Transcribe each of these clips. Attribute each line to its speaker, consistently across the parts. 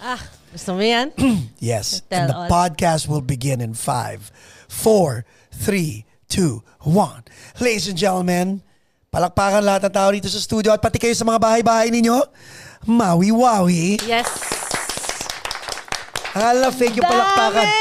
Speaker 1: Ah, gusto mo yan?
Speaker 2: Yes.
Speaker 1: Tell
Speaker 2: and the
Speaker 1: us.
Speaker 2: podcast will begin in five, four, three, two, one. Ladies and gentlemen, palakpakan lahat ng tao dito sa studio at pati kayo sa mga bahay-bahay ninyo. Mawi-wawi.
Speaker 1: yes.
Speaker 2: Akala fake yung palakpakan.
Speaker 1: Dami!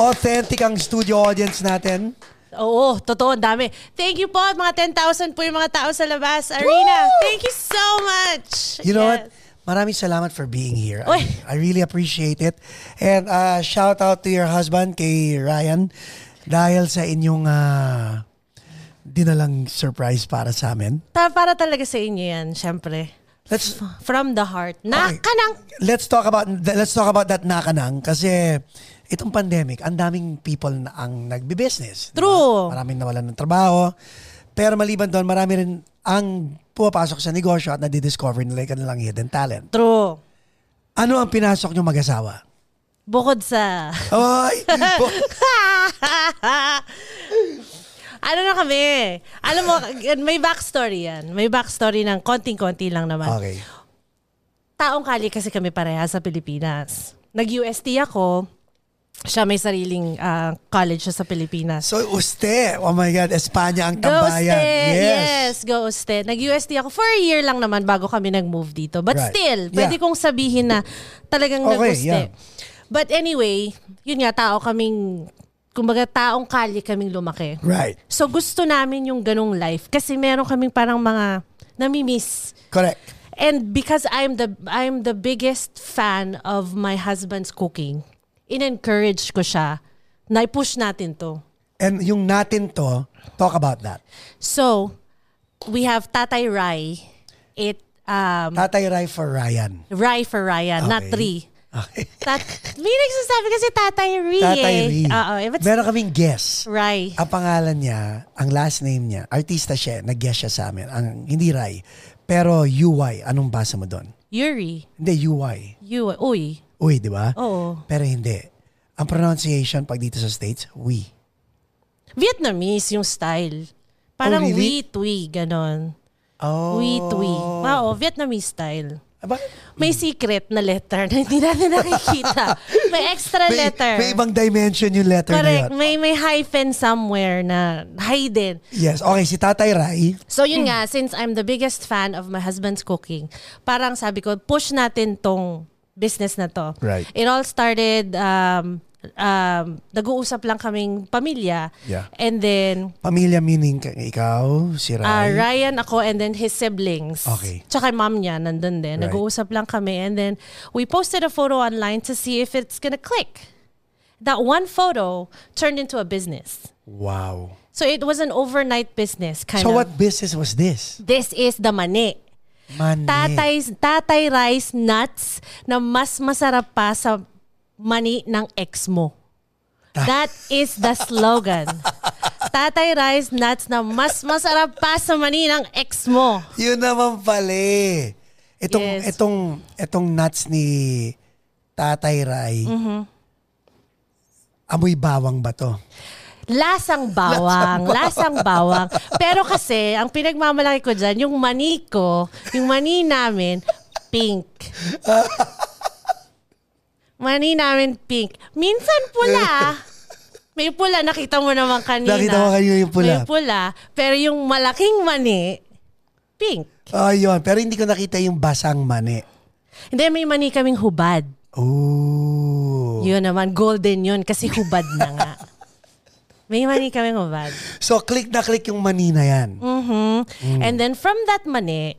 Speaker 2: Authentic ang studio audience natin.
Speaker 1: Oh. Oo, totoo, ang dami. Thank you po at mga 10,000 po yung mga tao sa labas. Arena,
Speaker 2: Woo!
Speaker 1: thank you so much.
Speaker 2: You know
Speaker 1: Yes.
Speaker 2: what? Maraming salamat for being here.
Speaker 1: Uy.
Speaker 2: I, I really appreciate it. And uh, shout out to your husband, kay Ryan, dahil sa inyong uh, dinalang surprise para sa amin.
Speaker 1: Ta- para talaga sa inyo yan, syempre.
Speaker 2: Let's
Speaker 1: From the heart. Na
Speaker 2: Okay.
Speaker 1: kanang.
Speaker 2: let's talk about let's talk about that nakanang kasi itong pandemic, ang daming people na ang nagbi-business. di ba?
Speaker 1: True.
Speaker 2: Maraming nawalan ng trabaho. Pero maliban doon, marami rin ang pumapasok sa negosyo at nadidiscover nila yung kanilang hidden talent.
Speaker 1: True.
Speaker 2: Ano ang pinasok niyong mag-asawa?
Speaker 1: Bukod sa...
Speaker 2: Ay! bo-
Speaker 1: ano na kami? Alam mo, may backstory yan. May backstory ng konting-konti lang naman.
Speaker 2: okay.
Speaker 1: taong kali kasi kami pareha sa Pilipinas. Nag-UST ako. Siya may sariling ah, college siya sa Pilipinas.
Speaker 2: So, uste. Oh my God, Espanya ang
Speaker 1: Go
Speaker 2: tambayan.
Speaker 1: Usted!
Speaker 2: Yes.
Speaker 1: Yes, go Usted. Nag-UST ako for a year lang naman bago kami nag-move dito. But
Speaker 2: Right.
Speaker 1: still, pwede
Speaker 2: Yeah.
Speaker 1: kong sabihin na talagang
Speaker 2: Okay,
Speaker 1: nag-UST.
Speaker 2: yeah.
Speaker 1: But anyway, yun nga, tao kaming, kumbaga taong kali kaming lumaki.
Speaker 2: Right.
Speaker 1: So gusto namin yung ganong life kasi meron kaming parang mga namimiss.
Speaker 2: Correct.
Speaker 1: And because I'm the I'm the biggest fan of my husband's cooking, in-encourage ko siya na i-push natin to.
Speaker 2: And yung natin to, talk about that.
Speaker 1: So, we have Tatay Rai. It um
Speaker 2: Tatay Rai for Ryan.
Speaker 1: Rai for Ryan, not
Speaker 2: Okay.
Speaker 1: three.
Speaker 2: Okay.
Speaker 1: Tat May nagsasabi kasi Tatay Ri.
Speaker 2: Tatay
Speaker 1: eh.
Speaker 2: Ri.
Speaker 1: Oo, eh, but
Speaker 2: Meron kaming guest.
Speaker 1: Rai.
Speaker 2: Ang pangalan niya, ang last name niya, artista siya, nag-guest siya sa amin. Ang, hindi Rai, pero UY. Anong basa mo doon?
Speaker 1: Yuri.
Speaker 2: Hindi, UY.
Speaker 1: You. Uy.
Speaker 2: Uy, di ba?
Speaker 1: Oo.
Speaker 2: Pero hindi. Ang pronunciation pag dito sa States, we.
Speaker 1: Vietnamese yung style. Parang
Speaker 2: Oh,
Speaker 1: wee
Speaker 2: really?
Speaker 1: tui, ganon.
Speaker 2: Oh.
Speaker 1: Wee tui. Oo, Vietnamese style.
Speaker 2: Aba,
Speaker 1: may secret na letter na hindi natin nakikita. may extra
Speaker 2: may,
Speaker 1: letter.
Speaker 2: may ibang dimension yung letter
Speaker 1: Correct.
Speaker 2: na yun.
Speaker 1: May, may hyphen somewhere na hidden.
Speaker 2: Yes. Okay, si Tatay Rai.
Speaker 1: So yun nga, since I'm the biggest fan of my husband's cooking, parang sabi ko, push natin tong business na to.
Speaker 2: Right.
Speaker 1: It all started, um, um, nag-uusap lang kaming pamilya.
Speaker 2: Yeah.
Speaker 1: And then,
Speaker 2: Pamilya meaning ka- ikaw, si
Speaker 1: Ah,
Speaker 2: Rai.
Speaker 1: Ryan, ako, and then his siblings.
Speaker 2: Okay.
Speaker 1: Tsaka yung mom niya, nandun din.
Speaker 2: Right.
Speaker 1: Nag-uusap lang kami. And then, we posted a photo online to see if it's gonna click. That one photo turned into a business.
Speaker 2: Wow.
Speaker 1: So, it was an overnight business, kind
Speaker 2: So
Speaker 1: of.
Speaker 2: what business was this?
Speaker 1: This is the mani.
Speaker 2: Mani.
Speaker 1: Tatay's, tatay rice nuts na mas masarap pa sa mani ng ex mo. That is the slogan. Tatay rice nuts na mas masarap pa sa mani ng ex mo.
Speaker 2: Yun naman pala eh. Itong,
Speaker 1: Yes.
Speaker 2: itong, itong nuts ni Tatay Rai,
Speaker 1: Mm-hmm.
Speaker 2: amoy bawang ba to?
Speaker 1: Lasang bawang, lasang bawang. Pero kasi, ang pinagmamalaki ko dyan, yung mani ko, yung mani namin, pink. Mani namin pink. Minsan pula. May pula, nakita mo naman kanina.
Speaker 2: Nakita mo kanina yung pula.
Speaker 1: May pula, pero yung malaking mani, pink.
Speaker 2: Ayun, pero hindi ko nakita yung basang mani.
Speaker 1: Hindi, may mani kaming hubad.
Speaker 2: Ooh.
Speaker 1: Yun naman, golden yun kasi hubad na nga. May mani kaming hubad.
Speaker 2: So click na click yung mani na yan.
Speaker 1: Mm-hmm.
Speaker 2: Mm.
Speaker 1: And then from that money,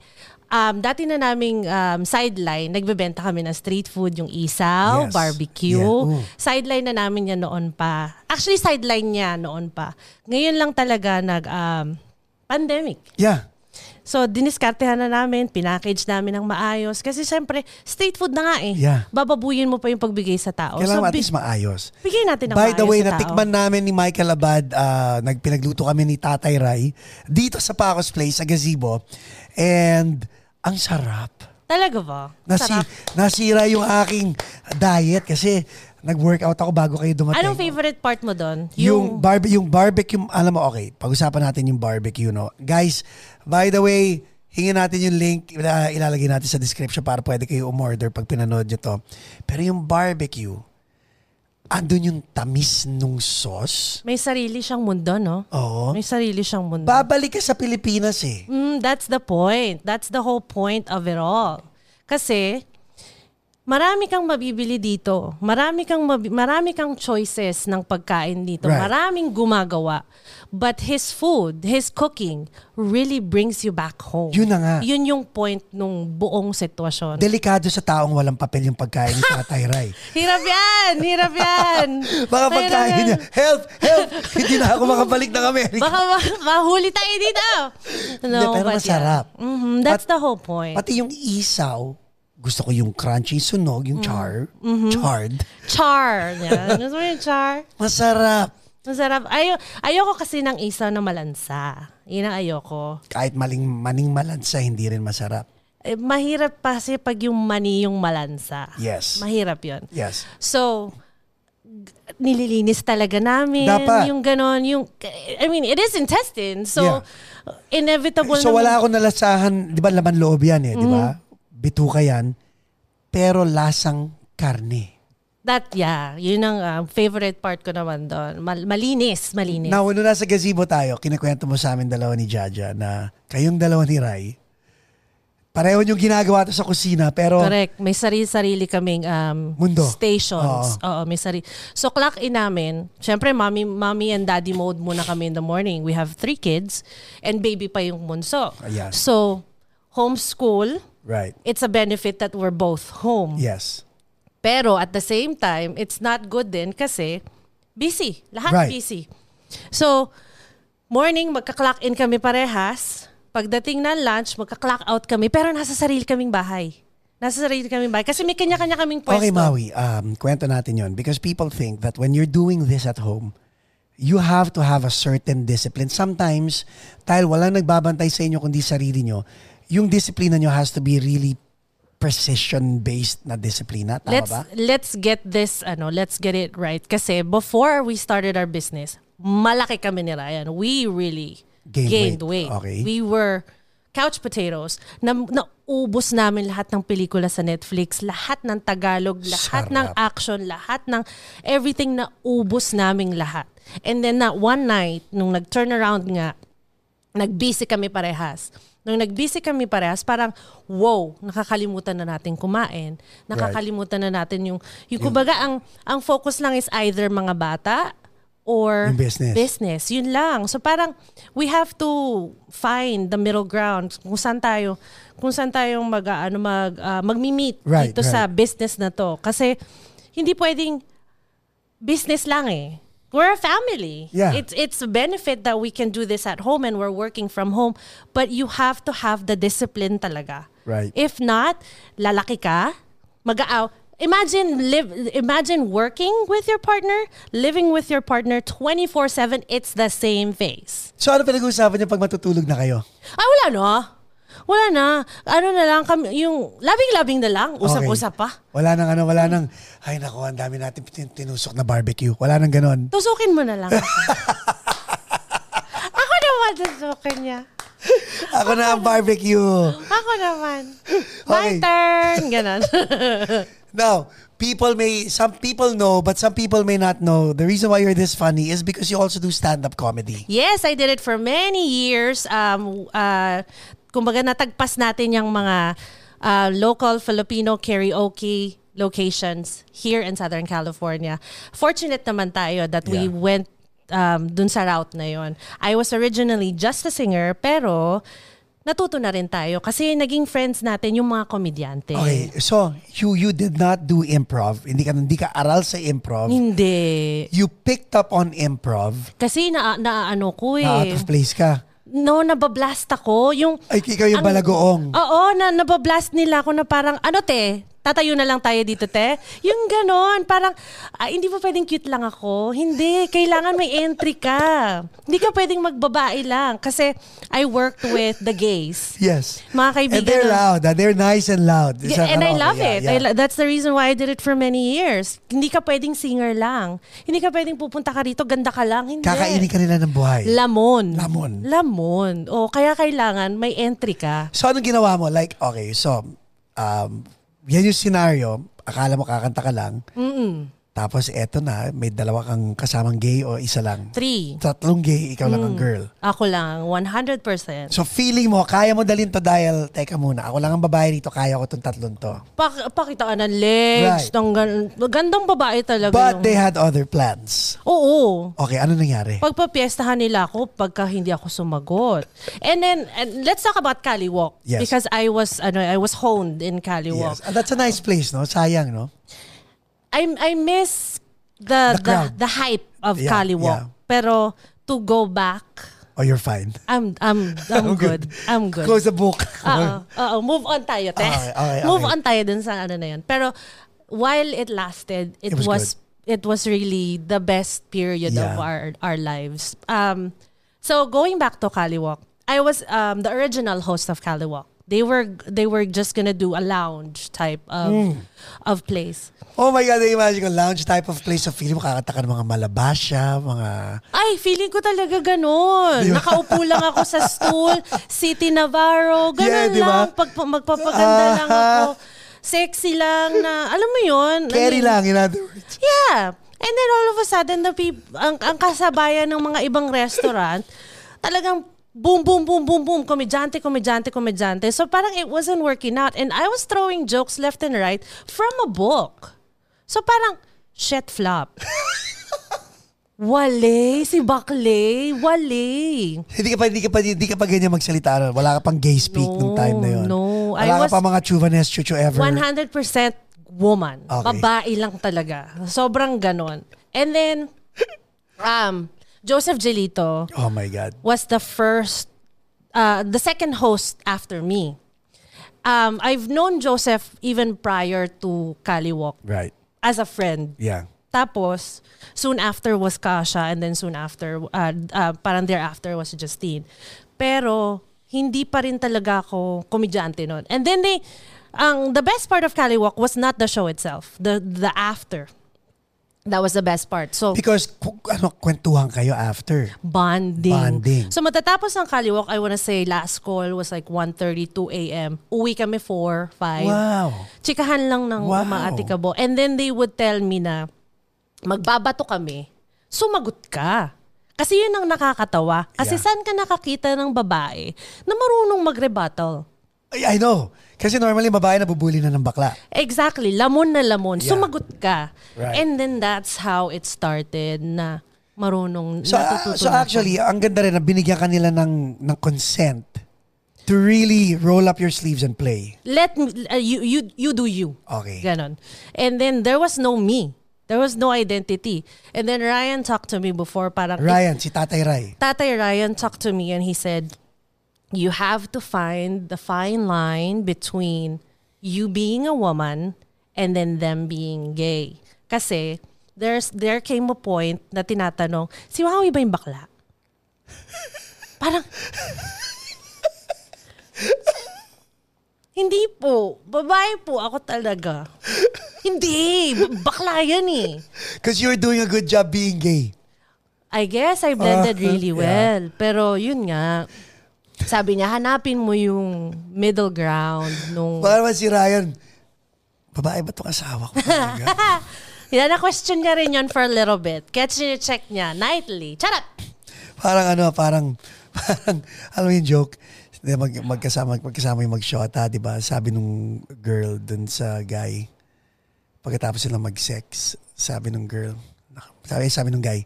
Speaker 1: um, dati na naming um, sideline, nagbebenta kami ng street food, yung isaw,
Speaker 2: Yes.
Speaker 1: barbecue.
Speaker 2: Yeah. Ooh.
Speaker 1: Sideline na namin yan noon pa. Actually, sideline niya noon pa. Ngayon lang talaga nag... Um, pandemic.
Speaker 2: Yeah.
Speaker 1: So, diniskartehan na namin, pinackage namin ng maayos. Kasi syempre, street food na nga eh.
Speaker 2: Yeah.
Speaker 1: Bababuyin mo pa yung pagbigay sa tao.
Speaker 2: Kailangan
Speaker 1: Oh, so,
Speaker 2: at least maayos.
Speaker 1: bigay natin ng
Speaker 2: By
Speaker 1: maayos
Speaker 2: the way,
Speaker 1: sa tao.
Speaker 2: natikman namin ni Michael Abad, ah, nagpinagluto kami ni Tatay Rai dito sa Pacos Place, sa gazebo. And ang sarap.
Speaker 1: Talaga ba?
Speaker 2: Nasi,
Speaker 1: Sarap.
Speaker 2: nasira yung aking diet kasi nag-workout ako bago kayo dumating.
Speaker 1: Anong favorite part mo doon?
Speaker 2: Yung, barbe- yung barbecue, alam mo, okay, pag-usapan natin yung barbecue, no? Guys, by the way, Hingin natin yung link, ila- ilalagay natin sa description para pwede kayo umorder pag pinanood nyo to. Pero yung barbecue, andun yung tamis nung sauce.
Speaker 1: May sarili siyang mundo, no?
Speaker 2: Oo.
Speaker 1: May sarili siyang mundo.
Speaker 2: Babalik ka sa Pilipinas eh.
Speaker 1: Mm, that's the point. That's the whole point of it all. Kasi marami kang mabibili dito. Marami kang mabi- marami kang choices ng pagkain dito.
Speaker 2: Right.
Speaker 1: Maraming gumagawa. But his food, his cooking really brings you back home.
Speaker 2: Yun na nga.
Speaker 1: Yun yung point nung buong sitwasyon.
Speaker 2: Delikado sa taong walang papel yung pagkain ni Tatay Ray.
Speaker 1: hirap yan! Hirap yan!
Speaker 2: Baka
Speaker 1: Mahirap
Speaker 2: pagkain
Speaker 1: yan.
Speaker 2: niya, help, help, hindi na ako makabalik ng Amerika.
Speaker 1: Baka ma- mahuli tayo dito.
Speaker 2: Hindi, pero
Speaker 1: but yeah.
Speaker 2: masarap.
Speaker 1: Mhm, that's the whole point.
Speaker 2: Pati yung isaw, gusto ko yung crunchy sunog, yung char, charred.
Speaker 1: Char. Yan. Gusto mo yung char?
Speaker 2: Masarap.
Speaker 1: Masarap. Ayo, ayoko kasi ng isaw na malansa. Yun ang ayoko.
Speaker 2: Kahit maling maning malansa, hindi rin masarap.
Speaker 1: Eh, mahirap pa kasi pag yung mani yung malansa.
Speaker 2: Yes.
Speaker 1: Mahirap yun.
Speaker 2: Yes.
Speaker 1: So, g- nililinis talaga namin.
Speaker 2: Dapat.
Speaker 1: Yung ganon. Yung, I mean, it is intestine. So, inevitable
Speaker 2: So
Speaker 1: naman.
Speaker 2: wala akong nalasahan, di ba laman loob yan eh, di ba? Bituka yan. Pero lasang karne.
Speaker 1: That, yeah. Yun ang um, favorite part ko naman doon. Mal- malinis, malinis.
Speaker 2: Now, nung nasa gazebo tayo, kinakwento mo sa amin dalawa ni Jaja na kayong dalawa ni Rai, pareho niyong ginagawa to sa kusina, pero
Speaker 1: Correct. May sarili-sarili kaming um,
Speaker 2: Mundo.
Speaker 1: stations. Oo, may sarili. So clock in namin, syempre mommy, mommy and daddy mode muna kami in the morning. We have three kids and baby pa yung bunso.
Speaker 2: Ayan.
Speaker 1: So homeschool,
Speaker 2: right,
Speaker 1: it's a benefit that we're both home.
Speaker 2: yes.
Speaker 1: Pero at the same time, it's not good din kasi busy. Lahat
Speaker 2: Right.
Speaker 1: busy. So, morning, magka-clock in kami parehas. Pagdating ng lunch, magka-clock out kami. Pero nasa sarili kaming bahay. Nasa sarili kaming bahay. Kasi may kanya-kanya kaming pwesto.
Speaker 2: Okay, Maui, um, kwento natin yon because people think that when you're doing this at home, you have to have a certain discipline. Sometimes, dahil walang nagbabantay sa inyo kundi sarili nyo, yung disiplina nyo has to be really precision-based na disiplina. Tama
Speaker 1: let's
Speaker 2: ba?
Speaker 1: let's get this ano, let's get it right kasi before we started our business, malaki kami ni Ryan. We really
Speaker 2: Gained
Speaker 1: gained,
Speaker 2: weight.
Speaker 1: weight.
Speaker 2: Okay.
Speaker 1: We were couch potatoes. Na, naubos namin lahat ng pelikula sa Netflix, lahat ng Tagalog, lahat ng
Speaker 2: Sarap.
Speaker 1: action, lahat ng everything na ubos naming lahat. And then na one night nung nag-turn around nga, nag-busy kami parehas. Nung nag-busy kami parehas, parang, wow, nakakalimutan na natin kumain. Nakakalimutan na natin yung, yung kumbaga, ang, ang focus lang is either mga bata or
Speaker 2: Yung business.
Speaker 1: business. Yun lang. So parang, we have to find the middle ground kung saan tayo, kung saan tayo mag, ah, ano, mag, ah, magmi-meet
Speaker 2: Right,
Speaker 1: dito sa business na to. Kasi, hindi pwedeng business lang eh. We're a family.
Speaker 2: Yeah.
Speaker 1: It's it's a benefit that we can do this at home and we're working from home, but you have to have the discipline talaga.
Speaker 2: Right.
Speaker 1: If not, lalaki ka, mag Imagine live imagine working with your partner, living with your partner 24/7, it's the same face.
Speaker 2: So ano pinag-uusapan niyo pag matutulog na kayo?
Speaker 1: Ah, wala no. Wala na. Ano na lang kami, yung labing-labing na lang, usap-usap pa.
Speaker 2: Okay. Wala nang ano, wala nang, ay naku, ang dami natin tin- tinusok na barbecue. Wala nang ganon.
Speaker 1: Tusukin mo na lang. Ako naman tusukin niya.
Speaker 2: Ako na ang barbecue.
Speaker 1: Ako naman. My
Speaker 2: Okay.
Speaker 1: turn. Ganon.
Speaker 2: Now, people may, some people know, but some people may not know. The reason why you're this funny is because you also do stand-up comedy.
Speaker 1: yes, I did it for many years. Um, uh, kumbaga natagpas natin yung mga uh, local Filipino karaoke locations here in Southern California. Fortunate naman tayo that we
Speaker 2: Yeah.
Speaker 1: went um, dun sa route na yon. I was originally just a singer, pero natuto na rin tayo kasi naging friends natin yung mga komedyante.
Speaker 2: Okay, so you you did not do improv. Hindi ka hindi ka aral sa improv.
Speaker 1: Hindi.
Speaker 2: You picked up on improv.
Speaker 1: Kasi na, naano ko eh.
Speaker 2: Na out of place ka.
Speaker 1: No, nabablast ako. Yung,
Speaker 2: Ay, ikaw yung
Speaker 1: ang-
Speaker 2: balagoong.
Speaker 1: Oo, na, nabablast nila ako na parang, ano te, Tatayo na lang tayo dito, te. Yung ganon, parang, "Ah, hindi mo pwedeng cute lang ako. Hindi, kailangan may entry ka. Hindi ka pwedeng magbabae lang. Kasi I worked with the gays.
Speaker 2: Yes.
Speaker 1: Mga kaibigan
Speaker 2: And they're
Speaker 1: nun.
Speaker 2: loud. ah, They're nice and loud.
Speaker 1: Yeah,
Speaker 2: Sa
Speaker 1: and I
Speaker 2: karaoke,
Speaker 1: love
Speaker 2: yeah,
Speaker 1: it.
Speaker 2: yeah.
Speaker 1: I lo- that's the reason why I did it for many years. Hindi ka pwedeng singer lang. Hindi ka pwedeng pupunta ka rito, ganda ka lang. Hindi.
Speaker 2: Kakainin ka nila ng buhay.
Speaker 1: Lamon.
Speaker 2: Lamon.
Speaker 1: Lamon. O, kaya kailangan may entry ka.
Speaker 2: So anong ginawa mo? Like, okay, so, um, yan yung scenario. Akala mo kakanta ka lang. Tapos eto na, may dalawa kang kasamang gay o isa lang.
Speaker 1: Three.
Speaker 2: Tatlong gay, ikaw lang
Speaker 1: Mm.
Speaker 2: ang girl.
Speaker 1: Ako lang, 100%.
Speaker 2: So feeling mo, kaya mo dalhin to dahil, teka muna, ako lang ang babae dito, kaya ko tong tatlon to.
Speaker 1: Pak pakitaan ng legs,
Speaker 2: Right.
Speaker 1: ng gan- gandang babae talaga.
Speaker 2: But
Speaker 1: yung-
Speaker 2: they had other plans.
Speaker 1: Oo.
Speaker 2: Okay, ano nangyari?
Speaker 1: Pagpapiestahan nila ako pagka hindi ako sumagot. And then, and let's talk about Caliwalk.
Speaker 2: Yes.
Speaker 1: Because I was, ano, I was honed in Caliwalk.
Speaker 2: Yes. Ah, that's a nice place, no? Sayang, no?
Speaker 1: I I miss the
Speaker 2: The
Speaker 1: the,
Speaker 2: crowd.
Speaker 1: the, hype of
Speaker 2: Yeah,
Speaker 1: Caliwalk.
Speaker 2: yeah.
Speaker 1: Pero to go back,
Speaker 2: Oh, you're fine.
Speaker 1: I'm I'm I'm good. I'm good. Uh-uh.
Speaker 2: Close the book.
Speaker 1: Oo, oo, move on tayo, te.
Speaker 2: Okay, okay,
Speaker 1: Move
Speaker 2: okay.
Speaker 1: on tayo dun sa ano na yun. Pero while it lasted, it,
Speaker 2: It was
Speaker 1: was, it was really the best period of
Speaker 2: Yeah.
Speaker 1: our our lives. Um so going back to Caliwalk, I was um the original host of Caliwalk. They were they were just gonna do a lounge type of
Speaker 2: Mm.
Speaker 1: of place.
Speaker 2: Oh my God, I imagine ko, lounge type of place. So feeling mo kakanta ka ng mga malabasya, mga...
Speaker 1: Ay, feeling ko talaga ganun. Nakaupo lang ako sa stool, City Navarro,
Speaker 2: Yeah,
Speaker 1: ganun
Speaker 2: di ba?
Speaker 1: lang. Pag, magpapaganda lang
Speaker 2: Aha.
Speaker 1: ako. Sexy lang na, alam mo yun? I
Speaker 2: Carry
Speaker 1: mean,
Speaker 2: lang, in other words.
Speaker 1: Yeah. And then all of a sudden, the peop- ang, ang kasabayan ng mga ibang restaurant, talagang boom, boom, boom, boom, boom, komedyante, komedyante, komedyante. So parang it wasn't working out. And I was throwing jokes left and right from a book. So parang, shit flop. Wale, si Bakle, wale.
Speaker 2: Hindi ka pa, hindi ka pa, hindi ka pa ganyan magsalita. no? Wala ka pang gay speak
Speaker 1: No,
Speaker 2: nung time na yun.
Speaker 1: no. I
Speaker 2: Wala
Speaker 1: was-
Speaker 2: ka pa mga chuvanes, chuchu ever.
Speaker 1: 100% woman.
Speaker 2: Okay.
Speaker 1: Babae lang talaga. Sobrang ganon. And then, um, Joseph Gelito,
Speaker 2: Oh my God.
Speaker 1: was the first, uh, the second host after me. Um, I've known Joseph even prior to Caliwalk
Speaker 2: Right.
Speaker 1: as a friend.
Speaker 2: Yeah.
Speaker 1: Tapos, soon after was Kasha and then soon after, uh, uh, parang thereafter was Justine. Pero, hindi pa rin talaga ako komedyante noon. And then they, ang the best part of Caliwalk was not the show itself, the the after. That was the best part. So,
Speaker 2: Because, ku- ano, kwentuhan kayo after.
Speaker 1: Bonding.
Speaker 2: Bonding.
Speaker 1: So matatapos ng Kaliwak, I wanna say last call was like 1.30, 2 a.m. Uwi kami 4, 5.
Speaker 2: Wow.
Speaker 1: Chikahan lang ng
Speaker 2: Wow.
Speaker 1: mga atikabo. And then they would tell me na magbabato kami, sumagot ka. Kasi yun ang nakakatawa. Kasi
Speaker 2: Yeah.
Speaker 1: saan ka nakakita ng babae na marunong magrebattle?
Speaker 2: I, I know. Kasi normally, babae nabubuli na ng bakla.
Speaker 1: Exactly. Lamon na lamon.
Speaker 2: Yeah.
Speaker 1: Sumagot ka.
Speaker 2: Right.
Speaker 1: And then that's how it started na marunong
Speaker 2: So, ah,
Speaker 1: natututo
Speaker 2: so
Speaker 1: na ako.
Speaker 2: actually, ang ganda rin na binigyan kanila ng, ng consent to really roll up your sleeves and play.
Speaker 1: let me, uh, you you you do you.
Speaker 2: Okay.
Speaker 1: Ganon. And then there was no me. There was no identity. And then Ryan talked to me before parang
Speaker 2: Ryan, si Tatay Ray.
Speaker 1: Tatay Ryan talked to me and he said you have to find the fine line between you being a woman and then them being gay. Kasi there's there came a point na tinatanong, si Wawi ba yung bakla? Parang Hindi po. Babae po ako talaga. Hindi. b- Bakla yan eh.
Speaker 2: Because you're doing a good job being gay.
Speaker 1: I guess I blended
Speaker 2: Ah,
Speaker 1: really
Speaker 2: yeah.
Speaker 1: well. Pero yun nga, sabi niya, hanapin mo yung middle ground nung...
Speaker 2: Baka naman si Ryan, babae ba itong asawa ko? talaga?"
Speaker 1: Yan, na-question niya rin yun for a little bit. Catch niya, check niya, nightly. Charot!
Speaker 2: parang ano, parang, parang, alam mo yung joke, Di ba, mag, magkasama, magkasama yung magshota, di ba? Sabi nung girl dun sa guy, pagkatapos sila mag-sex, sabi nung girl, sabi, sabi nung guy,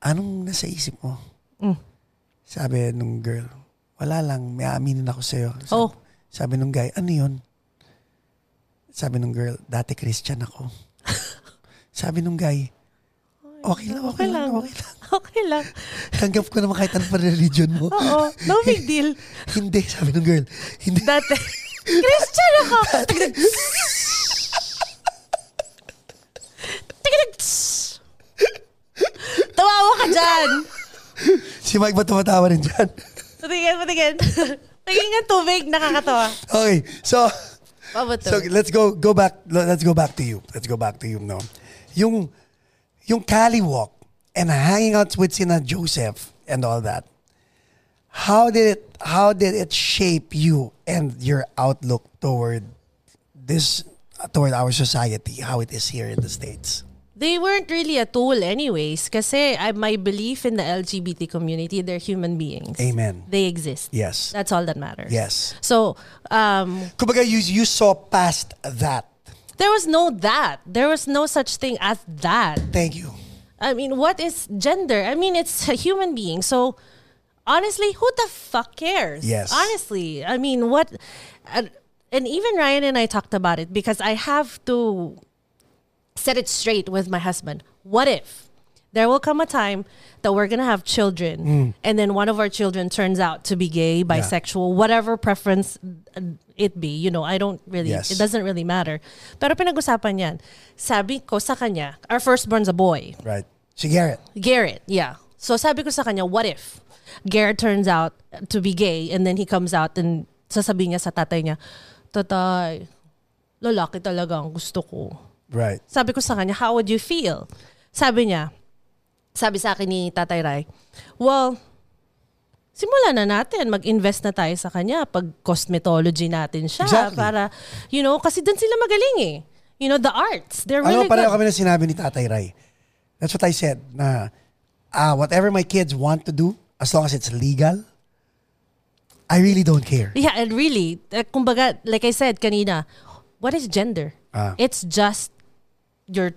Speaker 2: anong nasa isip mo? Mm. Sabi nung girl, wala lang, may aaminin ako sa'yo. Sabi,
Speaker 1: Oh.
Speaker 2: sabi nung guy, ano yun? Sabi nung girl, dati Christian ako. sabi nung guy, okay lang, okay, lang, okay lang.
Speaker 1: Okay lang.
Speaker 2: Tanggap ko naman kahit ano pa religion mo.
Speaker 1: Oo, no big deal.
Speaker 2: Hindi, sabi ng girl. Hindi.
Speaker 1: Dati, Christian ako! dyan.
Speaker 2: Si Mike ba tumatawa rin dyan?
Speaker 1: Patingin, patingin. Tingin nga tubig, nakakatawa.
Speaker 2: Okay, so,
Speaker 1: Pabato.
Speaker 2: so let's go go back let's go back to you. Let's go back to you, no. Yung yung Cali walk and hanging out with Sina Joseph and all that. How did it how did it shape you and your outlook toward this toward our society, how it is here in the states?
Speaker 1: They weren't really a tool anyways kasi I, my belief in the LGBT community, they're human beings.
Speaker 2: Amen.
Speaker 1: They exist.
Speaker 2: Yes.
Speaker 1: That's all that matters.
Speaker 2: Yes.
Speaker 1: So, um,
Speaker 2: Kumbaga you you saw past that.
Speaker 1: there was no that. There was no such thing as that.
Speaker 2: Thank you.
Speaker 1: I mean, what is gender? I mean, it's a human being. So, honestly, who the fuck cares?
Speaker 2: Yes.
Speaker 1: Honestly, I mean, what? And and even Ryan and I talked about it because I have to set it straight with my husband. What if there will come a time that we're going to have children
Speaker 2: Mm.
Speaker 1: and then one of our children turns out to be gay, bisexual, whatever preference uh, it be. You know, I don't really,
Speaker 2: Yes.
Speaker 1: it doesn't really matter. Pero pinag-usapan yan. Sabi ko sa kanya, our firstborn's a boy.
Speaker 2: Right. Si Garrett.
Speaker 1: Garrett, yeah. So sabi ko sa kanya, what if Garrett turns out to be gay and then he comes out and sasabihin niya sa tatay niya, Tatay, lalaki talaga ang gusto ko.
Speaker 2: Right.
Speaker 1: Sabi ko sa kanya, how would you feel? Sabi niya, sabi sa akin ni Tatay Ray, well, simulan na natin. Mag-invest na tayo sa kanya pag cosmetology natin siya.
Speaker 2: Exactly.
Speaker 1: Para, you know, kasi doon sila magaling eh. You know, the arts. They're
Speaker 2: Alam
Speaker 1: really
Speaker 2: mo, Ano, pareho
Speaker 1: good.
Speaker 2: kami na sinabi ni Tatay Ray. That's what I said, na ah, whatever my kids want to do, as long as it's legal, I really don't care.
Speaker 1: Yeah, and really, uh, kumbaga, like I said kanina, what is gender?
Speaker 2: Ah.
Speaker 1: It's just your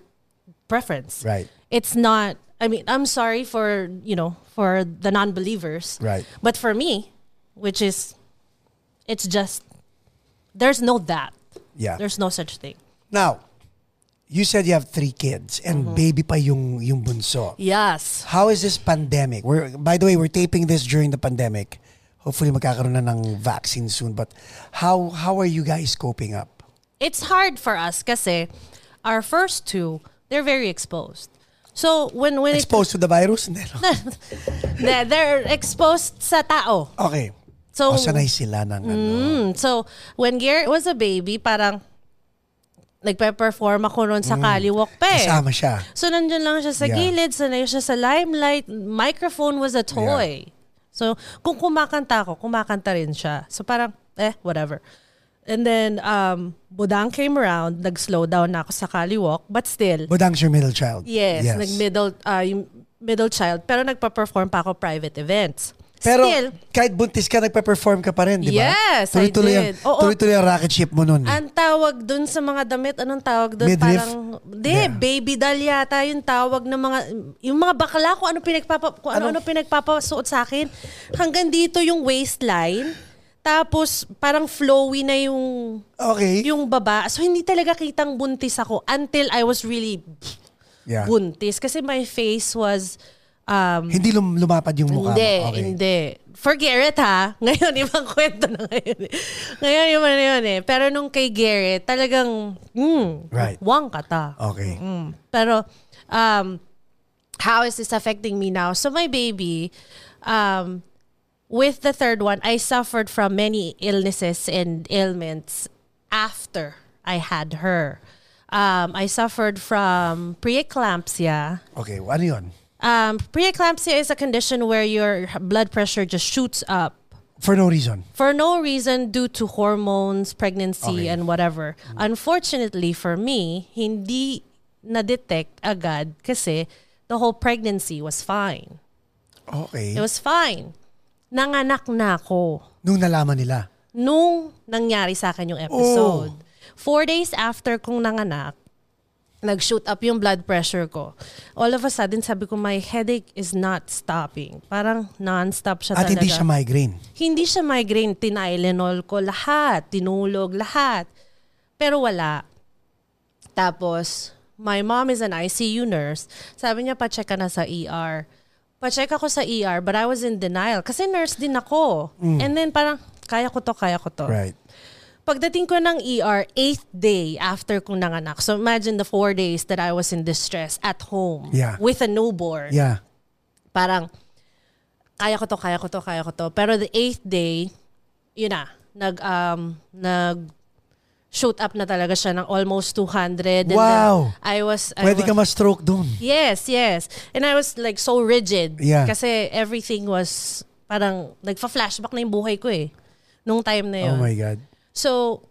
Speaker 1: preference.
Speaker 2: Right.
Speaker 1: It's not, I mean, I'm sorry for, you know, for the non-believers.
Speaker 2: Right.
Speaker 1: But for me, which is, it's just, there's no that.
Speaker 2: Yeah.
Speaker 1: There's no such thing.
Speaker 2: Now, you said you have three kids and
Speaker 1: Mm-hmm.
Speaker 2: baby pa yung, yung bunso.
Speaker 1: Yes.
Speaker 2: How is this pandemic? We're, by the way, we're taping this during the pandemic. Hopefully magkakaroon na ng vaccine soon. But how, how are you guys coping up?
Speaker 1: It's hard for us kasi our first two, they're very exposed. So when, when it,
Speaker 2: Exposed to the virus? Hindi, no?
Speaker 1: they're- they're exposed sa tao.
Speaker 2: Okay.
Speaker 1: So,
Speaker 2: o sanay sila ng ano.
Speaker 1: Oh. Mm, So, when Garrett was a baby, parang nagpe-perform ako noon sa Kaliwak pa eh.
Speaker 2: Kasama siya.
Speaker 1: So, nandyan lang siya sa
Speaker 2: Yeah.
Speaker 1: gilid, sanay siya sa limelight, microphone was a toy. So, kung kumakanta ako, kumakanta rin siya. So, parang, eh, whatever. And then, um, Budang came around, nag-slow down na ako sa Kaliwak, but still,
Speaker 2: Budang's your middle child.
Speaker 1: yes, nag-middle, ah, yung middle child, pero nagpa-perform pa ako private events.
Speaker 2: Pero
Speaker 1: still,
Speaker 2: kahit buntis ka, nagpa-perform ka pa rin, di ba?
Speaker 1: Yes, I
Speaker 2: Tuloy-tuloy
Speaker 1: did.
Speaker 2: Ang,
Speaker 1: Oo.
Speaker 2: Tuloy-tuloy ang rocket ship mo nun. eh.
Speaker 1: Ang tawag dun sa mga damit, anong tawag dun?
Speaker 2: Midriff?
Speaker 1: Parang, di, baby doll yata yung tawag ng mga, yung mga bakla kung ano pinagpapa, kung ano, ano pinagpapasuot sa akin. Hanggang dito yung waistline. Tapos, parang flowy na yung,
Speaker 2: okay.
Speaker 1: yung baba. So, hindi talaga kitang buntis ako until I was really
Speaker 2: Yeah.
Speaker 1: buntis. Kasi my face was, um,
Speaker 2: Hindi lum- lumapad yung mukha
Speaker 1: hindi,
Speaker 2: mo. Okay.
Speaker 1: hindi. For Garrett ha, ngayon ibang kwento na ngayon. eh. Ngayon yung ano yun eh. Pero nung kay Garrett, talagang, mm,
Speaker 2: Right. Oh.
Speaker 1: wang kata.
Speaker 2: Okay.
Speaker 1: Mm. Pero, um, how is this affecting me now? So my baby, um, with the third one, I suffered from many illnesses and ailments after I had her. Um, I suffered from preeclampsia.
Speaker 2: Okay, ano yun?
Speaker 1: Um, preeclampsia is a condition where your blood pressure just shoots up
Speaker 2: For no reason.
Speaker 1: for no reason due to hormones, pregnancy,
Speaker 2: Okay.
Speaker 1: and whatever. Unfortunately for me, hindi na-detect agad kasi the whole pregnancy was fine.
Speaker 2: Okay.
Speaker 1: It was fine. Nanganak na ako
Speaker 2: Nung nalaman nila.
Speaker 1: nung nangyari sa akin yung episode.
Speaker 2: Oh.
Speaker 1: Four days after kong nanganak, nag-shoot up yung blood pressure ko. All of a sudden, sabi ko, my headache is not stopping. Parang non-stop siya
Speaker 2: At
Speaker 1: talaga.
Speaker 2: hindi siya migraine.
Speaker 1: Hindi siya migraine. Tinylenol ko lahat. Tinulog lahat. Pero wala. Tapos, my mom is an ICU nurse. Sabi niya, pacheck ka na sa ER. Pacheck ako sa ER, but I was in denial. Kasi nurse din ako.
Speaker 2: Mm.
Speaker 1: And then parang, kaya ko to, kaya ko to.
Speaker 2: Right.
Speaker 1: Pagdating ko ng ER, eighth day after kong nanganak. So imagine the four days that I was in distress at home
Speaker 2: Yeah.
Speaker 1: with a newborn.
Speaker 2: Yeah.
Speaker 1: Parang, kaya ko to, kaya ko to, kaya ko to. Pero the eighth day, yun na, nag, um, nag, shoot up na talaga siya ng almost 200. And then
Speaker 2: Wow!
Speaker 1: I was, I was,
Speaker 2: Pwede ka ma-stroke doon.
Speaker 1: Yes, yes. And I was like so rigid.
Speaker 2: Yeah.
Speaker 1: Kasi everything was parang nagfa-flashback na yung buhay ko eh. Nung time na yun.
Speaker 2: Oh my God.
Speaker 1: So,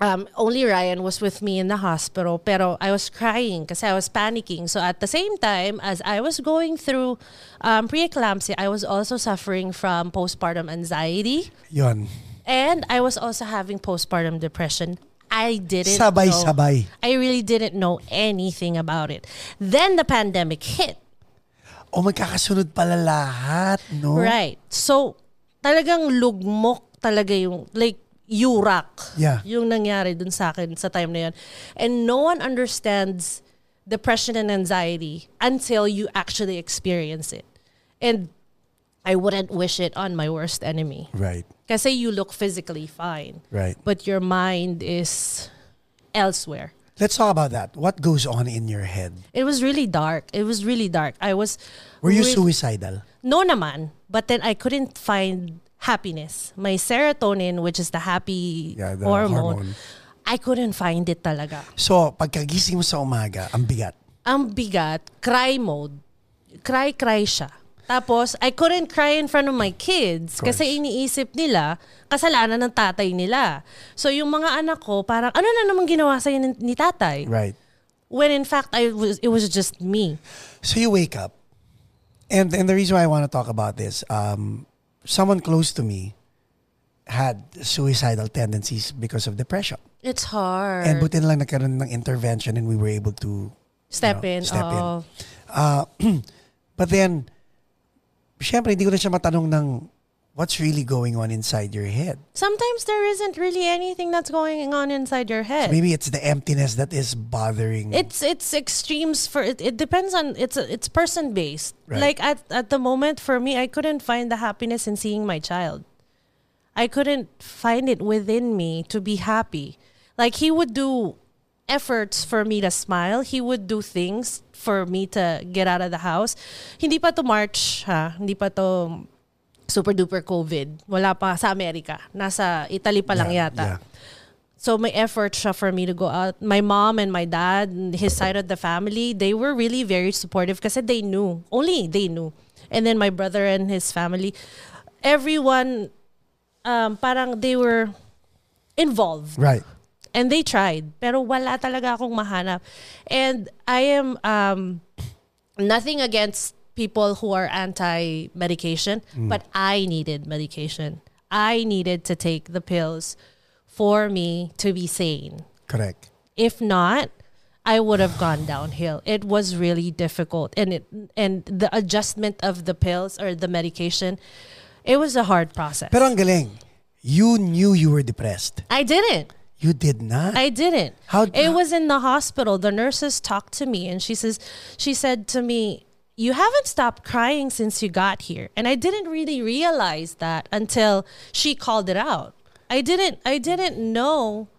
Speaker 1: um, only Ryan was with me in the hospital. Pero I was crying kasi I was panicking. So at the same time, as I was going through um, preeclampsia, I was also suffering from postpartum anxiety.
Speaker 2: Yun.
Speaker 1: And I was also having postpartum depression. I didn't know.
Speaker 2: Sabay-sabay.
Speaker 1: I really didn't know anything about it. Then the pandemic hit.
Speaker 2: O magkakasunod pala lahat, no?
Speaker 1: Right. So, talagang lugmok talaga yung, like, yurak.
Speaker 2: Yeah.
Speaker 1: Yung nangyari dun sa akin sa time na yun. And no one understands depression and anxiety until you actually experience it. And I wouldn't wish it on my worst enemy.
Speaker 2: Right.
Speaker 1: Kasi you look physically fine.
Speaker 2: Right.
Speaker 1: But your mind is elsewhere.
Speaker 2: Let's talk about that. What goes on in your head?
Speaker 1: It was really dark. It was really dark. I was
Speaker 2: Were you
Speaker 1: re-
Speaker 2: suicidal?
Speaker 1: No naman, but then I couldn't find happiness. My serotonin, which is the happy
Speaker 2: Yeah, the
Speaker 1: hormone,
Speaker 2: hormone.
Speaker 1: I couldn't find it talaga.
Speaker 2: So, pagkagising mo sa umaga, ang bigat.
Speaker 1: Ang bigat, cry mode. Cry, cry siya. Tapos, I couldn't cry in front of my kids
Speaker 2: course.
Speaker 1: kasi iniisip nila, kasalanan ng tatay nila. So, yung mga anak ko, parang, ano na naman ginawa sa'yo ni, ni tatay?
Speaker 2: Right.
Speaker 1: When in fact, I was, it was just me.
Speaker 2: So you wake up, and and the reason why I want to talk about this, um, someone close to me had suicidal tendencies because of depression,
Speaker 1: It's hard.
Speaker 2: and buti na lang nagkaroon ng intervention, and we were able to.
Speaker 1: step
Speaker 2: you know,
Speaker 1: in.
Speaker 2: step in.
Speaker 1: oo.
Speaker 2: But then, syempre hindi ko na siya matanong ng what's really going on inside your head.
Speaker 1: Sometimes there isn't really anything that's going on inside your head.
Speaker 2: Maybe it's the emptiness that is bothering.
Speaker 1: it's it's extremes for it, it depends on it's it's person based
Speaker 2: Right.
Speaker 1: like at at the moment for me i couldn't find the happiness in seeing my child i couldn't find it within me to be happy like he would do efforts for me to smile he would do things for me to get out of the house hindi pa to march ha hindi pa to super duper covid wala pa sa america nasa italy pa lang
Speaker 2: Yeah,
Speaker 1: yata
Speaker 2: yeah.
Speaker 1: so my effort siya for me to go out. My mom and my dad, and his side of the family, they were really very supportive kasi they knew. Only they knew. And then my brother and his family, everyone, um, parang they were involved.
Speaker 2: Right.
Speaker 1: And they tried. Pero wala talaga akong mahanap. And I am um, nothing against people who are anti-medication. But I needed medication. I needed to take the pills for me to be sane.
Speaker 2: Correct.
Speaker 1: If not, I would have gone downhill. It was really difficult, and it and the adjustment of the pills or the medication, it was a hard process.
Speaker 2: Pero ang galing. You knew you were depressed.
Speaker 1: I didn't.
Speaker 2: You did not.
Speaker 1: I didn't.
Speaker 2: How-
Speaker 1: it was in the hospital. The nurses talked to me, and she says she said to me, "You haven't stopped crying since you got here." And I didn't really realize that until she called it out. I didn't. I didn't know.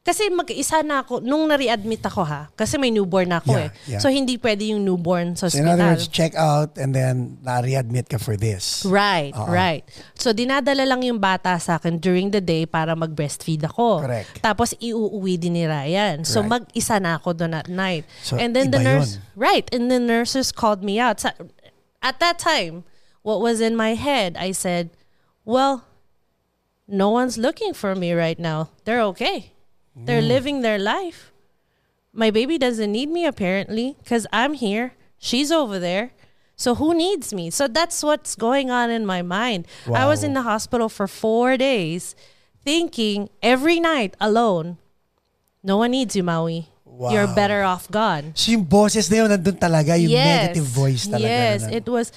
Speaker 1: Kasi mag-isa na ako, nung nare-admit ako ha, kasi may newborn na ako
Speaker 2: Yeah,
Speaker 1: eh.
Speaker 2: yeah.
Speaker 1: So hindi pwede yung newborn sa
Speaker 2: So in other
Speaker 1: ospital.
Speaker 2: words, check out and then na-readmit ka for this.
Speaker 1: Right, right. So dinadala lang yung bata sa akin during the day para mag-breastfeed ako.
Speaker 2: Correct.
Speaker 1: Tapos iuuwi din ni Ryan. So
Speaker 2: Right.
Speaker 1: mag-isa na ako doon at night.
Speaker 2: So,
Speaker 1: and then the
Speaker 2: iba
Speaker 1: nurse,
Speaker 2: yun.
Speaker 1: right, and the nurses called me out. Sa- At that time, what was in my head, I said, "Well, no one's looking for me right now. They're okay.
Speaker 2: Mm.
Speaker 1: They're living their life. My baby doesn't need me apparently because I'm here. She's over there. So who needs me? So that's what's going on in my mind. I was
Speaker 2: Wow.
Speaker 1: in the hospital for four days thinking every night alone, no one needs you, Maui. You're
Speaker 2: Wow.
Speaker 1: better off gone.
Speaker 2: So yung boses na yun, nandun talaga, yung negative voice talaga.
Speaker 1: Yes,
Speaker 2: na-
Speaker 1: it was.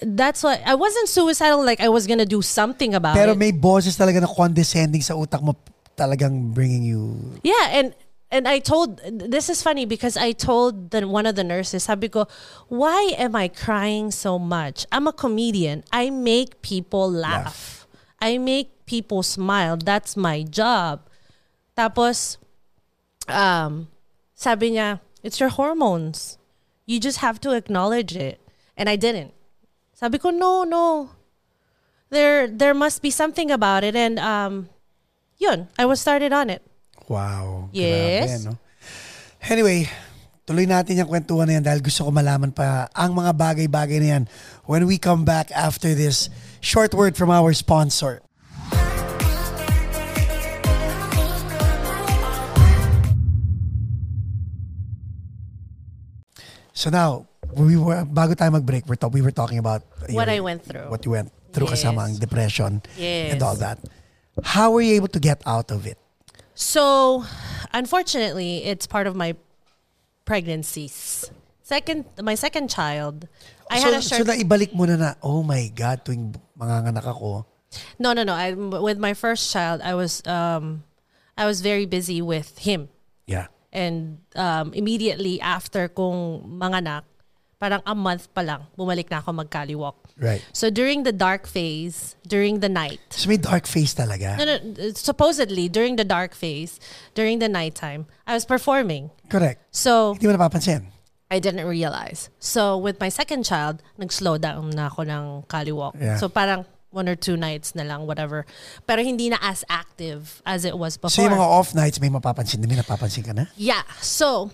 Speaker 1: That's why I wasn't suicidal. Like I was gonna do something about
Speaker 2: Pero
Speaker 1: it.
Speaker 2: may boses talaga na condescending sa utak mo talagang bringing you...
Speaker 1: Yeah, and and I told this is funny because I told the, one of the nurses, sabi ko, why am I crying so much? I'm a comedian. I make people laugh. I make people smile. That's my job. Tapos, um, sabi niya, it's your hormones. You just have to acknowledge it. And I didn't. Sabi ko, no, no. There, there must be something about it. And um, yun, I was started on it.
Speaker 2: Wow.
Speaker 1: Yes.
Speaker 2: Grabe, no? Anyway, tuloy natin yung kwentuhan na yan dahil gusto ko malaman pa ang mga bagay-bagay na yan when we come back after this short word from our sponsor. So now, we were, bago tayo mag-break, we're talk, we were talking about
Speaker 1: What
Speaker 2: your-
Speaker 1: I went through.
Speaker 2: What you went through
Speaker 1: Yes.
Speaker 2: kasama ang depression and
Speaker 1: Yes.
Speaker 2: all that. How were you able to get out of it?
Speaker 1: So, unfortunately, it's part of my pregnancies. Second, my second child. I
Speaker 2: so,
Speaker 1: had a
Speaker 2: so
Speaker 1: short.
Speaker 2: naibalik mo na na, oh my God, tuwing manganganak ako,
Speaker 1: no, no, no. I, with my first child, I was, um, I was very busy with him.
Speaker 2: yeah,
Speaker 1: And um, immediately after kong manganak, parang a month pa lang, bumalik na ako magkaliwak.
Speaker 2: right.
Speaker 1: So during the dark phase, during the night,
Speaker 2: So may dark face talaga.
Speaker 1: no, no, supposedly during the dark phase, during the nighttime, I was performing.
Speaker 2: Correct.
Speaker 1: So
Speaker 2: Hindi mo napapansin.
Speaker 1: I didn't realize. So with my second child, nag-slow down na ako ng kaliwalk.
Speaker 2: Yeah.
Speaker 1: So parang one or two nights na lang, whatever. Pero hindi na as active as it was before.
Speaker 2: So yung mga off nights, may mapapansin. May napapansin ka na?
Speaker 1: Yeah. So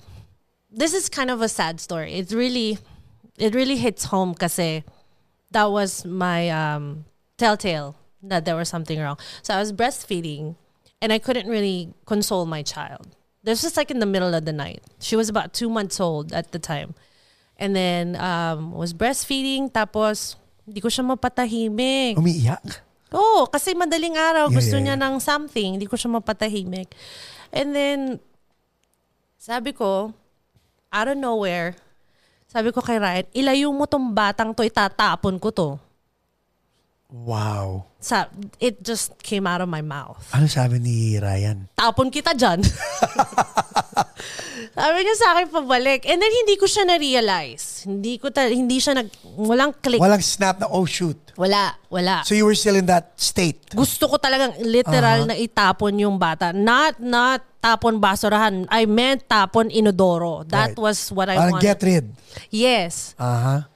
Speaker 1: this is kind of a sad story. It really it really hits home kasi that was my um telltale that there was something wrong. So I was breastfeeding and I couldn't really console my child. This was like in the middle of the night. She was about two months old at the time. And then um was breastfeeding tapos hindi ko siya mapatahimik.
Speaker 2: Umiiyak?
Speaker 1: Oo, kasi madaling araw,
Speaker 2: Yeah,
Speaker 1: gusto niya
Speaker 2: yeah,
Speaker 1: ng something. Hindi ko siya mapatahimik. And then, sabi ko, out of nowhere, sabi ko kay Ryan, ilayo mo tong batang to, itatapon ko to.
Speaker 2: Wow.
Speaker 1: Sa, it just came out of my mouth.
Speaker 2: Ano sabi ni Ryan?
Speaker 1: Tapon kita dyan. sabi niya sa akin pabalik. And then, hindi ko siya na-realize. Hindi ko ta- hindi siya nag, walang click.
Speaker 2: Walang snap na, oh shoot.
Speaker 1: Wala, wala.
Speaker 2: So you were still in that state.
Speaker 1: gusto ko talagang literal na itapon yung bata. Not, not tapon basurahan. I meant tapon inodoro. That
Speaker 2: Right.
Speaker 1: was what I
Speaker 2: Parang
Speaker 1: wanted.
Speaker 2: get rid. Uh-huh.
Speaker 1: yes.
Speaker 2: Aha.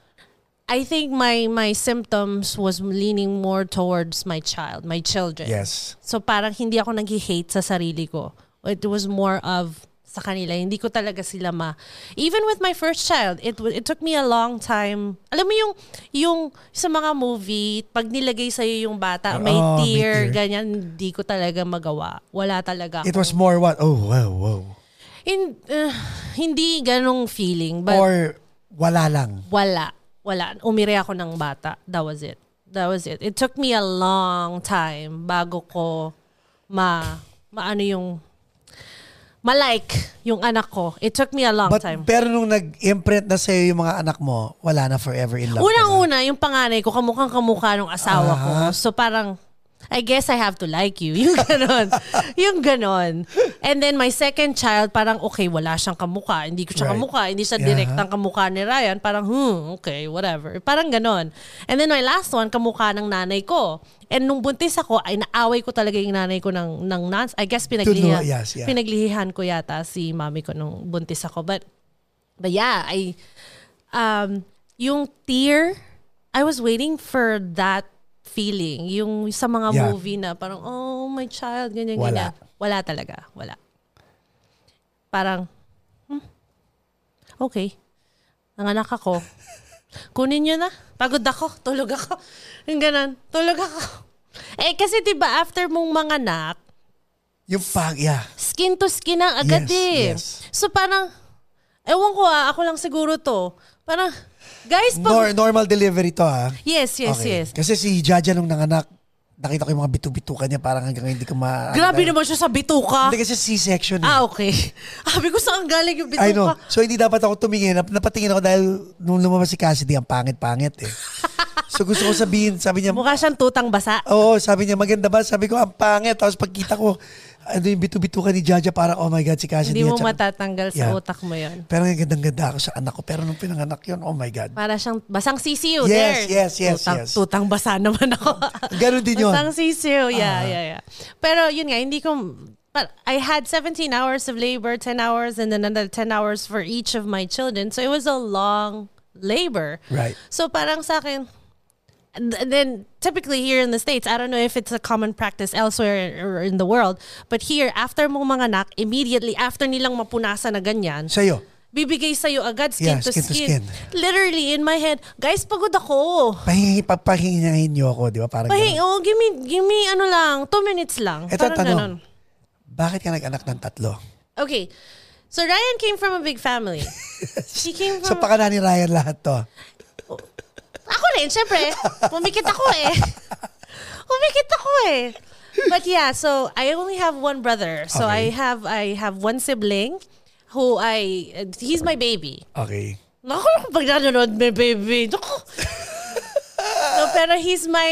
Speaker 1: I think my, my symptoms was leaning more towards my child, my children.
Speaker 2: Yes.
Speaker 1: So parang hindi ako nag-hate sa sarili ko. It was more of sa kanila. Hindi ko talaga sila ma... Even with my first child, it w- it took me a long time. Alam mo yung yung sa mga movie, pag nilagay sa yung bata, may
Speaker 2: Oh, may
Speaker 1: tear,
Speaker 2: tear.
Speaker 1: ganyan, hindi ko talaga magawa. Wala talaga.
Speaker 2: It
Speaker 1: ako.
Speaker 2: was more what? Oh, wow, wow.
Speaker 1: In, uh, hindi ganong feeling, but
Speaker 2: Or wala lang.
Speaker 1: wala. Wala. Umire ako ng bata. That was it. That was it. It took me a long time bago ko ma maano yung ma-like yung anak ko. It took me a long
Speaker 2: But
Speaker 1: time.
Speaker 2: pero nung nag-imprint na sa'yo yung mga anak mo, wala na forever in love. ka na.
Speaker 1: Unang-una, yung panganay ko, kamukhang kamukha nung asawa
Speaker 2: Ah.
Speaker 1: ko. So parang, I guess I have to like you. Yung ganon. yung ganon. And then my second child, parang okay, wala siyang kamukha. Hindi ko siya
Speaker 2: Right.
Speaker 1: kamukha. Hindi siya
Speaker 2: Yeah.
Speaker 1: direktang kamukha ni Ryan. Parang, hmm, okay, whatever. Parang ganon. And then my last one, kamukha ng nanay ko. And nung buntis ako, ay naaway ko talaga yung nanay ko ng, ng nans. I guess pinaglihan,
Speaker 2: yes, yeah.
Speaker 1: pinaglihihan ko yata si mami ko nung buntis ako. But But yeah, I um yung tear, I was waiting for that feeling. Yung sa mga
Speaker 2: Yeah.
Speaker 1: movie na parang oh my child ganyan
Speaker 2: Wala.
Speaker 1: ganyan. Wala talaga, wala. Parang hmm, okay. Nanganak ako. Kunin niyo na. Pagod ako. Tulog ako. Yung ganun. Tulog ako. Eh kasi 'di ba after mong manganak,
Speaker 2: Yung pag, yeah.
Speaker 1: skin to skin ang agad
Speaker 2: Yes,
Speaker 1: eh.
Speaker 2: yes.
Speaker 1: So parang, ewan ko ah, ako lang siguro to. Parang, guys, pag...
Speaker 2: Nor- normal delivery to ha.
Speaker 1: yes, yes,
Speaker 2: Okay.
Speaker 1: yes.
Speaker 2: Kasi si Jaja nung nanganak, nakita ko yung mga bitu-bituka niya parang hanggang hindi ko ma...
Speaker 1: Grabe
Speaker 2: ano-
Speaker 1: naman siya sa bituka.
Speaker 2: Hindi kasi C-section eh.
Speaker 1: Ah, okay. Sabi ko, saan galing yung
Speaker 2: I know.
Speaker 1: bituka?
Speaker 2: So hindi dapat ako tumingin. Nap- Napatingin ako dahil nung lumabas si Cassidy, ang pangit-pangit eh. so gusto ko sabihin, sabi niya,
Speaker 1: Mukha siyang tutang basa.
Speaker 2: oo, sabi niya, maganda ba? Sabi ko, ang pangit. Tapos pagkita ko, ano yung bitu-bituka ni Jaja, parang, oh my God, si Cassidy.
Speaker 1: Hindi mo
Speaker 2: at saka-
Speaker 1: matatanggal sa
Speaker 2: Yeah.
Speaker 1: utak mo yon.
Speaker 2: Pero ang gandang-ganda ako sa anak ko. Pero nung pinanganak yun, oh my God.
Speaker 1: Para siyang basang sisiyo
Speaker 2: Yes,
Speaker 1: there.
Speaker 2: yes, yes,
Speaker 1: tutang,
Speaker 2: yes.
Speaker 1: Tutang basa naman ako.
Speaker 2: Ganon din yun. Ah.
Speaker 1: Basang sisiyo, yeah, yeah, yeah. Pero yun nga, hindi ko, but I had 17 hours of labor, 10 hours, and then another 10 hours for each of my children. So it was a long labor.
Speaker 2: Right.
Speaker 1: So parang sa akin, and then typically here in the States, I don't know if it's a common practice elsewhere or in the world, but here, after mo manganak, immediately after nilang mapunasan na ganyan,
Speaker 2: Sa'yo.
Speaker 1: bibigay sa'yo agad skin,
Speaker 2: Yeah,
Speaker 1: to,
Speaker 2: skin
Speaker 1: skin
Speaker 2: to skin.
Speaker 1: Literally, in my head, guys, pagod ako.
Speaker 2: Pahingi, papahingahin niyo ako, di ba? Parang
Speaker 1: Pahi,
Speaker 2: ganun.
Speaker 1: oh, give me, give me ano lang, two minutes lang.
Speaker 2: Ito,
Speaker 1: Parang
Speaker 2: tanong.
Speaker 1: ganun.
Speaker 2: Bakit ka nag-anak ng tatlo?
Speaker 1: Okay. So Ryan came from a big family. She came
Speaker 2: So,
Speaker 1: from...
Speaker 2: pakana ni Ryan lahat to.
Speaker 1: ako rin, syempre. Pumikit ako eh. Pumikit ako eh. But yeah, so I only have one brother. So I
Speaker 2: Okay.
Speaker 1: have I have one sibling who I uh, he's my baby.
Speaker 2: Okay.
Speaker 1: Naku, pag nanonood may baby. Naku. no, pero he's my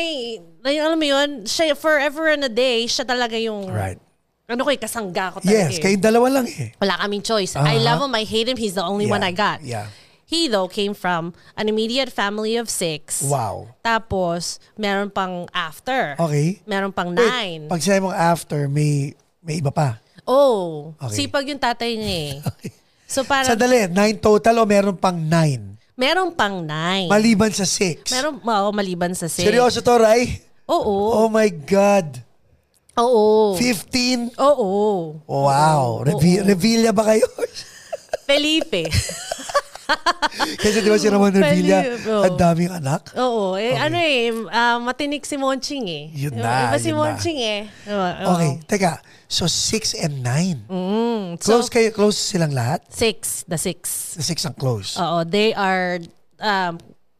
Speaker 1: ay, alam mo yun, siya forever and a day, siya talaga yung
Speaker 2: Right.
Speaker 1: ano ko eh, kasangga ko talaga. eh.
Speaker 2: Yes, kayong dalawa lang eh.
Speaker 1: Wala kaming choice. I love him, I hate him, he's the only
Speaker 2: Yeah,
Speaker 1: one I got.
Speaker 2: yeah.
Speaker 1: He though came from an immediate family of six.
Speaker 2: Wow.
Speaker 1: Tapos, meron pang after.
Speaker 2: Okay.
Speaker 1: Meron pang
Speaker 2: Wait,
Speaker 1: nine.
Speaker 2: Pag sinabi mong after, may may iba pa.
Speaker 1: oh,
Speaker 2: Okay.
Speaker 1: sipag yung tatay niya eh. So parang,
Speaker 2: Sandali, nine total o meron pang nine?
Speaker 1: meron pang nine.
Speaker 2: Maliban sa six.
Speaker 1: meron, oo, maliban sa six.
Speaker 2: Seryoso to, Ray?
Speaker 1: Oo.
Speaker 2: Oh my God.
Speaker 1: Oo.
Speaker 2: 15?
Speaker 1: Oo. Oh.
Speaker 2: Wow. Reve- Revilla ba kayo?
Speaker 1: Felipe.
Speaker 2: Kasi di ba si Ramon Revilla,
Speaker 1: Felipe, oh.
Speaker 2: ang daming anak?
Speaker 1: Oo. Eh, Ano eh, ah, matinik si Monching eh.
Speaker 2: Yun
Speaker 1: Iba-
Speaker 2: na,
Speaker 1: Iba si
Speaker 2: yun na.
Speaker 1: Monching eh. Oo, oo.
Speaker 2: Okay, teka. So, six and nine.
Speaker 1: Mm, so,
Speaker 2: Close kayo, close silang lahat?
Speaker 1: six. The six.
Speaker 2: The six ang close.
Speaker 1: Oo, they are um,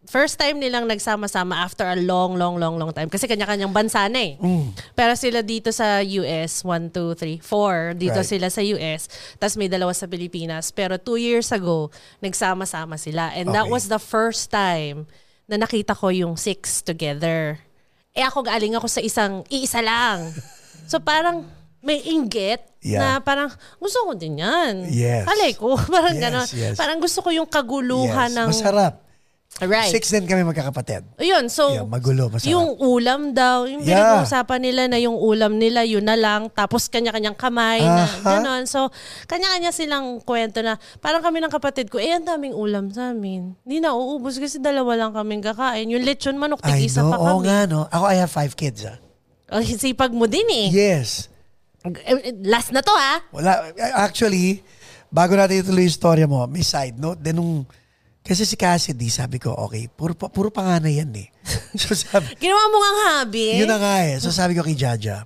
Speaker 1: first time nilang nagsama-sama after a long, long, long, long time. Kasi kanya-kanyang bansa na eh.
Speaker 2: Mm.
Speaker 1: Pero sila dito sa US, one, two, three, four, dito
Speaker 2: Right.
Speaker 1: sila sa US. Tapos may dalawa sa Pilipinas. Pero two years ago, nagsama-sama sila. And that
Speaker 2: Okay.
Speaker 1: was the first time na nakita ko yung six together. Eh ako, galing ako sa isang, iisa lang. So parang may inggit
Speaker 2: Yeah.
Speaker 1: na parang gusto ko din yan.
Speaker 2: Yes.
Speaker 1: Alay ko. Parang
Speaker 2: Yes,
Speaker 1: ganon.
Speaker 2: yes.
Speaker 1: Parang gusto ko yung kaguluhan ng...
Speaker 2: Masarap.
Speaker 1: Right.
Speaker 2: Six din kami magkakapatid.
Speaker 1: Ayun, so
Speaker 2: Yeah, magulo, masarap.
Speaker 1: yung ulam daw, yung
Speaker 2: Yeah.
Speaker 1: pinag-uusapan nila na yung ulam nila, yun na lang, tapos kanya-kanyang kamay, na
Speaker 2: Aha.
Speaker 1: gano'n. So, kanya-kanya silang kwento na, parang kami ng kapatid ko, eh, ang daming ulam sa amin. Hindi na uubos kasi dalawa lang kaming kakain. Yung lechon manok,
Speaker 2: I
Speaker 1: tig-isa
Speaker 2: know.
Speaker 1: pa eh.
Speaker 2: Oo
Speaker 1: kami.
Speaker 2: nga, no? Ako, I have five kids, ah.
Speaker 1: Oh, sipag mo din eh.
Speaker 2: Yes.
Speaker 1: Eh, Last na to ha.
Speaker 2: Wala. Actually, bago natin ituloy yung story mo, may side note. Then nung, kasi si Cassidy, sabi ko, okay, puro, pa- puro panganay yan eh. So sabi,
Speaker 1: Ginawa mo nga ang hobby. eh.
Speaker 2: yun na nga eh. So sabi ko kay Jaja,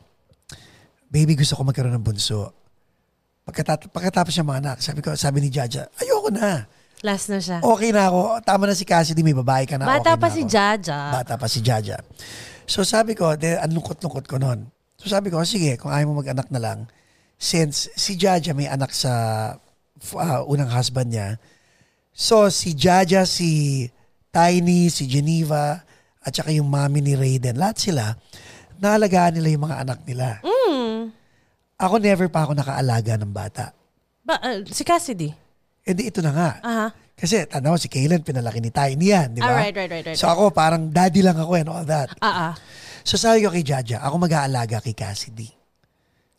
Speaker 2: baby, gusto ko magkaroon ng bunso. Pagkatapos, pagkatapos niya mga anak, sabi ko, sabi ni Jaja, ayoko
Speaker 1: Ah.
Speaker 2: na.
Speaker 1: Last na siya.
Speaker 2: Okay na ako. Tama na si Cassidy, may babae ka Oh, na.
Speaker 1: Bata
Speaker 2: okay
Speaker 1: pa
Speaker 2: na
Speaker 1: si
Speaker 2: ako."
Speaker 1: Jaja.
Speaker 2: Bata pa si Jaja. So sabi ko, de, ang lungkot-lungkot ko noon. So sabi ko, sige, kung ayaw mo mag-anak na lang, since si Jaja may anak sa f- ah, unang husband niya, so si Jaja, si Tiny, si Geneva, at saka yung mami ni Raiden, lahat sila, naalagaan nila yung mga anak nila. Ako never pa ako nakaalaga ng bata.
Speaker 1: Ba- ah, si Cassidy.
Speaker 2: E di ito na nga.
Speaker 1: Aha.
Speaker 2: Kasi tanaw si Kaylan, pinalaki ni Tiny yan, di ba?
Speaker 1: Ah, right, right, right, right.
Speaker 2: Diba? So ako parang daddy lang ako and all that.
Speaker 1: Ah, ah.
Speaker 2: So sabi ko kay Jaja, ako mag-aalaga kay Cassidy.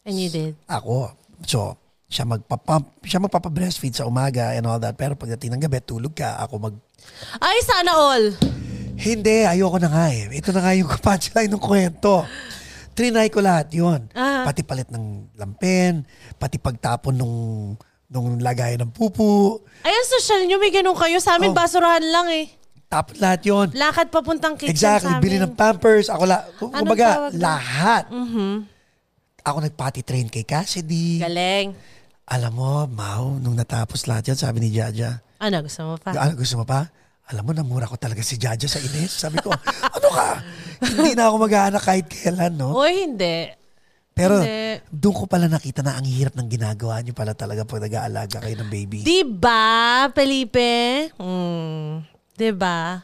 Speaker 1: And you did.
Speaker 2: Ako. So, siya magpapump, siya magpapabreastfeed sa umaga and all that. Pero pagdating ng gabi, tulog ka, ako mag...
Speaker 1: Ay, sana all.
Speaker 2: Hindi, ayoko na nga eh. Ito na nga yung punchline ng kwento. Trinay ko lahat yun.
Speaker 1: Ah.
Speaker 2: Pati palit ng lampin, pati pagtapon nung, nung lagayan ng pupu.
Speaker 1: Ayun, social nyo, may ganun kayo. Sa amin,
Speaker 2: Oh.
Speaker 1: basurahan lang eh.
Speaker 2: Tapon lahat yun.
Speaker 1: Lakad papuntang kitchen
Speaker 2: Exactly.
Speaker 1: sa amin.
Speaker 2: Bili ng Pampers. Ako la, kung-
Speaker 1: Anong
Speaker 2: kumbaga,
Speaker 1: tawag doon?
Speaker 2: lahat. Ako nagpati train kay Cassidy.
Speaker 1: Galing.
Speaker 2: Alam mo, Mau, nung natapos lahat yan, sabi ni Jaja,
Speaker 1: Ano, gusto mo pa?
Speaker 2: ano gusto mo pa? Alam mo, namura ko talaga si Jaja sa Ines. Sabi ko, ano ka? Hindi na ako mag-aanak kahit kailan, no?
Speaker 1: O hindi.
Speaker 2: Pero
Speaker 1: Oh, hindi.
Speaker 2: doon ko pala nakita na ang hirap ng ginagawa niyo pala talaga pag nag-aalaga kayo ng baby.
Speaker 1: Di ba, Diba, Felipe? Mm. Di ba?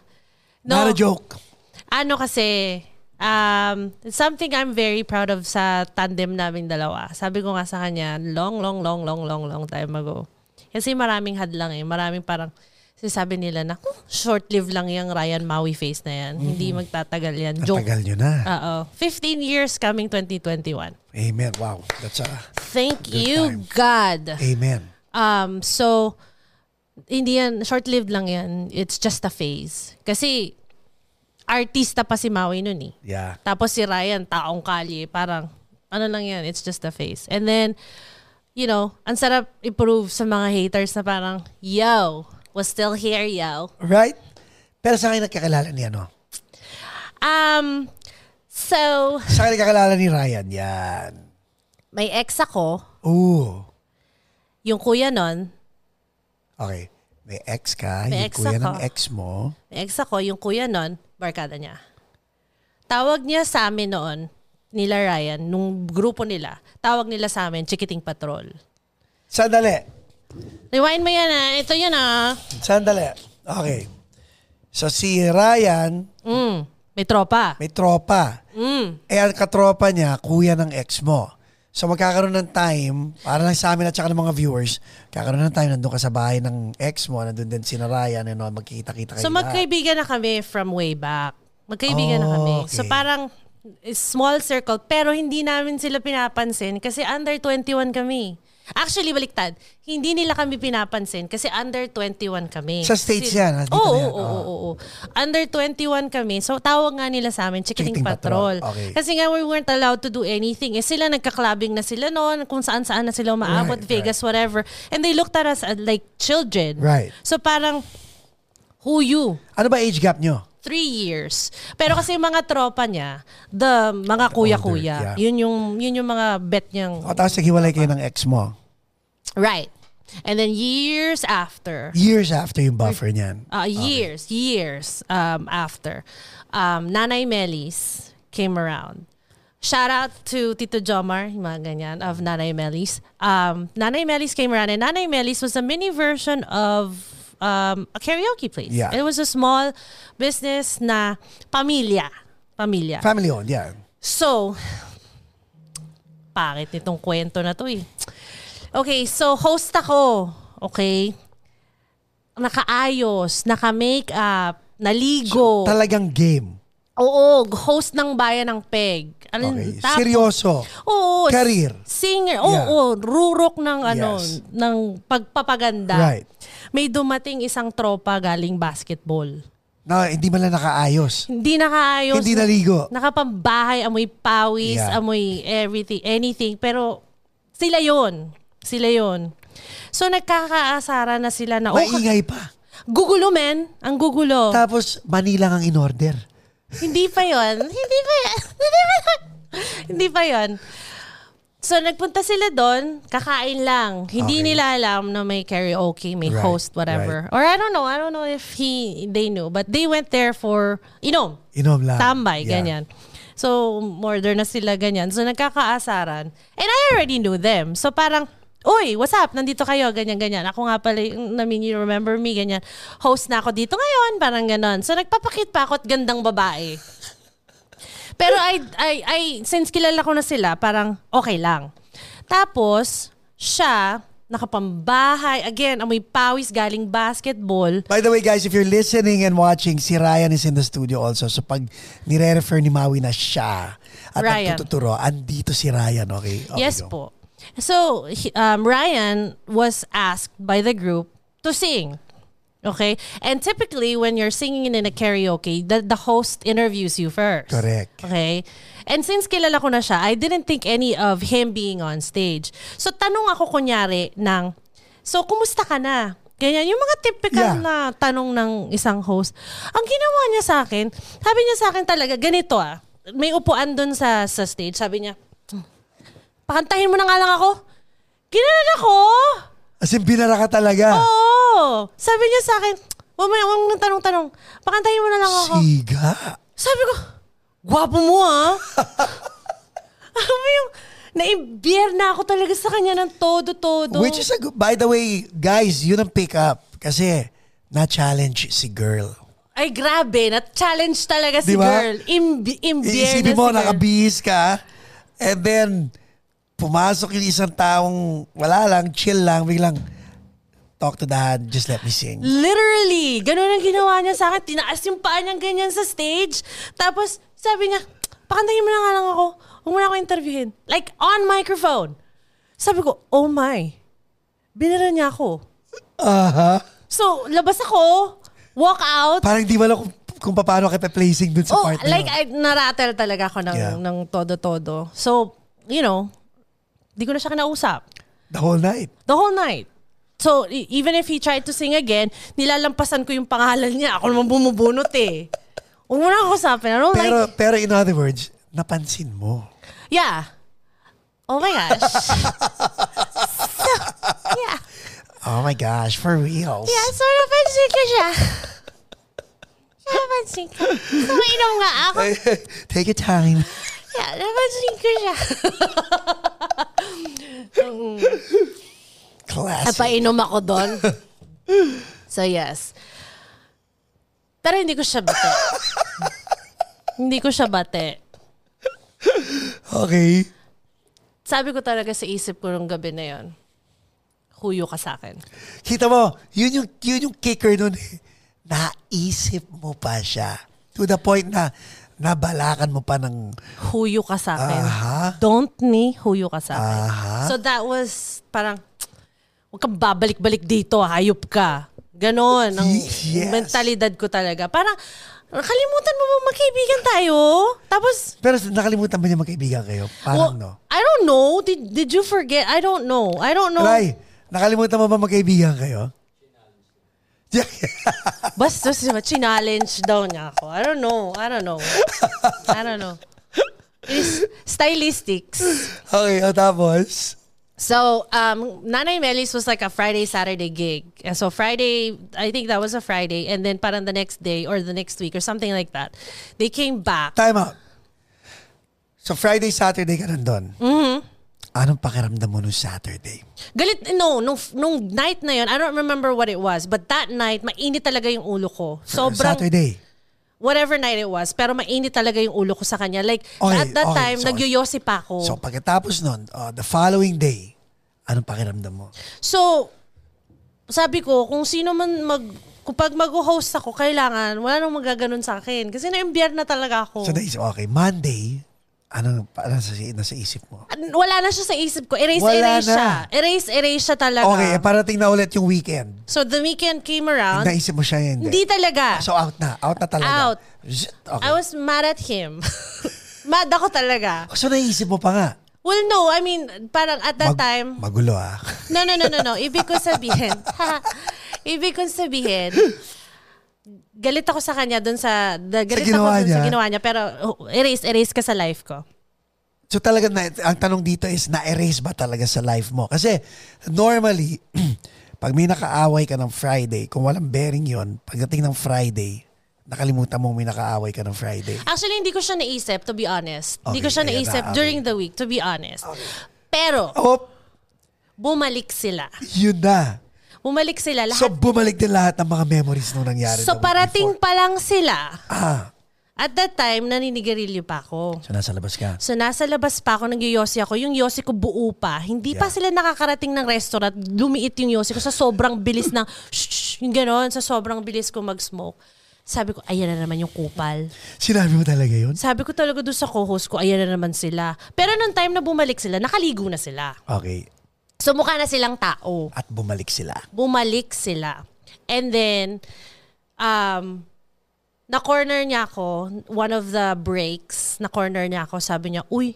Speaker 2: Not a joke.
Speaker 1: ano kasi, um, something I'm very proud of sa tandem namin dalawa. Sabi ko nga sa kanya, long, long, long, long, long, long time ago. Kasi maraming hadlang eh. Maraming parang, sinasabi nila na, "Huh, short-lived lang yung Ryan Maui face na yan. Hindi magtatagal yan. Joke. Ah.
Speaker 2: Tagal niyo na.
Speaker 1: Oo. 15 years coming 2021.
Speaker 2: Amen. Wow. That's a...
Speaker 1: Thank
Speaker 2: Good
Speaker 1: you,
Speaker 2: time.
Speaker 1: God.
Speaker 2: Amen.
Speaker 1: Um, so, hindi yan, short-lived lang yan. It's just a phase. Kasi, artista pa si Maui nun eh.
Speaker 2: Yeah.
Speaker 1: Tapos si Ryan, taong kalye. Parang, ano lang yan, it's just a face. And then, you know, ang sarap i-prove sa mga haters na parang, yo, was still here, yo.
Speaker 2: Right? Pero sa akin nagkakilala ni ano?
Speaker 1: Um, so,
Speaker 2: Sa akin nagkakilala ni Ryan. Yan.
Speaker 1: may ex ako,
Speaker 2: Ooh.
Speaker 1: yung kuya nun,
Speaker 2: Okay. May ex ka.
Speaker 1: May
Speaker 2: yung
Speaker 1: ex
Speaker 2: kuya
Speaker 1: ako.
Speaker 2: ng ex mo.
Speaker 1: Yung ex ako, yung kuya nun, barkada niya. Tawag niya sa amin noon, nila Ryan, nung grupo nila, tawag nila sa amin, Chikiting Patrol.
Speaker 2: Sandali.
Speaker 1: Rewind mo yan ah. Ito yun ah.
Speaker 2: Sandali. Okay. So si Ryan,
Speaker 1: Mm, may tropa.
Speaker 2: may tropa.
Speaker 1: Mm.
Speaker 2: Eh, ang katropa niya, kuya ng ex mo. So magkakaroon ng time, para lang sa amin at saka ng mga viewers, kakaroon ng time, nandun ka sa bahay ng ex mo, nandun din si Ryan, and all, magkikita-kita kayo.
Speaker 1: So
Speaker 2: lahat.
Speaker 1: magkaibigan na kami from way back. Magkaibigan na
Speaker 2: Oh,
Speaker 1: kami.
Speaker 2: okay.
Speaker 1: So parang eh, small circle pero hindi namin sila pinapansin kasi under 21 kami. Actually, baliktad. Hindi nila kami pinapansin kasi under 21 kami.
Speaker 2: Sa stage yan, ah, dito
Speaker 1: Oo,
Speaker 2: na yan,
Speaker 1: oo, oo, oo. Under 21 kami. So, tawag nga nila sa amin, Chikiting
Speaker 2: Chikiting Patrol.
Speaker 1: Patrol.
Speaker 2: Okay.
Speaker 1: Kasi nga, we weren't allowed to do anything. Eh, sila nagka-clubbing na sila noon, kung saan-saan na sila umaabot,
Speaker 2: Right,
Speaker 1: Vegas, whatever. And they looked at us uh, like children.
Speaker 2: Right.
Speaker 1: So, parang, who you?
Speaker 2: Ano ba age gap nyo?
Speaker 1: Three years. Pero kasi yung mga tropa niya, the mga kuya-kuya,
Speaker 2: yeah.
Speaker 1: yun, yung, yun yung mga bet niyang,
Speaker 2: O tapos naghiwalay kayo ng ex mo.
Speaker 1: right. And then years after,
Speaker 2: Years after yung buffer niyan.
Speaker 1: uh, years, years um, after, um, Nanay Melis came around. Shout out to Tito Jomar, yung mga ganyan, of Nanay Melis. Um, Nanay Melis came around and Nanay Melis was a mini version of um, a karaoke place.
Speaker 2: Yeah.
Speaker 1: It was a small business na pamilya. Pamilya.
Speaker 2: Family owned, yeah.
Speaker 1: So, pangit nitong kwento na to eh. Okay, so host ako. Okay? Nakaayos, naka-makeup, naligo.
Speaker 2: Talagang game.
Speaker 1: Oo, host ng Bayan ng Peg. Ano,
Speaker 2: Okay.
Speaker 1: tap-
Speaker 2: Seryoso.
Speaker 1: Oo.
Speaker 2: Career.
Speaker 1: Singer. Oo,
Speaker 2: Yeah.
Speaker 1: rurok ng ano,
Speaker 2: Yes.
Speaker 1: ng pagpapaganda.
Speaker 2: Right.
Speaker 1: May dumating isang tropa galing basketball.
Speaker 2: Na hindi man lang nakaayos.
Speaker 1: Hindi nakaayos.
Speaker 2: Hindi naligo.
Speaker 1: Nakapambahay, amoy pawis,
Speaker 2: Yeah.
Speaker 1: amoy everything, anything. Pero sila yon Sila yon So nagkakaasara na sila na, oh, ka- Oh.
Speaker 2: Maingay pa.
Speaker 1: gugulo men. Ang gugulo.
Speaker 2: Tapos Manila ang in order.
Speaker 1: Hindi pa yon Hindi pa yun. Hindi pa yun. Hindi pa yun. So nagpunta sila doon, kakain lang. Hindi
Speaker 2: Okay.
Speaker 1: nila alam na may karaoke, may
Speaker 2: Right,
Speaker 1: host, whatever. Or I don't know, I don't know if he they knew, but they went there for inom.
Speaker 2: Inom lang.
Speaker 1: Tambay,
Speaker 2: Yeah.
Speaker 1: ganyan. So, murder na sila, ganyan. So, nagkakaasaran. And I already knew them. So, parang, Uy, what's up? Nandito kayo, ganyan, ganyan. Ako nga pala, yung- I mean, you remember me, ganyan. Host na ako dito ngayon, parang ganon. So, nagpapakit pa ako at gandang babae. Pero I, I, I, since kilala ko na sila, parang okay lang. Tapos, siya, nakapambahay. Again, amoy pawis galing basketball.
Speaker 2: By the way, guys, if you're listening and watching, si Ryan is in the studio also. So pag nire-refer ni Maui na siya at
Speaker 1: Ryan.
Speaker 2: nagtuturo, andito si Ryan, okay? Okay,
Speaker 1: yes
Speaker 2: go.
Speaker 1: po. So, he- um, Ryan was asked by the group to sing. Okay? And typically, when you're singing in a karaoke, the, the host interviews you first.
Speaker 2: Correct.
Speaker 1: Okay? And since kilala ko na siya, I didn't think any of him being on stage. So, tanong ako kunyari ng, so, kumusta ka na? Ganyan, yung mga typical
Speaker 2: Yeah.
Speaker 1: na tanong ng isang host. Ang ginawa niya sa akin, sabi niya sa akin talaga, ganito ah, may upuan doon sa, sa stage, sabi niya, pakantahin mo na nga lang ako. Ginanon ako.
Speaker 2: As in, binara ka talaga.
Speaker 1: Oo. Sabi niya sa akin, huwag mo na, huwag mo nang tanong-tanong. Pakantahin mo na lang ako.
Speaker 2: Siga.
Speaker 1: Sabi ko, gwapo mo ah. Alam mo yung, naimbyer na ako talaga sa kanya ng todo-todo.
Speaker 2: Which is a good, by the way, guys, yun ang pick up. Kasi, na-challenge si girl.
Speaker 1: Ay grabe, na-challenge talaga si
Speaker 2: Di ba?
Speaker 1: girl. Imbi- imbier na
Speaker 2: Diba? Iisipin mo,
Speaker 1: si girl.
Speaker 2: nakabihis ka, and then, pumasok yung isang taong, wala lang, chill lang, biglang, talk to dad, just let me sing.
Speaker 1: Literally, ganun ang ginawa niya sa akin. Tinaas yung paa niyang ganyan sa stage. Tapos, sabi niya, pakantahin mo na nga lang ako. Huwag mo na ako interviewin. Like, on microphone. Sabi ko, oh my. Binara niya ako.
Speaker 2: Aha.
Speaker 1: So, labas ako, walk out.
Speaker 2: Parang di mo alam kung kung paano ka placing dun sa
Speaker 1: oh,
Speaker 2: part na
Speaker 1: like
Speaker 2: yun.
Speaker 1: I, narattle talaga ako ng,
Speaker 2: Yeah.
Speaker 1: ng todo-todo. So, you know, di ko na siya kinausap.
Speaker 2: The whole night.
Speaker 1: The whole night. So, e- even if he tried to sing again, nilalampasan ko yung pangalan niya. Ako naman bumubunot eh. Huwag mo na ako usapin. I don't
Speaker 2: Pero,
Speaker 1: like...
Speaker 2: pero in other words, napansin mo.
Speaker 1: Yeah. Oh my gosh. so, yeah.
Speaker 2: Oh my gosh, for reals.
Speaker 1: Yeah, so napansin ko siya. Siya napansin ko. Kumainom nga ako.
Speaker 2: Take your time.
Speaker 1: Yeah, napansin ko siya.
Speaker 2: Classic.
Speaker 1: Napainom ako doon. So yes. Pero hindi ko siya bate. hindi ko siya bate.
Speaker 2: Okay.
Speaker 1: Sabi ko talaga sa isip ko nung gabi na yon, huyo ka sa akin.
Speaker 2: Kita mo, yun yung, yun yung kicker nun eh. Naisip mo pa siya. To the point na nabalakan mo pa ng...
Speaker 1: Huyo ka sa akin.
Speaker 2: Aha.
Speaker 1: Don't ni huyo ka sa akin.
Speaker 2: Aha.
Speaker 1: So that was parang, huwag kang babalik-balik dito, hayop ka. Ganon, ang
Speaker 2: Yes.
Speaker 1: mentalidad ko talaga. Parang, kalimutan mo ba magkaibigan tayo? Tapos,
Speaker 2: Pero nakalimutan mo niya magkaibigan kayo? Parang no.
Speaker 1: I don't know. Did did you forget? I don't know. I don't know.
Speaker 2: Ray, nakalimutan mo ba magkaibigan kayo?
Speaker 1: Basta siya, challenge daw niya ako. I don't know. I don't know. I don't know. Is stylistics.
Speaker 2: okay, o oh, tapos?
Speaker 1: So, um, Nanay Melis was like a Friday, Saturday gig. And so Friday, I think that was a Friday. And then parang the next day or the next week or something like that, they came back.
Speaker 2: Time out. So Friday, Saturday ka nandun. Mm-hmm. Anong pakiramdam mo nung Saturday?
Speaker 1: Galit, no, nung, nung night na yun, I don't remember what it was. But that night, mainit talaga yung ulo ko. Sobrang,
Speaker 2: Saturday.
Speaker 1: whatever night it was, pero mainit talaga yung ulo ko sa kanya. Like,
Speaker 2: Okay,
Speaker 1: at that
Speaker 2: okay,
Speaker 1: time,
Speaker 2: so-
Speaker 1: nagyoyosi pa ako. So,
Speaker 2: So pagkatapos nun, uh, the following day, anong pakiramdam mo?
Speaker 1: sabi ko, kung sino man mag... Kapag mag-host ako, kailangan, wala nang magaganon sa akin. Kasi na-imbier na talaga ako.
Speaker 2: So naisip, okay, Monday, anong ano nasa, nasa isip mo?
Speaker 1: At wala na siya sa isip ko. Erase,
Speaker 2: Wala
Speaker 1: erase
Speaker 2: na.
Speaker 1: siya. Erase, erase siya talaga.
Speaker 2: Okay, eh, parating na ulit yung weekend.
Speaker 1: so, the weekend came around.
Speaker 2: Naisip mo siya eh, hindi.
Speaker 1: Hindi talaga.
Speaker 2: So out na, out na talaga.
Speaker 1: Out.
Speaker 2: Zit, Okay.
Speaker 1: I was mad at him. mad ako talaga.
Speaker 2: So naisip mo pa nga.
Speaker 1: Well, no. I mean, parang at that
Speaker 2: Mag-
Speaker 1: time,
Speaker 2: Magulo ah.
Speaker 1: No, no, no, no, no. Ibig ko sabihin, ibig ko sabihin, galit ako sa kanya dun sa, da, galit
Speaker 2: ginawa
Speaker 1: ako dun
Speaker 2: niya?
Speaker 1: sa ginawa niya, pero oh, erase, erase ka sa life ko.
Speaker 2: So talaga, na, ang tanong dito is, na-erase ba talaga sa life mo? Kasi normally, pag may nakaaway ka ng Friday, kung walang bearing yon pagdating ng Friday, nakalimutan mo may nakaaway ka ng Friday.
Speaker 1: Actually, hindi ko siya naisip, to be honest. hindi ko
Speaker 2: Okay,
Speaker 1: siya
Speaker 2: ayan na,
Speaker 1: naisip
Speaker 2: okay.
Speaker 1: during the week, to be honest. Pero,
Speaker 2: Oh,
Speaker 1: bumalik sila.
Speaker 2: yun na.
Speaker 1: Bumalik sila
Speaker 2: So
Speaker 1: lahat.
Speaker 2: bumalik din lahat ng mga memories nung nangyari.
Speaker 1: So,
Speaker 2: the week
Speaker 1: parating
Speaker 2: before.
Speaker 1: pa lang sila.
Speaker 2: Ah,
Speaker 1: At that time, naninigarilyo pa ako.
Speaker 2: so nasa labas ka.
Speaker 1: So nasa labas pa ako, nag-yosi ako. Yung yosi ko buo pa. Hindi pa
Speaker 2: Yeah.
Speaker 1: sila nakakarating ng restaurant. Lumiit yung yosi ko sa sobrang bilis ng shh, shh, yung ganon, sa sobrang bilis ko mag-smoke. Sabi ko, ayan na naman yung kupal.
Speaker 2: Sinabi mo talaga yun?
Speaker 1: Sabi ko talaga doon sa co-host ko, ayan na naman sila. Pero nung time na bumalik sila, nakaligo na sila.
Speaker 2: Okay.
Speaker 1: So mukha na silang tao.
Speaker 2: At bumalik sila.
Speaker 1: Bumalik sila. And then, um, na-corner niya ako, one of the breaks, na-corner niya ako, sabi niya, uy,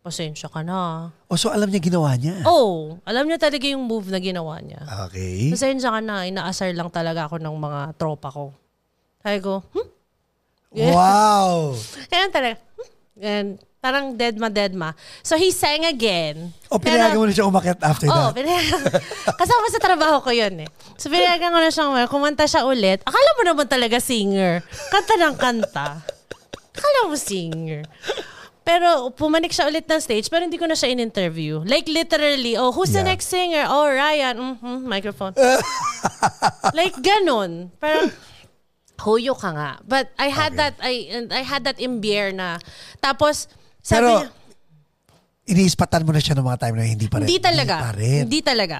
Speaker 1: pasensya ka na.
Speaker 2: O Oh, so alam niya ginawa niya.
Speaker 1: Oh, alam niya talaga yung move na ginawa niya.
Speaker 2: Okay.
Speaker 1: Pasensya ka na, inaasar lang talaga ako ng mga tropa ko. Sabi ko, hmm?
Speaker 2: Wow!
Speaker 1: Ganun talaga. Hmm? Ganun. parang dead ma, dead ma. So he sang again.
Speaker 2: O pinayagan mo na siya umakyat after
Speaker 1: Oo,
Speaker 2: that.
Speaker 1: pinayagan. Kasama sa trabaho ko yun eh. So pinayagan ko na siyang kumanta siya ulit. Akala mo naman talaga singer. Kanta ng kanta. Akala mo singer. Pero pumanik siya ulit ng stage pero hindi ko na siya in-interview. Like literally, oh, who's the
Speaker 2: Yeah.
Speaker 1: next singer? Oh, Ryan. Mhm, microphone. like ganun. Parang, huyo ka nga. But I had that, I, and I had that imbier na. Tapos, sabi
Speaker 2: Pero,
Speaker 1: niya,
Speaker 2: iniispatan mo na siya ng mga time na hindi pa rin.
Speaker 1: Hindi talaga.
Speaker 2: Hindi pa
Speaker 1: Hindi,
Speaker 2: rin.
Speaker 1: talaga.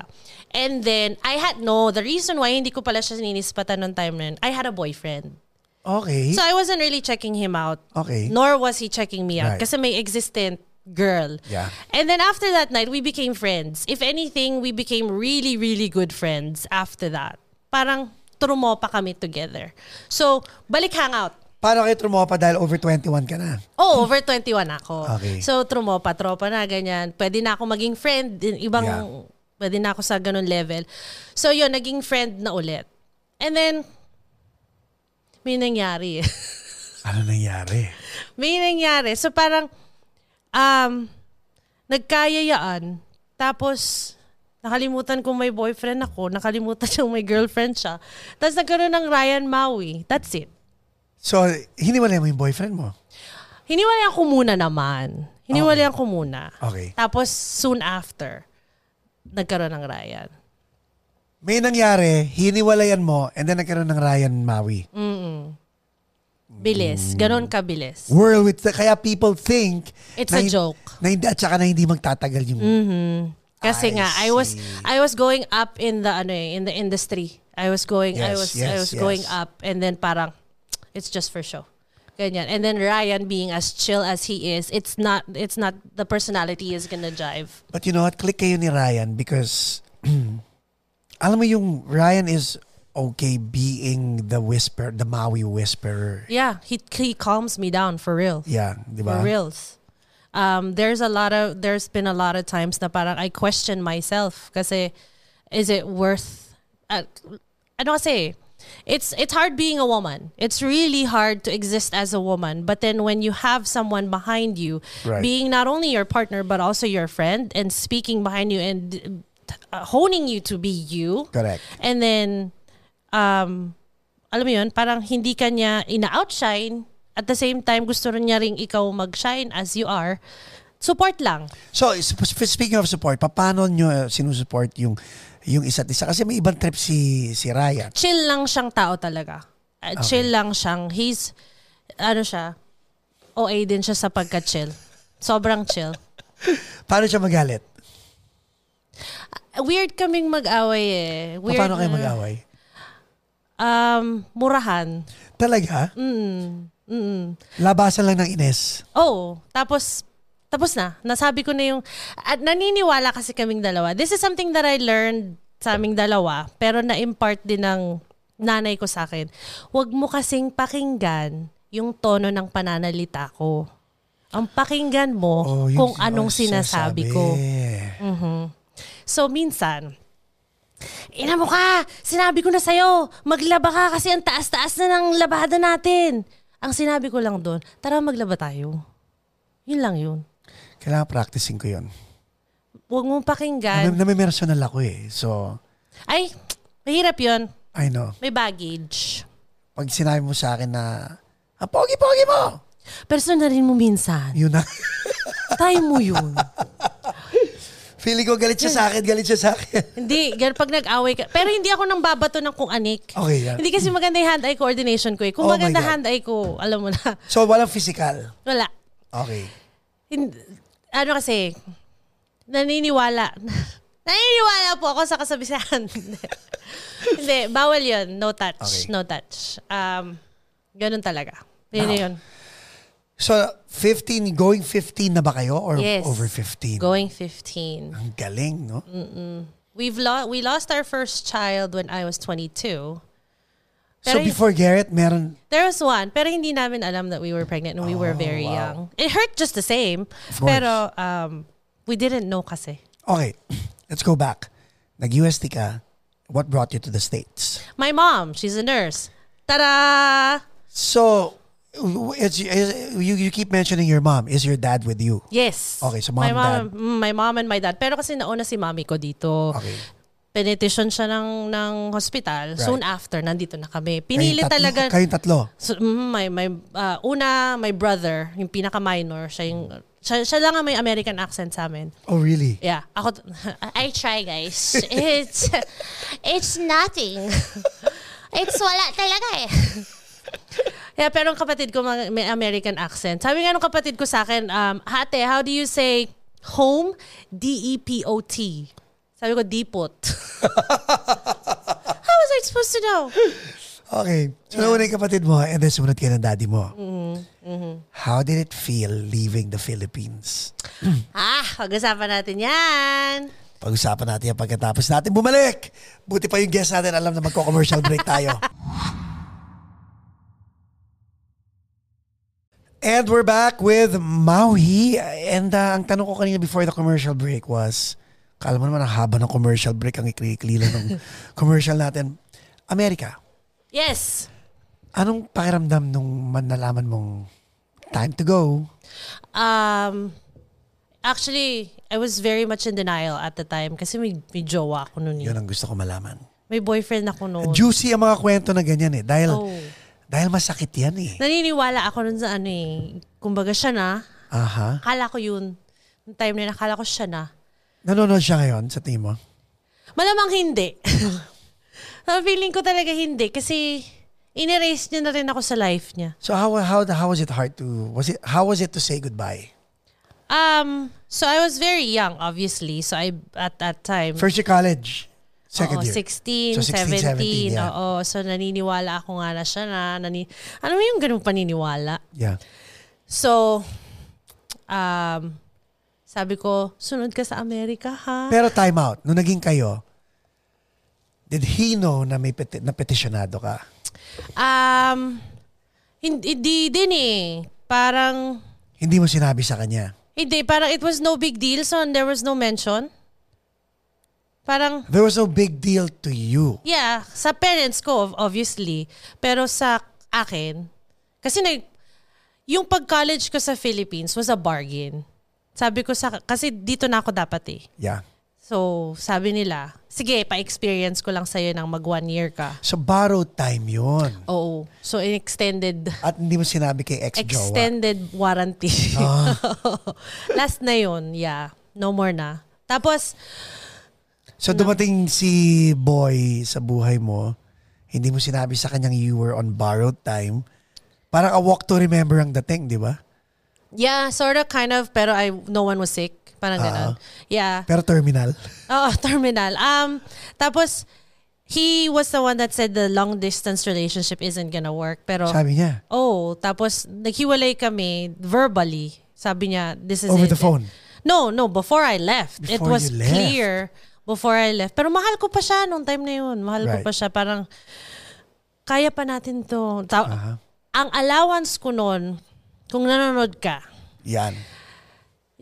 Speaker 1: And then, I had, no, the reason why hindi ko pala siya sinispatan noong time na yun, I had a boyfriend.
Speaker 2: Okay.
Speaker 1: So, I wasn't really checking him out.
Speaker 2: Okay.
Speaker 1: Nor was he checking me out.
Speaker 2: Right.
Speaker 1: Kasi may existent girl.
Speaker 2: Yeah.
Speaker 1: And then after that night, we became friends. If anything, we became really, really good friends after that. Parang, trumopa kami together. So, balik hangout.
Speaker 2: Paano kayo trumopa dahil over 21 ka na?
Speaker 1: Oh, over 21 ako.
Speaker 2: Okay.
Speaker 1: So, trumopa, tropa na, ganyan. Pwede na ako maging friend. in- Ibang,
Speaker 2: Yeah.
Speaker 1: pwede na ako sa ganun level. So, yun, naging friend na ulit. And then, may nangyari.
Speaker 2: Ano nangyari?
Speaker 1: may nangyari. So, parang, um, nagkayayaan. Tapos, nakalimutan kong may boyfriend ako. Nakalimutan siyang may girlfriend siya. Tapos, nagkaroon ng Ryan Maui. That's it.
Speaker 2: So, hiniwalay mo yung boyfriend mo.
Speaker 1: Hiniwalayan ko muna naman. Hiniwalayan ko muna.
Speaker 2: Okay.
Speaker 1: Tapos soon after, nagkaroon ng Ryan.
Speaker 2: May nangyari, hiniwalayan mo, and then nagkaroon ng Ryan Maui.
Speaker 1: Mm.
Speaker 2: Mm.
Speaker 1: Bilis. Ganon kabilis.
Speaker 2: Whirlwind. Kaya people think...
Speaker 1: It's a
Speaker 2: na hin-
Speaker 1: joke. Mm.
Speaker 2: Na hindi, at saka na hindi magtatagal yung...
Speaker 1: Kasi
Speaker 2: I
Speaker 1: nga, I was I was going up in the ano eh, in the industry. I was going I
Speaker 2: Yes,
Speaker 1: was
Speaker 2: yes,
Speaker 1: I was
Speaker 2: yes.
Speaker 1: going up and then parang it's just for show. Ganyan. And then Ryan being as chill as he is, it's not it's not the personality is gonna jive.
Speaker 2: But you know what? Click kayo ni Ryan because... alam mo yung Ryan is okay being the whisper, the Maui whisperer.
Speaker 1: Yeah, he he calms me down for real.
Speaker 2: Yeah, di
Speaker 1: for
Speaker 2: ba?
Speaker 1: reals. Um, there's a lot of there's been a lot of times na parang I question myself kasi is it worth uh, ano kasi it's it's hard being a woman. It's really hard to exist as a woman. But then when you have someone behind you
Speaker 2: Right.
Speaker 1: being not only your partner but also your friend and speaking behind you and uh, honing you to be you.
Speaker 2: Correct.
Speaker 1: And then, um, alam mo yun, parang hindi ka niya ina-outshine. At the same time, gusto rin niya ring ikaw mag-shine as you are. Support lang.
Speaker 2: So, is- speaking of support, paano nyo sinusupport yung yung isa't isa? Kasi may ibang trip si si Ryan.
Speaker 1: Chill lang siyang tao talaga. Uh, Chill lang siyang. He's, ano siya, OA din siya sa pagka-chill. Sobrang chill.
Speaker 2: Paano siya magalit?
Speaker 1: Weird kaming mag-away eh. Weird
Speaker 2: Paano kayo
Speaker 1: na-
Speaker 2: mag-away?
Speaker 1: Um, murahan.
Speaker 2: Talaga? Mm. Labasan lang ng Ines.
Speaker 1: Oh, tapos tapos na. Nasabi ko na yung at naniniwala kasi kaming dalawa. This is something that I learned sa aming dalawa pero na-impart din ng nanay ko sa akin. Huwag mo kasing pakinggan yung tono ng pananalita ko. Ang pakinggan mo
Speaker 2: yun
Speaker 1: kung
Speaker 2: si-
Speaker 1: anong
Speaker 2: oh,
Speaker 1: sinasabi ko. So minsan, Ina mo ka! Sinabi ko na sa'yo, maglaba ka kasi ang taas-taas na ng labada natin. Ang sinabi ko lang doon, tara maglaba tayo. Yun lang yun.
Speaker 2: Kailangan practicing ko yun.
Speaker 1: Huwag mong
Speaker 2: Nam-
Speaker 1: pakinggan.
Speaker 2: Namimersonal ako eh. So,
Speaker 1: Ay, mahirap yun.
Speaker 2: I know.
Speaker 1: May baggage.
Speaker 2: Pag sinabi mo sa akin na, ah, pogi-pogi mo!
Speaker 1: Person na rin mo minsan.
Speaker 2: Yun na.
Speaker 1: Try mo yun.
Speaker 2: Feeling ko galit siya sa akin, galit siya sa akin.
Speaker 1: hindi, gan pag nag-away ka. Pero hindi ako nang babato ng kung anik.
Speaker 2: Okay, yeah.
Speaker 1: Hindi kasi maganda yung hand-eye coordination ko eh. Kung
Speaker 2: Oh my
Speaker 1: maganda
Speaker 2: God.
Speaker 1: hand-eye ko, alam mo na.
Speaker 2: So, walang physical.
Speaker 1: Wala.
Speaker 2: Okay.
Speaker 1: Hin- ano kasi, naniniwala. naniniwala po ako sa kasabihan. Hindi, bawal yun. No touch.
Speaker 2: Okay.
Speaker 1: No touch. Um, ganun talaga. Yun na yun.
Speaker 2: So, 15, going 15 na ba kayo? Or
Speaker 1: Yes.
Speaker 2: over 15?
Speaker 1: Going Mm. 15.
Speaker 2: Ang galing, no?
Speaker 1: We've lo- we lost our first child when I was 22.
Speaker 2: So,
Speaker 1: Pero-
Speaker 2: before Garrett, meron...
Speaker 1: There was one, pero hindi namin alam that we were pregnant and we were very young. It hurt just the same,
Speaker 2: Oh, course.
Speaker 1: pero um, we didn't know kasi.
Speaker 2: Okay, let's go back. Nag-UST ka. What brought you to the States?
Speaker 1: My mom, she's a nurse. Tada!
Speaker 2: So, it's, is- you, you keep mentioning your mom. Is your dad with you?
Speaker 1: Yes.
Speaker 2: Okay, so
Speaker 1: my mom,
Speaker 2: mom,
Speaker 1: mm, my mom and my dad. Pero kasi nauna si mami ko dito.
Speaker 2: Okay.
Speaker 1: Penetition siya ng, ng hospital.
Speaker 2: Right.
Speaker 1: Soon after, nandito na kami.
Speaker 2: Kayong
Speaker 1: Pinili
Speaker 2: tatlo-
Speaker 1: talaga.
Speaker 2: Kayong tatlo.
Speaker 1: So, mm, my, my, ah, una, my brother, yung pinaka-minor, siya, yung, siya, siya lang ang may American accent sa amin.
Speaker 2: Oh, really?
Speaker 1: Yeah. Ako, t- I try guys. It's, it's nothing. It's wala talaga eh. Yeah, pero ang kapatid ko mga- may American accent. Sabi nga nung kapatid ko sa akin, um, ate, how do you say home? E D-E-P-O-T. Sabi ko, depot. how was I supposed to know?
Speaker 2: Okay. So, nauna yung kapatid mo and then sumunod kayo ng daddy mo. How did it feel leaving the Philippines?
Speaker 1: Ah, pag-usapan natin yan.
Speaker 2: Pag-usapan natin yan pagkatapos natin bumalik. Buti pa yung guest natin alam na magko-commercial break tayo. And we're back with Maui. And uh, ang tanong ko kanina before the commercial break was, kala mo naman ang haba ng commercial break, ang ikli-ikli lang ng commercial natin. Amerika,
Speaker 1: Yes.
Speaker 2: anong pakiramdam nung man- nalaman mong time to go?
Speaker 1: Um, actually, I was very much in denial at the time kasi may, may jowa ako noon.
Speaker 2: Yun ang gusto ko malaman.
Speaker 1: May boyfriend ako noon.
Speaker 2: Juicy ang mga kwento na ganyan eh. Dahil,
Speaker 1: Oh.
Speaker 2: dahil masakit yan eh.
Speaker 1: Naniniwala ako nun sa ano eh. Kumbaga siya na.
Speaker 2: Aha.
Speaker 1: Akala ko yun. Noong time na yun, akala ko siya na.
Speaker 2: Nanonood siya ngayon sa tingin mo?
Speaker 1: Malamang hindi. Ang feeling ko talaga hindi kasi inerase niya na rin ako sa life niya.
Speaker 2: So how how how was it hard to was it how was it to say goodbye?
Speaker 1: Um, so I was very young obviously. So I at that time
Speaker 2: First year college, second
Speaker 1: Oo,
Speaker 2: year.
Speaker 1: 16,
Speaker 2: So, 16,
Speaker 1: 17.
Speaker 2: 17, yeah.
Speaker 1: Oo, so naniniwala ako nga na siya na. Nani, ano mo yung ganung paniniwala?
Speaker 2: Yeah.
Speaker 1: So, um, sabi ko, sunod ka sa Amerika ha?
Speaker 2: Pero time out, nung naging kayo, did he know na may peti- na petitionado ka?
Speaker 1: Um, hindi, hindi din eh. Parang,
Speaker 2: Hindi mo sinabi sa kanya.
Speaker 1: hindi, parang it was no big deal so there was no mention. Parang,
Speaker 2: There was no big deal to you.
Speaker 1: Yeah, sa parents ko ob- obviously, pero sa akin kasi nag yung pag-college ko sa Philippines was a bargain. Sabi ko sa kasi dito na ako dapat eh.
Speaker 2: Yeah.
Speaker 1: So, sabi nila, sige, pa-experience ko lang sa'yo ng mag one year ka.
Speaker 2: So borrowed time yun.
Speaker 1: Oo. So, in extended
Speaker 2: At hindi mo sinabi kay ex-jowa.
Speaker 1: extended warranty. Last na yun, yeah. No more na. Tapos,
Speaker 2: So dumating si boy sa buhay mo, hindi mo sinabi sa kanyang you were on borrowed time. Parang a walk to remember ang dating, di ba?
Speaker 1: yeah, sort of, kind of, pero I, no one was sick. Parang ganun. Yeah.
Speaker 2: Pero terminal.
Speaker 1: Oo, Ah, terminal. Um, tapos, he was the one that said the long distance relationship isn't gonna work. Pero,
Speaker 2: Sabi niya.
Speaker 1: oh, tapos naghiwalay kami verbally. Sabi niya, this is
Speaker 2: Over
Speaker 1: it.
Speaker 2: the phone?
Speaker 1: No, no, before I left. it
Speaker 2: Before
Speaker 1: was
Speaker 2: you left.
Speaker 1: clear before I left. Pero mahal ko pa siya nung time na yun. Mahal ko
Speaker 2: Right.
Speaker 1: pa siya. Parang, kaya pa natin to. Ta-
Speaker 2: Uh-huh.
Speaker 1: Ang allowance ko noon, kung nanonood ka,
Speaker 2: Yan.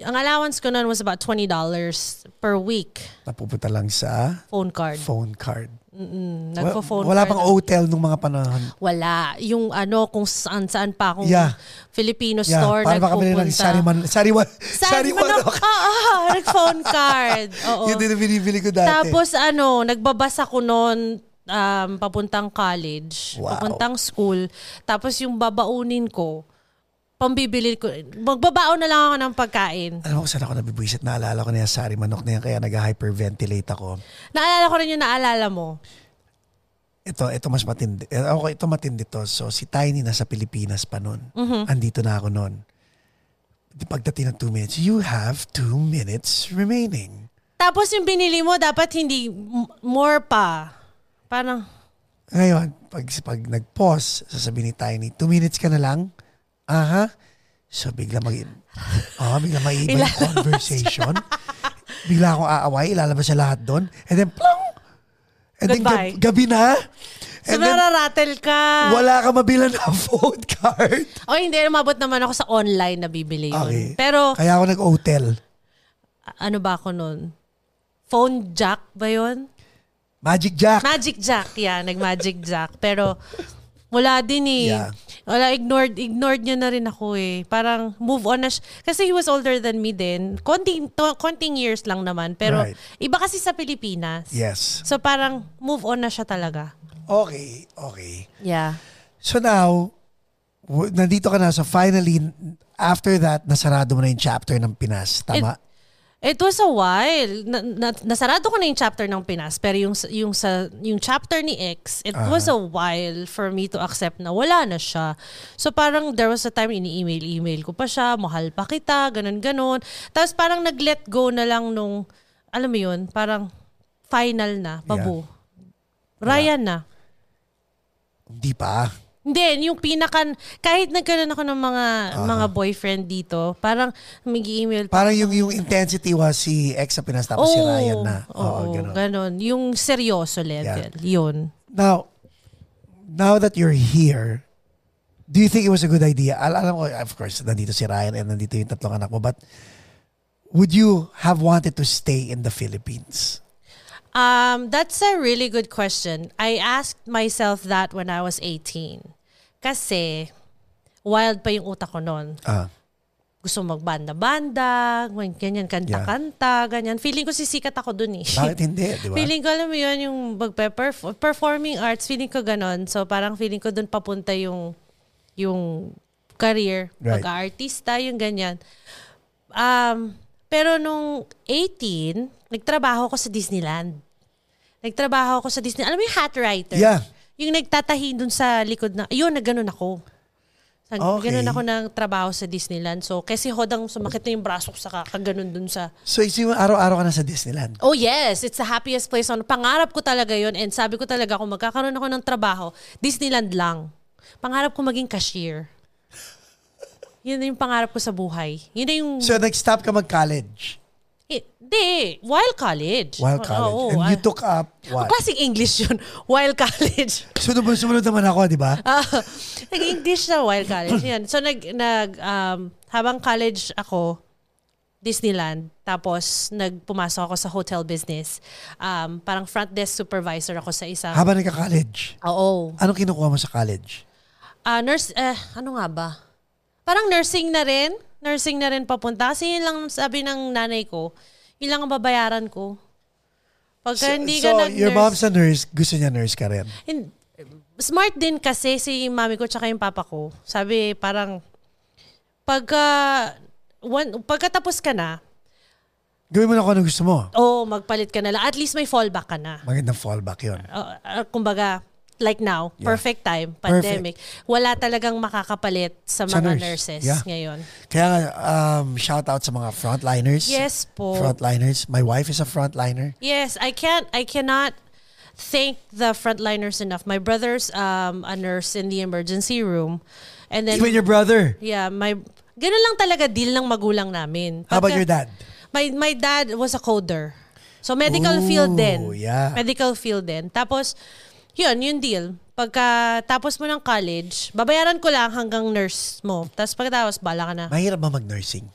Speaker 1: ang allowance ko noon was about $20 per week
Speaker 2: Napupunta lang sa
Speaker 1: phone card.
Speaker 2: phone card. Wa-
Speaker 1: Nagpo-phone
Speaker 2: wala
Speaker 1: card.
Speaker 2: pang hotel nung mga panahon.
Speaker 1: Wala. Yung ano, kung saan saan pa akong
Speaker 2: Yeah.
Speaker 1: Filipino
Speaker 2: Yeah,
Speaker 1: store
Speaker 2: para makabili ng
Speaker 1: nagpupunta.
Speaker 2: sariman, sariwan,
Speaker 1: Sari Manok.
Speaker 2: sariwanok.
Speaker 1: Oo, ah, nag-phone card. Oo.
Speaker 2: Yun din ang binibili ko dati.
Speaker 1: Tapos ano, nagbabasa ko noon um, papuntang college,
Speaker 2: Wow.
Speaker 1: papuntang school. Tapos yung babaunin ko, pambibili ko. Magbabaon na lang ako ng pagkain.
Speaker 2: alam mo kung saan ako nabibwisit? Naalala ko na yung sari manok na yan, kaya nag-hyperventilate ako.
Speaker 1: Naalala ko rin yung naalala mo.
Speaker 2: Ito, ito mas matindi. eh, Ako, ito matindi to. So, si Tiny nasa Pilipinas pa noon.
Speaker 1: Mm-hmm.
Speaker 2: Andito na ako noon. Di- Pagdating ng two minutes, you have two minutes remaining.
Speaker 1: Tapos yung binili mo, dapat hindi m- more pa. Parang,
Speaker 2: Ngayon, pag, pag nag-pause, sasabihin ni Tiny, two minutes ka na lang? Aha. So, bigla mag... Ah, bigla maiiba yung
Speaker 1: Ilalabas
Speaker 2: conversation. bigla akong aaway, ilalabas siya lahat doon. And then, plong! And then,
Speaker 1: Goodbye.
Speaker 2: gab- gabi na.
Speaker 1: so
Speaker 2: And then,
Speaker 1: nararatel ka.
Speaker 2: wala ka mabilan ng phone card.
Speaker 1: O hindi, umabot naman ako sa online na bibili yun.
Speaker 2: Okay.
Speaker 1: Pero
Speaker 2: Kaya ako nag-hotel.
Speaker 1: a- ano ba ako nun? Phone jack ba yun?
Speaker 2: Magic Jack.
Speaker 1: Magic jack, yeah. Nag-magic jack. Pero wala din eh.
Speaker 2: Yeah.
Speaker 1: Wala, ignored, ignored niya na rin ako eh. Parang move on na siya. Kasi he was older than me din. Konting, to, konting years lang naman. Pero
Speaker 2: Right.
Speaker 1: iba kasi sa Pilipinas.
Speaker 2: yes.
Speaker 1: So parang move on na siya talaga.
Speaker 2: Okay, okay.
Speaker 1: Yeah.
Speaker 2: So now, w- nandito ka na. So finally, after that, nasarado mo na yung chapter ng Pinas. Tama?
Speaker 1: It was a while. Na, na- nasarado ko na yung chapter ng Pinas, pero yung, sa- yung, sa, yung chapter ni X, it was a while for me to accept na wala na siya. So parang there was a time ini-email-email ko pa siya, mahal pa kita, ganun-ganun. Tapos parang nag-let go na lang nung, alam mo yun, parang final na, pabo. Ryan na.
Speaker 2: Hindi pa.
Speaker 1: Hindi, yung pinaka, kahit nagkaroon ako ng mga mga boyfriend dito, parang mag email pa.
Speaker 2: Parang yung, yung intensity was si X sa Pinas tapos si
Speaker 1: Oo,
Speaker 2: Ryan na. Oo,
Speaker 1: Oh, oo,
Speaker 2: ganun.
Speaker 1: ganun. Yung seryoso level. Yun.
Speaker 2: Now, now that you're here, do you think it was a good idea? Al alam ko, of course, nandito si Ryan and nandito yung tatlong anak mo, but would you have wanted to stay in the Philippines?
Speaker 1: Um, that's a really good question. I asked myself that when I was 18. Kasi, wild pa yung utak ko noon.
Speaker 2: Ah,
Speaker 1: Gusto magbanda-banda, ganyan, kanta-kanta, ganyan. Feeling ko sisikat ako dun eh.
Speaker 2: bakit hindi, di ba?
Speaker 1: Feeling ko, alam mo yun, yung magpe-perf- performing arts, feeling ko ganon. So parang feeling ko dun papunta yung yung career,
Speaker 2: Right.
Speaker 1: pag-artista, yung ganyan. Um, pero nung 18, nagtrabaho ko sa Disneyland. Nagtrabaho ko sa Disney. Alam mo yung hat writer?
Speaker 2: Yeah.
Speaker 1: Yung nagtatahi dun sa likod na, yun, na ganun ako. Sa,
Speaker 2: Okay.
Speaker 1: Ganun ako ng trabaho sa Disneyland. So, kasi hodang sumakit na yung braso ko sa kaganon dun sa
Speaker 2: So, isipin mo, araw-araw ka na sa Disneyland.
Speaker 1: Oh yes, it's the happiest place on. Pangarap ko talaga yon and sabi ko talaga kung magkakaroon ako ng trabaho, Disneyland lang. Pangarap ko maging cashier. Yun na yung pangarap ko sa buhay. Yun na yung...
Speaker 2: So, nag-stop ka mag-college
Speaker 1: Eh, Hindi, while college.
Speaker 2: while
Speaker 1: Oo,
Speaker 2: college.
Speaker 1: oo,
Speaker 2: and you
Speaker 1: ah.
Speaker 2: took up what?
Speaker 1: Classic English yun. While college.
Speaker 2: Sumunod-sumunod naman ako, di ba?
Speaker 1: Ah, Nag-English na while college. Yan. So, nag, nag, um, habang college ako, Disneyland, tapos nagpumasok ako sa hotel business. Um, parang front desk supervisor ako sa isang...
Speaker 2: Habang nagka-college.
Speaker 1: Oo.
Speaker 2: Anong kinukuha mo sa college?
Speaker 1: Ah, nurse, eh, ano nga ba? Parang nursing na rin. Nursing na rin papunta. Kasi yun lang sabi ng nanay ko, yun lang ang babayaran ko. Pagka hindi ka
Speaker 2: so,
Speaker 1: nag-nurse.
Speaker 2: your mom's a nurse, gusto niya nurse ka rin.
Speaker 1: Hin- smart din kasi si mami ko tsaka yung papa ko. Sabi parang, pagka, one, pagkatapos ka na,
Speaker 2: Gawin mo na kung ano gusto mo.
Speaker 1: o magpalit ka na lang, at least may fallback ka na.
Speaker 2: Magandang fallback yun.
Speaker 1: uh, uh, kumbaga, like now,
Speaker 2: Yeah.
Speaker 1: perfect time, pandemic. Wala talagang makakapalit sa
Speaker 2: Sa
Speaker 1: mga
Speaker 2: nurse.
Speaker 1: nurses
Speaker 2: Yeah.
Speaker 1: ngayon.
Speaker 2: Kaya nga, um, shout out sa mga frontliners.
Speaker 1: Yes po.
Speaker 2: Frontliners. My wife is a frontliner.
Speaker 1: Yes, I can't, I cannot thank the frontliners enough. My brother's um, a nurse in the emergency room. And then,
Speaker 2: Even your brother.
Speaker 1: yeah, my, ganun lang talaga deal ng magulang namin.
Speaker 2: How about
Speaker 1: Pagka-
Speaker 2: your dad?
Speaker 1: My my dad was a coder. So medical
Speaker 2: Ooh,
Speaker 1: field din.
Speaker 2: yeah.
Speaker 1: Medical field din. Tapos yun, yun deal. Pagka tapos mo ng college, babayaran ko lang hanggang nurse mo. Tapos pagkatapos, bala ka na.
Speaker 2: Mahirap ba mag-nursing?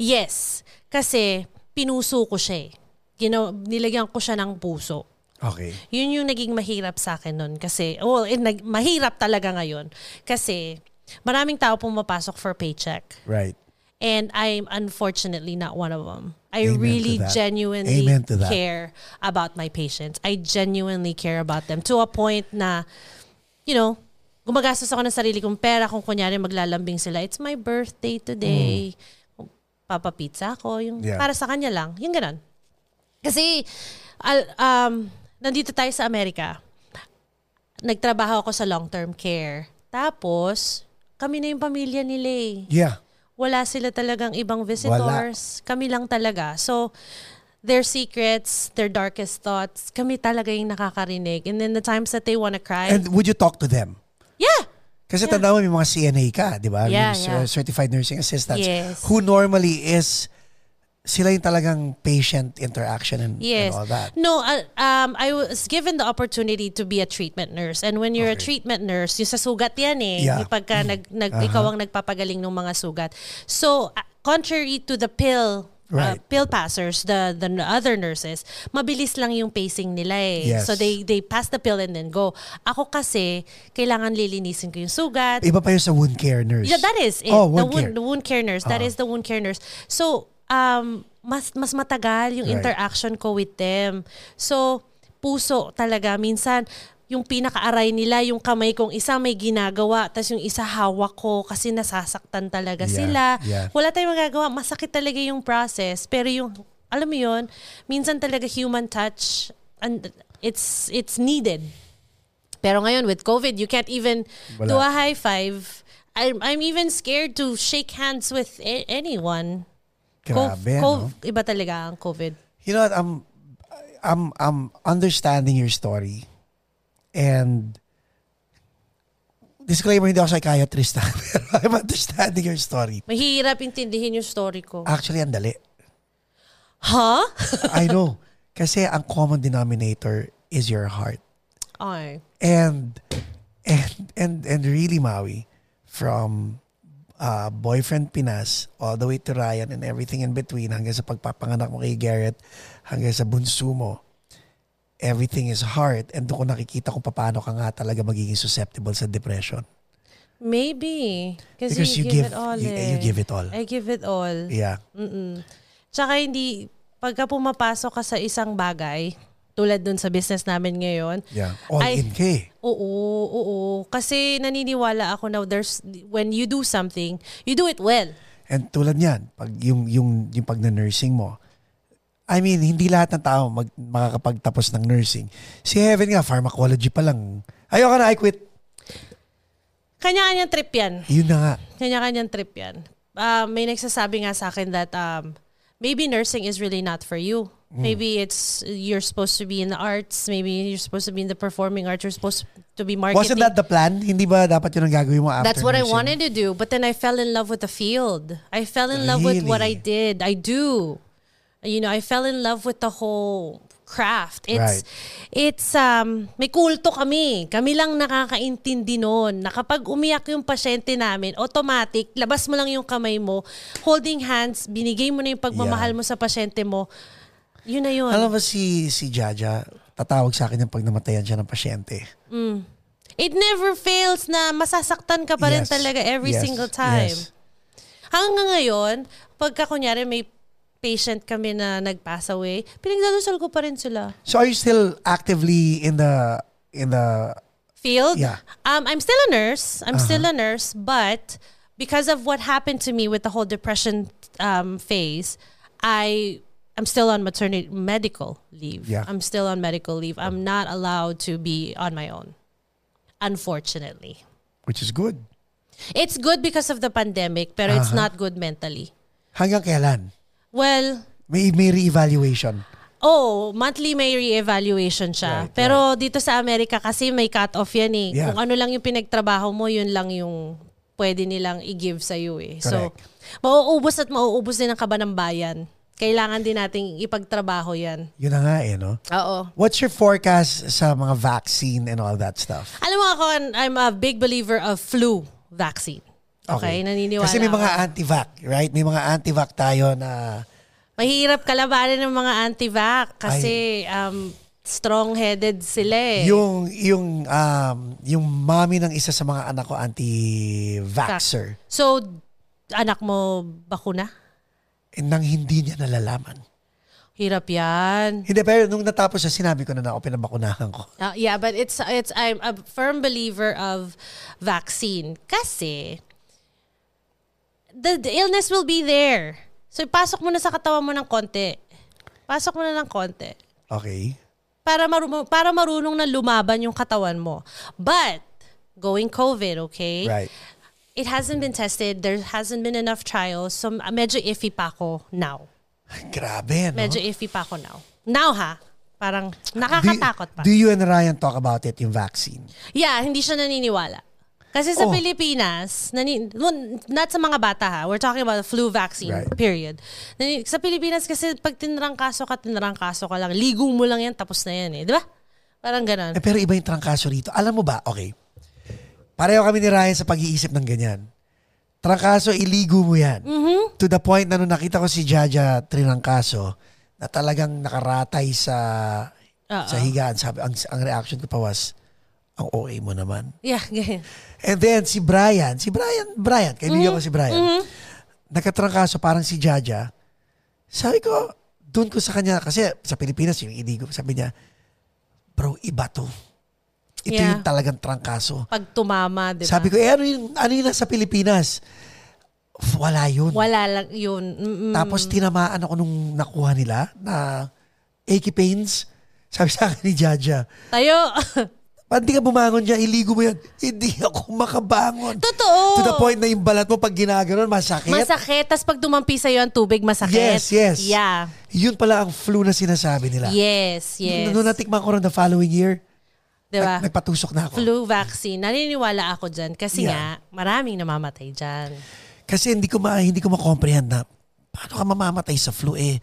Speaker 1: Yes. Kasi pinuso ko siya eh. Ginaw- nilagyan ko siya ng puso.
Speaker 2: Okay.
Speaker 1: Yun yung naging mahirap sa akin nun. Kasi, well, eh, nag- mahirap talaga ngayon. Kasi maraming tao pumapasok for paycheck.
Speaker 2: Right.
Speaker 1: And I'm unfortunately not one of them. I
Speaker 2: Amen to
Speaker 1: really
Speaker 2: that.
Speaker 1: genuinely
Speaker 2: Amen to that.
Speaker 1: care about my patients. I genuinely care about them to a point na, you know, gumagastos ako ng sarili kong pera kung kunyari maglalambing sila. It's my birthday today. Papa pizza ako. Yung,
Speaker 2: Mm. Yeah.
Speaker 1: Para sa kanya lang. Yung ganun. Kasi, al- um, nandito tayo sa Amerika. Nagtrabaho ako sa long-term care. Tapos, kami na yung pamilya nila eh
Speaker 2: Yeah.
Speaker 1: wala sila talagang ibang visitors. Kami lang talaga. So, their secrets, their darkest thoughts, kami talaga yung nakakarinig. And then the times that they wanna cry,
Speaker 2: And would you talk to them?
Speaker 1: yeah!
Speaker 2: Kasi tanda mo, may mga CNA ka, di ba? May
Speaker 1: Yeah,
Speaker 2: cer-
Speaker 1: yeah.
Speaker 2: Certified Nursing Assistants.
Speaker 1: Yes.
Speaker 2: Who normally is, sila yung talagang patient interaction and,
Speaker 1: Yes.
Speaker 2: and all that.
Speaker 1: No, uh, um, I was given the opportunity to be a treatment nurse. And when you're a treatment nurse, yung sa sugat yan eh.
Speaker 2: Yeah. Mm-hmm. Uh-huh.
Speaker 1: Yung pagka nag, nag, ikaw ang nagpapagaling ng mga sugat. So, uh, contrary to the pill, uh,
Speaker 2: Right.
Speaker 1: pill passers, the the n- other nurses, mabilis lang yung pacing nila eh.
Speaker 2: Yes.
Speaker 1: So they they pass the pill and then go. Ako kasi kailangan lilinisin ko yung sugat,
Speaker 2: Iba pa yun sa wound care nurse.
Speaker 1: Yeah, that is it.
Speaker 2: Oh,
Speaker 1: the,
Speaker 2: wound
Speaker 1: wound,
Speaker 2: care. Ah.
Speaker 1: the wound care nurse. That is the wound care nurse. So, um, mas, mas matagal yung
Speaker 2: Right.
Speaker 1: interaction ko with them. So, puso talaga. Minsan, yung pinaka-aray nila, yung kamay kong isa may ginagawa, tapos yung isa hawak ko kasi nasasaktan talaga
Speaker 2: Yeah,
Speaker 1: sila.
Speaker 2: yeah.
Speaker 1: Wala tayong magagawa. Masakit talaga yung process. Pero yung, alam mo yun, minsan talaga human touch, and it's, it's needed. Pero ngayon, with COVID, you can't even
Speaker 2: Wala.
Speaker 1: do a high five. I'm, I'm even scared to shake hands with a- anyone. Co-
Speaker 2: Grabe, no?
Speaker 1: co- Iba talaga ang COVID.
Speaker 2: you know what i'm i'm i'm understanding your story and Disclaimer, hindi ako psychiatrist ha. Pero I'm understanding your story.
Speaker 1: Mahirap intindihin yung story ko.
Speaker 2: Actually, ang dali.
Speaker 1: Ha?
Speaker 2: I know. Kasi ang common denominator is your heart.
Speaker 1: Ay.
Speaker 2: And, and, and, and really, Maui, from uh, boyfriend Pinas all the way to Ryan and everything in between hanggang sa pagpapanganak mo kay Garrett hanggang sa bunso mo, everything is heart. And doon ko nakikita kung paano ka nga talaga magiging susceptible sa depression.
Speaker 1: Maybe. Kasi
Speaker 2: Because
Speaker 1: you,
Speaker 2: you give-
Speaker 1: give, it all
Speaker 2: you-
Speaker 1: eh.
Speaker 2: you give it all.
Speaker 1: I give it all.
Speaker 2: Yeah.
Speaker 1: Mm-mm. Tsaka hindi, pagka pumapasok ka sa isang bagay, tulad dun sa business namin ngayon,
Speaker 2: Yeah. All
Speaker 1: Ay-
Speaker 2: in kay.
Speaker 1: oo, oo. Kasi naniniwala ako now, there's, when you do something, you do it well.
Speaker 2: And tulad niyan, pag yung yung yung pag nursing mo. I mean, hindi lahat ng tao mag, makakapagtapos ng nursing. Si Heaven nga, pharmacology pa lang. Ayoko na, I quit.
Speaker 1: Kanya-kanyang trip yan.
Speaker 2: Yun na nga.
Speaker 1: Kanya-kanyang trip yan. Ah, may nagsasabi nga sa akin that um, maybe nursing is really not for you.
Speaker 2: Mm.
Speaker 1: Maybe it's you're supposed to be in the arts. Maybe you're supposed to be in the performing arts. You're supposed to be marketing.
Speaker 2: Wasn't that the plan? Hindi ba dapat yun ang gagawin mo after
Speaker 1: That's what I
Speaker 2: nursing?
Speaker 1: wanted to do, but then I fell in love with the field. I fell in love with what I
Speaker 2: Really?
Speaker 1: did. I do. You know, I fell in love with the whole craft. It's
Speaker 2: Right.
Speaker 1: it's um may kulto kami. Kami lang nakakaintindi noon. Na kapag umiyak yung pasyente namin, automatic labas mo lang yung kamay mo, holding hands, binigay mo na yung pagmamahal
Speaker 2: Yeah.
Speaker 1: mo sa pasyente mo. Yun na yun.
Speaker 2: Alam mo si, si Jaja, tatawag sa akin yung pag namatayan siya ng pasyente.
Speaker 1: It never fails na masasaktan ka pa rin
Speaker 2: Yes.
Speaker 1: talaga every
Speaker 2: Yes.
Speaker 1: single time.
Speaker 2: Yes.
Speaker 1: Hanggang ngayon, pagka kunyari may patient kami na nag-pass away, pinagdadasal ko pa rin sila.
Speaker 2: So are you still actively in the, in the,
Speaker 1: Field?
Speaker 2: Yeah.
Speaker 1: Um,
Speaker 2: Uh-huh.
Speaker 1: I'm still a nurse. I'm still a nurse, but because of what happened to me with the whole depression um, phase, I I'm still on maternity medical leave.
Speaker 2: Yeah.
Speaker 1: I'm still on medical leave. I'm not allowed to be on my own. Unfortunately.
Speaker 2: which is good.
Speaker 1: It's good because of the pandemic, pero it's
Speaker 2: Uh-huh.
Speaker 1: not good mentally.
Speaker 2: Hanggang kailan?
Speaker 1: Well,
Speaker 2: May, may re-evaluation.
Speaker 1: Oh, monthly may re-evaluation siya.
Speaker 2: Right,
Speaker 1: Pero dito sa Amerika kasi may cut-off yan eh.
Speaker 2: Yeah.
Speaker 1: Kung ano lang yung pinagtrabaho mo, yun lang yung pwede nilang i-give sa iyo eh.
Speaker 2: Correct.
Speaker 1: So, mauubos at mauubos din ang kaba ng bayan. Kailangan din nating ipagtrabaho yan.
Speaker 2: Yun na nga eh, no?
Speaker 1: Oo.
Speaker 2: What's your forecast sa mga vaccine and all that stuff?
Speaker 1: Alam mo ako, I'm a big believer of flu vaccine. Okay, naniniwala
Speaker 2: Kasi may
Speaker 1: ako.
Speaker 2: mga anti-vac, right? May mga anti-vac tayo na
Speaker 1: Mahirap kalabanin ng mga anti-vac kasi um, strong-headed sila eh.
Speaker 2: yung yung um yung mommy ng isa sa mga anak ko anti-vaxer
Speaker 1: So, anak mo bakuna?
Speaker 2: nang hindi niya nalalaman.
Speaker 1: Hirap yan.
Speaker 2: Hindi pero nung natapos siya sinabi ko na na ako pinabakunahan ko.
Speaker 1: Uh, yeah, but it's it's I'm a firm believer of vaccine kasi the, the illness will be there. So pasok mo na sa katawan mo ng konti. Pasok mo na ng konti
Speaker 2: Okay.
Speaker 1: para marunong para marunong na lumaban yung katawan mo. But going COVID, okay?
Speaker 2: Right.
Speaker 1: It hasn't been tested. There hasn't been enough trials. So medyo iffy pa ako now.
Speaker 2: Grabe, no?
Speaker 1: Medyo iffy pa ako now. Now ha. Parang
Speaker 2: do, you-
Speaker 1: nakakatakot pa.
Speaker 2: do you and Ryan talk about it, yung vaccine?
Speaker 1: Yeah, hindi siya naniniwala. Kasi sa
Speaker 2: Oh.
Speaker 1: Pilipinas, nani, well, not sa mga bata ha, we're talking about the flu vaccine,
Speaker 2: Right.
Speaker 1: period. Nani, sa Pilipinas kasi pag tinrangkaso ka, tinrangkaso ka lang. Ligo mo lang yan, tapos na yan eh. Di ba? Parang ganun.
Speaker 2: Eh, pero iba yung trangkaso rito. Alam mo ba, okay, pareho kami ni Ryan sa pag-iisip ng ganyan. Trangkaso, iligo mo yan.
Speaker 1: Mm-hmm.
Speaker 2: To the point na nung nakita ko si Jaja trinangkaso, na talagang nakaratay sa
Speaker 1: Oo.
Speaker 2: Eh, sa higaan. Sabi, ang, ang reaction ko pa was, ang OA mo naman.
Speaker 1: Yeah, ganyan.
Speaker 2: And then si Brian, si Brian, Brian,
Speaker 1: Mm-hmm.
Speaker 2: kaibigan ko si Brian. Nakatrangkaso parang si Jaja. Sabi ko, doon ko sa kanya, kasi sa Pilipinas, yung iligo, sabi niya, bro, iba to. Ito
Speaker 1: Yeah. Diba?
Speaker 2: yung talagang trangkaso.
Speaker 1: Pag tumama, di ba?
Speaker 2: Sabi ko, eh ano yung, ano yung nasa Pilipinas? F- Wala yun.
Speaker 1: Wala lang yun. Mm-mm.
Speaker 2: Tapos tinamaan ako nung nakuha nila na achy pains. Sabi sa akin ni Jaja,
Speaker 1: Tayo.
Speaker 2: Ba't di ka bumangon dyan? Iligo mo yan. Hindi ako makabangon.
Speaker 1: Totoo.
Speaker 2: To the point na yung balat mo pag ginaganon, masakit.
Speaker 1: masakit. Tapos pag dumampi sa'yo ang tubig, masakit.
Speaker 2: Yes, yes.
Speaker 1: Yeah.
Speaker 2: Yun pala ang flu na sinasabi nila.
Speaker 1: Yes, yes.
Speaker 2: Noon natikman ko rin the following year,
Speaker 1: Diba?
Speaker 2: Nag- nagpatusok na ako.
Speaker 1: Flu vaccine. Naniniwala ako dyan kasi
Speaker 2: Yeah.
Speaker 1: nga maraming namamatay dyan.
Speaker 2: Kasi hindi ko ma hindi ko ma-comprehend na paano ka mamamatay sa flu eh.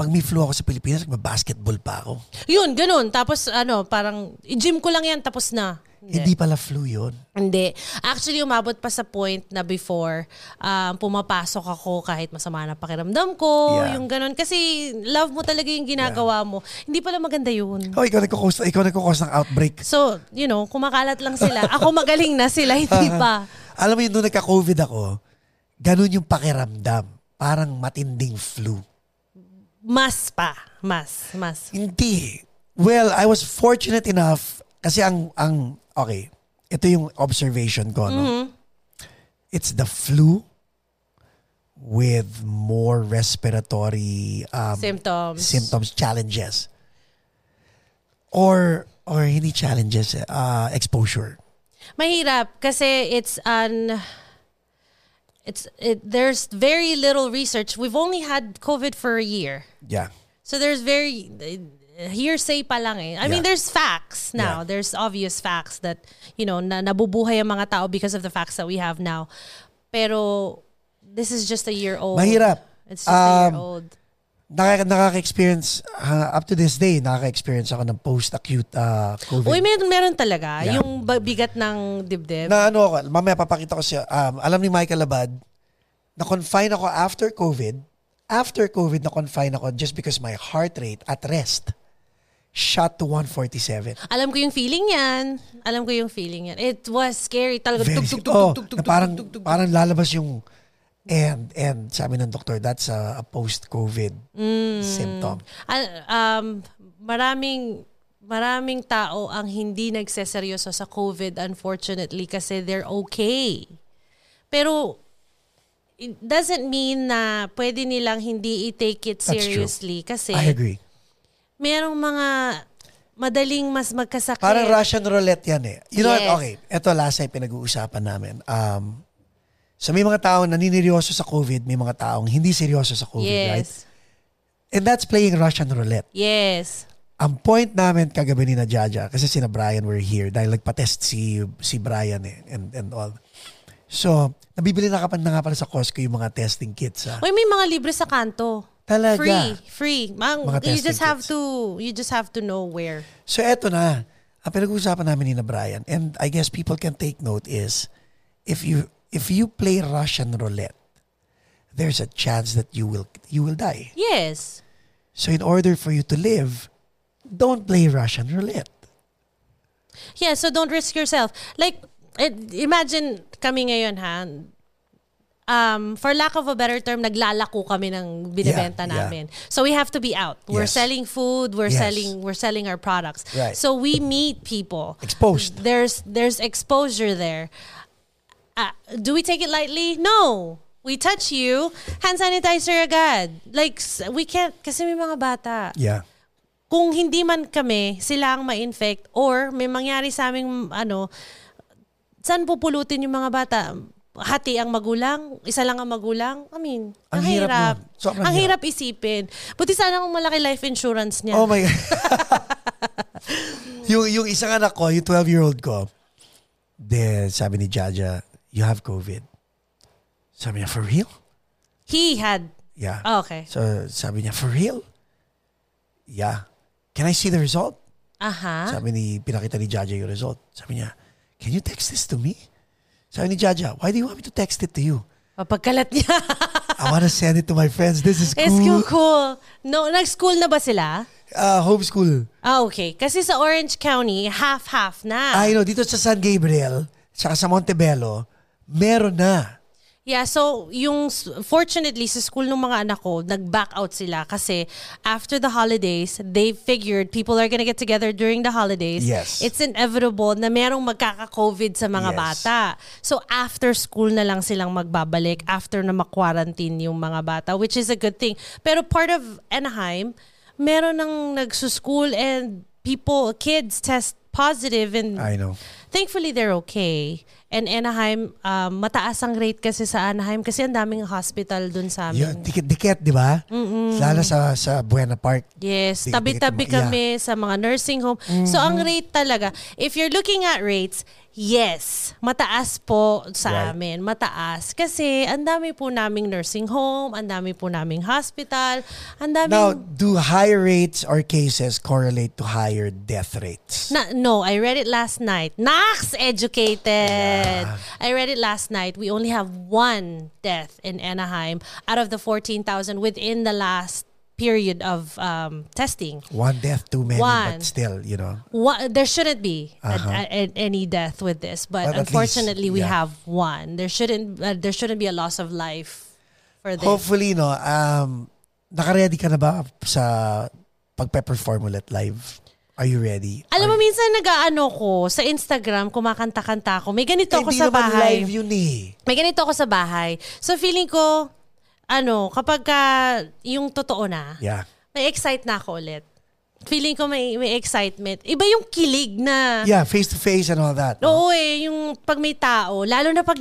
Speaker 2: Pag may flu ako sa Pilipinas, magbabasketball pa ako.
Speaker 1: Yun, ganun. Tapos ano, parang i-gym ko lang yan, tapos na.
Speaker 2: Hindi pala flu yun.
Speaker 1: Hindi. Actually, umabot pa sa point na before, um, pumapasok ako kahit masama na pakiramdam ko,
Speaker 2: Yeah.
Speaker 1: yung ganun. Kasi love mo talaga yung ginagawa mo. Hindi pala maganda yun.
Speaker 2: Oh, ikaw nagkakos, ikaw nagkakos ng outbreak.
Speaker 1: So, you know, kumakalat lang sila. Ako magaling na sila, hindi pa.
Speaker 2: Alam mo yun, nung nagka-COVID ako, ganun yung pakiramdam. Parang matinding flu.
Speaker 1: Mas pa. Mas, mas.
Speaker 2: Hindi. Well, I was fortunate enough kasi ang ang okay. Ito yung observation ko no.
Speaker 1: Mm-hmm.
Speaker 2: It's the flu with more respiratory um,
Speaker 1: Symptoms.
Speaker 2: symptoms challenges or or hindi challenges uh, exposure.
Speaker 1: Mahirap kasi it's an it's it, there's very little research. We've only had COVID for a year.
Speaker 2: Yeah.
Speaker 1: So there's very uh, hearsay pa lang eh. I mean,
Speaker 2: Yeah.
Speaker 1: there's facts now.
Speaker 2: Yeah.
Speaker 1: There's obvious facts that, you know, na nabubuhay ang mga tao because of the facts that we have now. Pero this is just a year old.
Speaker 2: Mahirap.
Speaker 1: It's just a year
Speaker 2: Um,
Speaker 1: old.
Speaker 2: Nakaka nakaka-experience uh, up to this day nakaka-experience ako ng post-acute uh, COVID.
Speaker 1: Uy, meron, meron talaga.
Speaker 2: Yeah.
Speaker 1: Yung ba- bigat ng dibdib.
Speaker 2: na ano ako, mamaya papakita ko siya. Um, alam ni Michael Abad, na-confine ako after COVID. After COVID, na-confine ako just because my heart rate at rest shot to 147.
Speaker 1: Alam ko yung feeling yan. Alam ko yung feeling yan. It was scary talaga.
Speaker 2: Very,
Speaker 1: Tug, tug, tug,
Speaker 2: oh,
Speaker 1: tug, tug,
Speaker 2: na
Speaker 1: tug,
Speaker 2: parang,
Speaker 1: tug, tug, tug.
Speaker 2: parang lalabas yung and and sabi ng doktor that's a, a post-COVID
Speaker 1: Hmm.
Speaker 2: symptom.
Speaker 1: Al- um, maraming maraming tao ang hindi nagseseryoso sa COVID unfortunately kasi they're okay. Pero it doesn't mean na pwede nilang hindi i-take it
Speaker 2: That's true.
Speaker 1: seriously kasi
Speaker 2: I agree.
Speaker 1: merong mga madaling mas magkasakit.
Speaker 2: Parang Russian roulette yan eh. You know
Speaker 1: Yes.
Speaker 2: what? Okay. Ito last time pinag-uusapan namin. Um, so may mga taong naniniryoso sa COVID, may mga taong hindi seryoso sa COVID, right?
Speaker 1: yes.
Speaker 2: And that's playing Russian roulette.
Speaker 1: Yes.
Speaker 2: Ang point namin kagabi ni na Jaja, kasi sina Brian were here, dahil nagpa-test si, si Brian eh, and, and all. So, nabibili na, kapan, na nga pala sa Costco yung mga testing kits. Ha?
Speaker 1: Uy, may mga libre sa kanto.
Speaker 2: Talaga.
Speaker 1: Free, free. Mang,
Speaker 2: Mga
Speaker 1: you
Speaker 2: testing
Speaker 1: just have
Speaker 2: kits.
Speaker 1: to you just have to know where.
Speaker 2: So, eto na. Ang pinag-uusapan namin ni na Brian, and I guess people can take note is, if you if you play Russian roulette, there's a chance that you will you will die.
Speaker 1: Yes.
Speaker 2: So, in order for you to live, don't play Russian roulette.
Speaker 1: Yeah, so don't risk yourself. Like, it, imagine kami ngayon ha, um, for lack of a better term, naglalako kami ng binibenta
Speaker 2: Yeah, yeah.
Speaker 1: namin. So we have to be out. We're
Speaker 2: Yes.
Speaker 1: selling food, we're
Speaker 2: Yes.
Speaker 1: selling we're selling our products.
Speaker 2: Right.
Speaker 1: So we meet people.
Speaker 2: Exposed.
Speaker 1: There's there's exposure there. Uh, do we take it lightly? No. We touch you, hand sanitizer agad. Like, s- we can't, kasi may mga bata
Speaker 2: Yeah.
Speaker 1: kung hindi man kami sila ang ma-infect or may mangyari sa aming ano saan pupulutin yung mga bata hati ang magulang, isa lang ang magulang. I mean, ang,
Speaker 2: Ang hirap
Speaker 1: hirap.
Speaker 2: nun. Sobrang
Speaker 1: ang hirap. isipin. Buti sana kung malaki life insurance niya.
Speaker 2: Oh my God. yung, yung isang anak ko, yung 12-year-old ko, de, sabi ni Jaja, you have COVID. Sabi niya, for real?
Speaker 1: He had.
Speaker 2: Yeah.
Speaker 1: Oh, Okay.
Speaker 2: So, sabi niya, for real? Yeah. Can I see the result?
Speaker 1: Aha.
Speaker 2: Sabi ni, pinakita ni Jaja yung result. Sabi niya, can you text this to me? Sabi ni Jaja, why do you want me to text it to you?
Speaker 1: Papagkalat niya.
Speaker 2: I want to send it to my friends. This is
Speaker 1: It's
Speaker 2: cool.
Speaker 1: cool. No, nag-school na ba sila?
Speaker 2: Uh, homeschool.
Speaker 1: Ah, okay. Kasi sa Orange County, half-half na.
Speaker 2: I know, dito sa San Gabriel, saka sa Montebello, meron na.
Speaker 1: Yeah, so yung fortunately sa school ng mga anak ko, nag-back out sila kasi after the holidays, they figured people are gonna get together during the holidays.
Speaker 2: Yes.
Speaker 1: It's inevitable na merong magkaka-COVID sa mga
Speaker 2: Yes.
Speaker 1: bata. So after school na lang silang magbabalik after na ma-quarantine yung mga bata, which is a good thing. Pero part of Anaheim, meron ng nagsuschool and people, kids test positive and
Speaker 2: I know.
Speaker 1: thankfully they're okay And Anaheim, um, mataas ang rate kasi sa Anaheim kasi ang daming hospital dun sa amin.
Speaker 2: Yun, dikit-dikit, di ba? Lalo sa, sa Buena Park.
Speaker 1: Yes,
Speaker 2: Dikit-dikit
Speaker 1: tabi-tabi
Speaker 2: yung mga-
Speaker 1: kami sa mga nursing home. So ang
Speaker 2: Mm-hmm.
Speaker 1: rate talaga, if you're looking at rates, yes, mataas po
Speaker 2: Right.
Speaker 1: sa amin, mataas. Kasi ang dami po naming nursing home, ang dami po naming hospital, ang daming...
Speaker 2: Now, do high rates or cases correlate to higher death rates?
Speaker 1: Na- no, I read it last night. Nax educated. I read it last night. We only have one death in Anaheim out of the 14,000 within the last period of um, testing.
Speaker 2: One death too many,
Speaker 1: One.
Speaker 2: but still, you know.
Speaker 1: What, there shouldn't be a- a- a- any death with this, but,
Speaker 2: But Uh-huh. at
Speaker 1: unfortunately,
Speaker 2: least,
Speaker 1: we
Speaker 2: yeah.
Speaker 1: have one. There shouldn't uh, there shouldn't be a loss of life for this.
Speaker 2: Hopefully, no, um, nakaready ka na ba sa pagpe-perform ulit live? Are you ready?
Speaker 1: Alam mo, minsan nag-ano ko sa Instagram, kumakanta-kanta ako. May ganito
Speaker 2: Ay,
Speaker 1: ako
Speaker 2: hindi
Speaker 1: sa
Speaker 2: naman
Speaker 1: bahay.
Speaker 2: live yun eh.
Speaker 1: may ganito ako sa bahay. So feeling ko, ano, kapag ka yung totoo na,
Speaker 2: Yeah.
Speaker 1: may excite na ako ulit. Feeling ko may, may excitement. Iba yung kilig na,
Speaker 2: Yeah, face-to-face and all that. no?
Speaker 1: oo eh, yung pag may tao, lalo na pag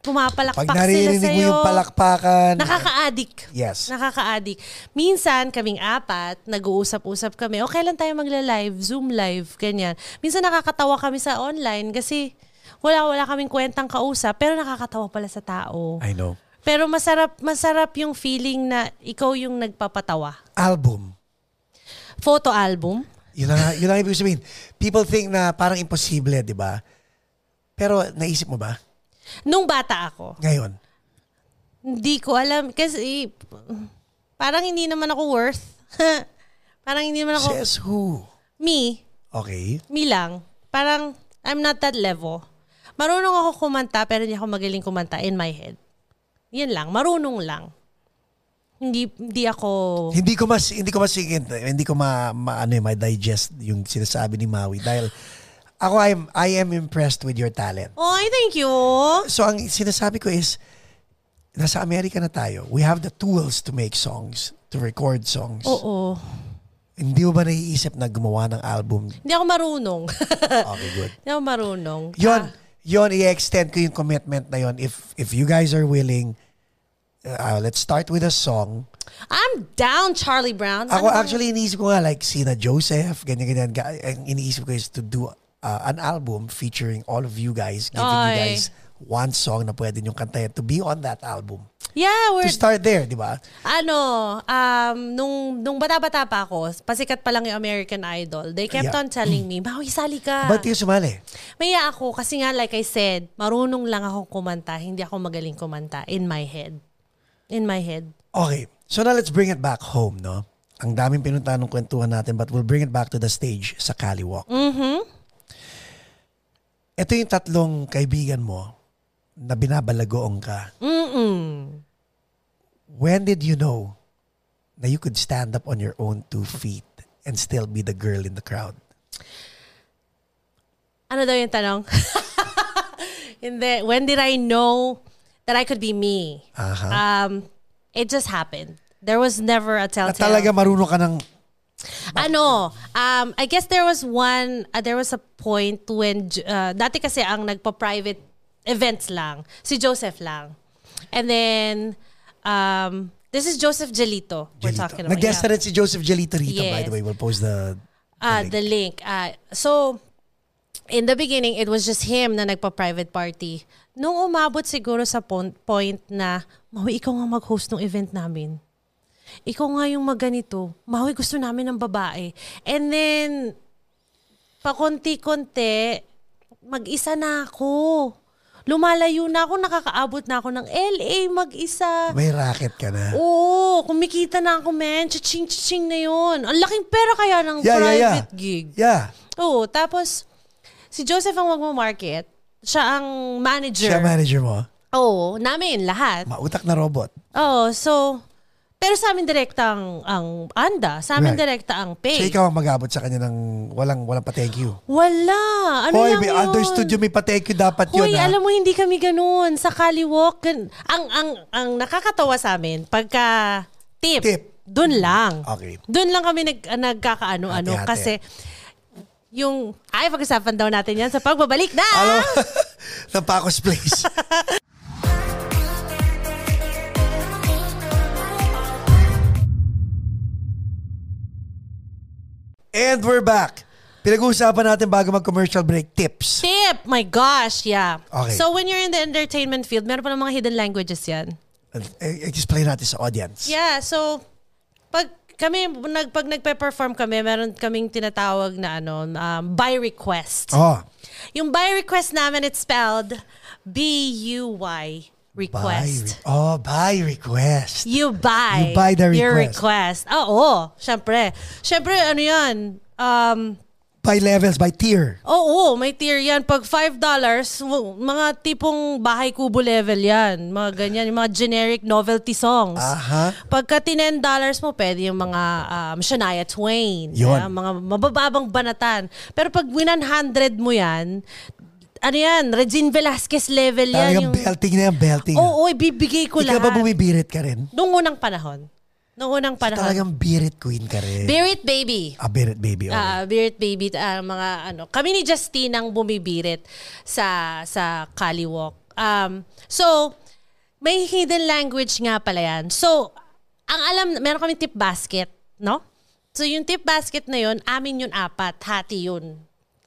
Speaker 1: pumapalakpak
Speaker 2: Pag
Speaker 1: sila
Speaker 2: naririnig mo
Speaker 1: sa'yo,
Speaker 2: yung palakpakan,
Speaker 1: nakaka-addict.
Speaker 2: Yes.
Speaker 1: Nakaka-addict. Minsan, kaming apat, nag-uusap-usap kami, o kailan tayo magla-live, Zoom live, ganyan. Minsan nakakatawa kami sa online kasi wala-wala kaming kwentang kausap, pero nakakatawa pala sa tao.
Speaker 2: I know.
Speaker 1: Pero masarap masarap yung feeling na ikaw yung nagpapatawa.
Speaker 2: Album.
Speaker 1: Photo album?
Speaker 2: Yun ang, yun ang ibig sabihin. People think na parang imposible, di ba? Pero naisip mo ba?
Speaker 1: Nung bata ako,
Speaker 2: Ngayon.
Speaker 1: hindi ko alam kasi parang hindi naman ako worth. parang hindi naman ako
Speaker 2: Says who?
Speaker 1: me,
Speaker 2: Okay.
Speaker 1: me lang. Parang I'm not that level. Marunong ako kumanta pero hindi ako magaling kumanta in my head. Yan lang, marunong lang. Hindi hindi ako
Speaker 2: Hindi ko mas hindi ko masigit, hindi ko ma, ma ano, eh, ma-digest yung sinasabi ni Maui dahil ako I'm I am impressed with your talent.
Speaker 1: Oy, thank you.
Speaker 2: So ang sinasabi ko is nasa Amerika na tayo. We have the tools to make songs, to record songs.
Speaker 1: Oo.
Speaker 2: Hindi mo ba naiisip na gumawa ng album?
Speaker 1: Hindi ako marunong. Uh,
Speaker 2: Okay, good.
Speaker 1: hindi ako marunong.
Speaker 2: Yon, yon i-extend ko yung commitment na yon if if you guys are willing uh, let's start with a song.
Speaker 1: I'm down, Charlie Brown. Ano
Speaker 2: Ako
Speaker 1: bang-
Speaker 2: actually iniisip ko nga like Sina Joseph, ganyan ganyan. Ga- Ang iniisip ko is to do uh, an album featuring all of you guys, giving you
Speaker 1: Ay.
Speaker 2: guys one song na pwede niyong kantayan to be on that album.
Speaker 1: Yeah,
Speaker 2: To
Speaker 1: we're...
Speaker 2: start there, di ba?
Speaker 1: ano, um, nung, nung bata-bata pa ako, pasikat pa lang yung American Idol, they kept
Speaker 2: Yeah.
Speaker 1: on telling me, Maui, sali ka.
Speaker 2: Ba't kayo sumali?
Speaker 1: Maya ako, kasi nga like I said, marunong lang ako kumanta, hindi ako magaling kumanta in my head. In my head.
Speaker 2: Okay. So now let's bring it back home, no? Ang daming pinuntahan ng kwentuhan natin but we'll bring it back to the stage sa Caliwalk. Mm-hmm. Ito yung tatlong kaibigan mo na binabalagoong ka.
Speaker 1: Mm-mm.
Speaker 2: When did you know na you could stand up on your own two feet and still be the girl in the crowd?
Speaker 1: Ano daw yung tanong? hindi. When did I know that I could be me?
Speaker 2: Aha.
Speaker 1: Um, it just happened. There was never a
Speaker 2: Na
Speaker 1: telltale.
Speaker 2: talaga marunong ka ng
Speaker 1: Ano, um, I guess there was one, uh, there was a point when, J- uh, dati kasi ang nagpa-private events lang, si Joseph lang. And then, um, this is Joseph Gelito we're talking about.
Speaker 2: Nag-guest na rin si Joseph Gelito rito, by
Speaker 1: Yes.
Speaker 2: the way. We'll post the...
Speaker 1: Ah, the link. Ah, so, in the beginning, it was just him na nagpa-private party. Nung umabot siguro sa pon- point na, Maui, ikaw nga mag-host ng event namin. Ikaw nga yung magganito. Maui, gusto namin ng babae. And then, pakonti-konti, mag-isa na ako. Lumalayo na ako, nakakaabot na ako ng LA mag-isa.
Speaker 2: May racket ka na.
Speaker 1: Oo, kumikita na ako, men. Chaching, chaching na yun. Ang laking pera kaya ng private gig.
Speaker 2: Yeah.
Speaker 1: Oo, tapos si Joseph ang magmamarket. Siya ang manager.
Speaker 2: Siya manager mo.
Speaker 1: Oo, namin lahat.
Speaker 2: Mautak na robot.
Speaker 1: Oo, so, pero sa amin direkta ang, ang ANDA. Sa amin
Speaker 2: Right.
Speaker 1: direkta ang pay.
Speaker 2: So ikaw ang mag-abot sa kanya ng walang, walang pa-thank you.
Speaker 1: Wala. Ano
Speaker 2: Hoy,
Speaker 1: lang
Speaker 2: may
Speaker 1: yun?
Speaker 2: understood yun, may pa-thank you dapat yun. ah.
Speaker 1: Hoy,
Speaker 2: ha?
Speaker 1: alam mo, hindi kami ganun. Sa Kaliwok, gan- ang, ang, ang nakakatawa sa amin, pagka tip,
Speaker 2: Tip.
Speaker 1: dun lang.
Speaker 2: Okay.
Speaker 1: Doon lang kami nag, nagkakaano-ano
Speaker 2: Hati-hati.
Speaker 1: kasi yung, ay, pag-usapan daw natin yan sa pagbabalik na!
Speaker 2: Alam mo, ng Paco's Place. And we're back. Pinag-uusapan natin bago mag-commercial break. Tips.
Speaker 1: Tip! My gosh, yeah.
Speaker 2: Okay.
Speaker 1: So when you're in the entertainment field, meron pa ng mga hidden languages yan.
Speaker 2: Eh, Explain natin sa audience.
Speaker 1: Yeah, so pag kami nag pag nagpe-perform kami, meron kaming tinatawag na ano, um, by request.
Speaker 2: Oh,
Speaker 1: Yung by request namin it's spelled B U Y request.
Speaker 2: By re- oh, by request.
Speaker 1: You buy.
Speaker 2: You buy the
Speaker 1: Your
Speaker 2: request.
Speaker 1: request. Ah, Oo, syempre. Syempre, ano yan? Um,
Speaker 2: By levels, by tier.
Speaker 1: oo, may tier yan. Pag $5, w- mga tipong bahay kubo level yan. Mga ganyan, yung mga generic novelty songs.
Speaker 2: Aha.
Speaker 1: Pagka $10 mo, pwede yung mga um, Shania Twain.
Speaker 2: Yun.
Speaker 1: ah, mga mabababang banatan. Pero pag 100 mo yan, ano yan, Regine Velasquez level yan.
Speaker 2: Talagang belting na yan, belting.
Speaker 1: Oo, ibibigay ko
Speaker 2: Ikaw
Speaker 1: lahat.
Speaker 2: ba bumibirit ka rin?
Speaker 1: Noong unang panahon. Noong unang panahon.
Speaker 2: Talagang birit queen ka rin.
Speaker 1: Birit Baby.
Speaker 2: ah, birit baby. Okay.
Speaker 1: Ah, Birit Baby, ah, mga ano. Kami ni Justine ang bumibirit sa sa Kaliwok. Um, so, may hidden language nga pala yan. So, ang alam, meron kami tip basket, no? So, yung tip basket na yun, amin yun apat, hati yun.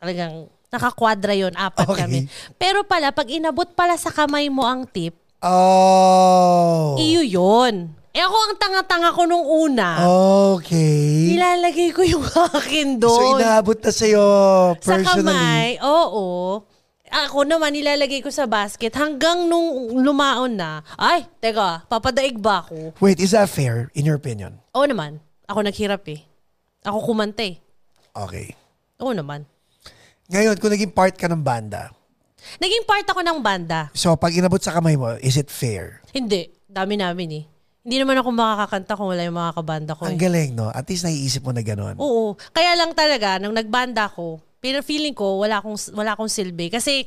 Speaker 1: Talagang nakakwadra yun, apat
Speaker 2: Okay.
Speaker 1: kami. Pero pala, pag inabot pala sa kamay mo ang tip,
Speaker 2: oh.
Speaker 1: iyo yun. Eh ako ang tanga-tanga ko nung una.
Speaker 2: Okay.
Speaker 1: Nilalagay ko yung akin
Speaker 2: Oh. So
Speaker 1: doon.
Speaker 2: inaabot na sa'yo personally.
Speaker 1: Sa kamay, oo. Ako naman, nilalagay ko sa basket hanggang nung lumaon na, ay, teka, papadaig ba ako?
Speaker 2: Wait, is that fair in your opinion?
Speaker 1: Oo naman. Ako naghirap eh. Ako kumanta eh.
Speaker 2: Okay.
Speaker 1: Oo naman.
Speaker 2: Ngayon, kung naging part ka ng banda,
Speaker 1: Naging part ako ng banda.
Speaker 2: so pag inabot sa kamay mo, is it fair?
Speaker 1: Hindi. Dami namin eh. Hindi naman ako makakakanta kung wala yung mga kabanda ko eh.
Speaker 2: Ang galing, no? At least naiisip mo na ganun.
Speaker 1: Oo. Kaya lang talaga, nung nagbanda ko, pero feeling ko, wala akong, wala akong silbi. Kasi,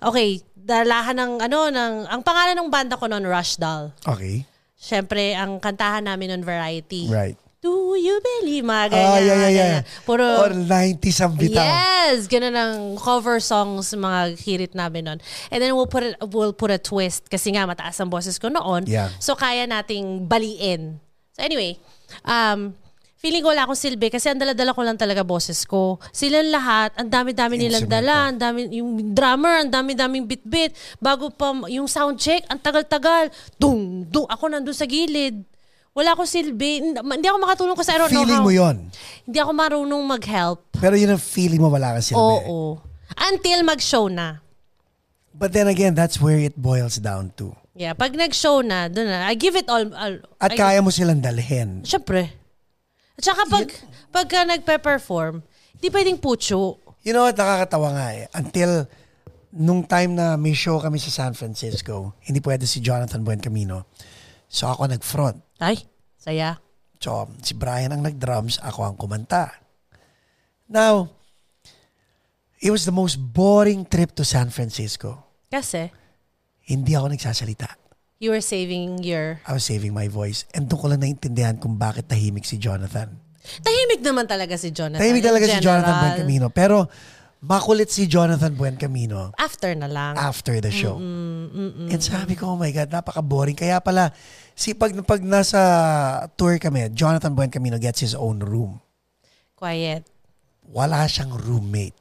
Speaker 1: okay, dalahan ng, ano, ng, ang pangalan ng banda ko noon, Rush Doll.
Speaker 2: Okay.
Speaker 1: Siyempre, ang kantahan namin noon, Variety.
Speaker 2: Right.
Speaker 1: Do you believe? Mga ganyan.
Speaker 2: Ah, yeah, yeah, yeah.
Speaker 1: ganyan. Puro,
Speaker 2: Or 90s ang bitaw.
Speaker 1: yes! Ganun ang cover songs, mga hirit namin noon. And then we'll put, a, we'll put a twist kasi nga mataas ang boses ko noon.
Speaker 2: Yeah.
Speaker 1: So kaya nating baliin. So anyway, um, feeling ko wala akong silbi kasi ang dala-dala ko lang talaga boses ko. Silang lahat, ang dami-dami nilang
Speaker 2: Instrumental.
Speaker 1: dala, ang dami, yung drummer, ang dami-daming bit-bit. Bago pa m- yung sound check, ang tagal-tagal. Dung, dung, ako nandun sa gilid. Wala akong silbi. Hindi hindi ako makatulong kasi I don't
Speaker 2: Feeling
Speaker 1: know how.
Speaker 2: mo yon.
Speaker 1: Hindi ako marunong mag-help.
Speaker 2: Pero yun ang feeling mo, wala ka silbi.
Speaker 1: Oo. Until mag-show na.
Speaker 2: But then again, that's where it boils down to.
Speaker 1: Yeah, pag nag-show na, doon na. I give it all. all
Speaker 2: At
Speaker 1: I-
Speaker 2: kaya mo silang dalhin.
Speaker 1: Siyempre. At saka pag, pagka nagpe-perform, hindi pwedeng pucho.
Speaker 2: You know what, nakakatawa nga eh. Until nung time na may show kami sa San Francisco, hindi pwede si Jonathan Buen Camino. So ako nag-front.
Speaker 1: Ay, saya.
Speaker 2: So si Brian ang nag-drums, ako ang kumanta. Now, it was the most boring trip to San Francisco.
Speaker 1: Kasi,
Speaker 2: Hindi ako nagsasalita.
Speaker 1: you were saving your...
Speaker 2: I was saving my voice. And doon ko lang naintindihan kung bakit tahimik si Jonathan.
Speaker 1: Tahimik naman talaga si Jonathan.
Speaker 2: Tahimik
Speaker 1: in
Speaker 2: talaga si
Speaker 1: ano,
Speaker 2: Jonathan
Speaker 1: general.
Speaker 2: Buen Camino. Pero makulit si Jonathan Buen Camino.
Speaker 1: After na lang.
Speaker 2: after the show. And sabi ko, oh my God, napaka-boring. Kaya pala, si pag, pag nasa tour kami, Jonathan Buen Camino gets his own room.
Speaker 1: Quiet.
Speaker 2: Wala siyang roommate.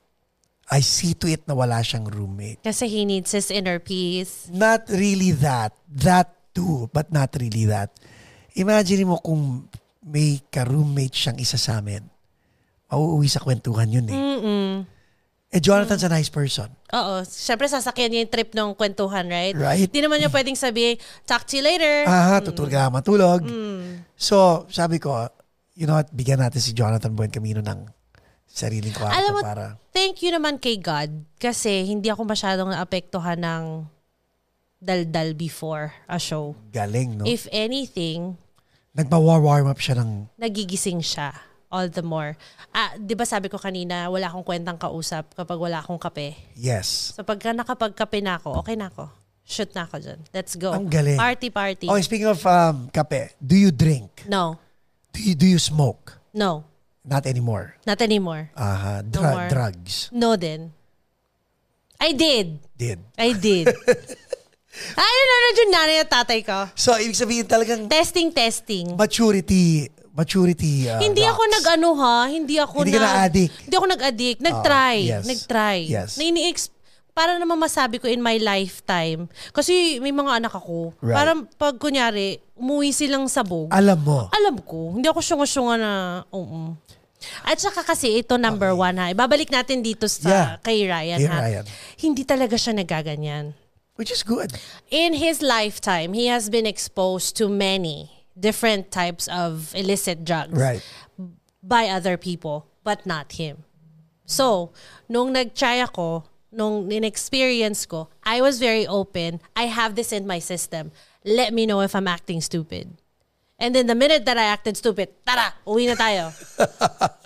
Speaker 2: I see to it na wala siyang roommate.
Speaker 1: Kasi he needs his inner peace.
Speaker 2: Not really that. That too, but not really that. Imagine mo kung may ka-roommate siyang isa sa amin. Mauuwi sa kwentuhan yun eh. Eh, Jonathan's a nice person.
Speaker 1: Oo. Siyempre, sasakyan niya yung trip ng kwentuhan, right?
Speaker 2: Right. Ah,
Speaker 1: Hindi naman niya pwedeng sabihin, talk to you later.
Speaker 2: Aha, tutulog ka matulog.
Speaker 1: Mm.
Speaker 2: So, sabi ko, you know what, bigyan natin si Jonathan Buen Camino ng sariling kwarto
Speaker 1: Alam mo,
Speaker 2: para...
Speaker 1: thank you naman kay God kasi hindi ako masyadong naapektuhan ng daldal before a show.
Speaker 2: Oh. Galing, no?
Speaker 1: If anything,
Speaker 2: Nagpa-warm up siya ng...
Speaker 1: nagigising siya all the more. Ah, 'di ba sabi ko kanina, wala akong kwentang kausap kapag wala akong kape.
Speaker 2: Yes.
Speaker 1: So pagka nakapagkape na ako, okay na ako. Shoot na ako dyan. Let's go.
Speaker 2: Ang galing.
Speaker 1: Party, party.
Speaker 2: Okay, speaking of um, kape, do you drink?
Speaker 1: No.
Speaker 2: Do you, do you smoke?
Speaker 1: No.
Speaker 2: Not anymore.
Speaker 1: Not anymore.
Speaker 2: Aha, dru-
Speaker 1: more.
Speaker 2: drugs.
Speaker 1: No then. I did.
Speaker 2: Did.
Speaker 1: I did. Ay, nanonood yung nanay at tatay ko.
Speaker 2: So, ibig sabihin talagang
Speaker 1: Testing, testing.
Speaker 2: maturity, maturity. uh,
Speaker 1: Hindi ako
Speaker 2: rocks.
Speaker 1: nag-ano ha, hindi ako
Speaker 2: Hindi ka
Speaker 1: nag-
Speaker 2: na-addict.
Speaker 1: Hindi ako nag-addict. Nag-try.
Speaker 2: Ah, yes.
Speaker 1: Nag-try.
Speaker 2: Yes.
Speaker 1: Na ini-ex- para naman masabi ko in my lifetime. Kasi may mga anak ako.
Speaker 2: Right.
Speaker 1: Parang pag kunyari, umuwi silang sabog.
Speaker 2: Alam mo.
Speaker 1: alam ko. Hindi ako syunga-syunga na, oo. At saka kasi ito number one ha. Ibabalik natin dito sa
Speaker 2: Yeah.
Speaker 1: kay Ryan
Speaker 2: Kay
Speaker 1: ha.
Speaker 2: Ryan.
Speaker 1: Hindi talaga siya nagaganyan.
Speaker 2: Which is good.
Speaker 1: In his lifetime, he has been exposed to many different types of illicit drugs
Speaker 2: Right.
Speaker 1: by other people, but not him. So, nung nag-try ako, nung in-experience ko, I was very open. I have this in my system. Let me know if I'm acting stupid. And then the minute that I acted stupid, tara, uwi na tayo.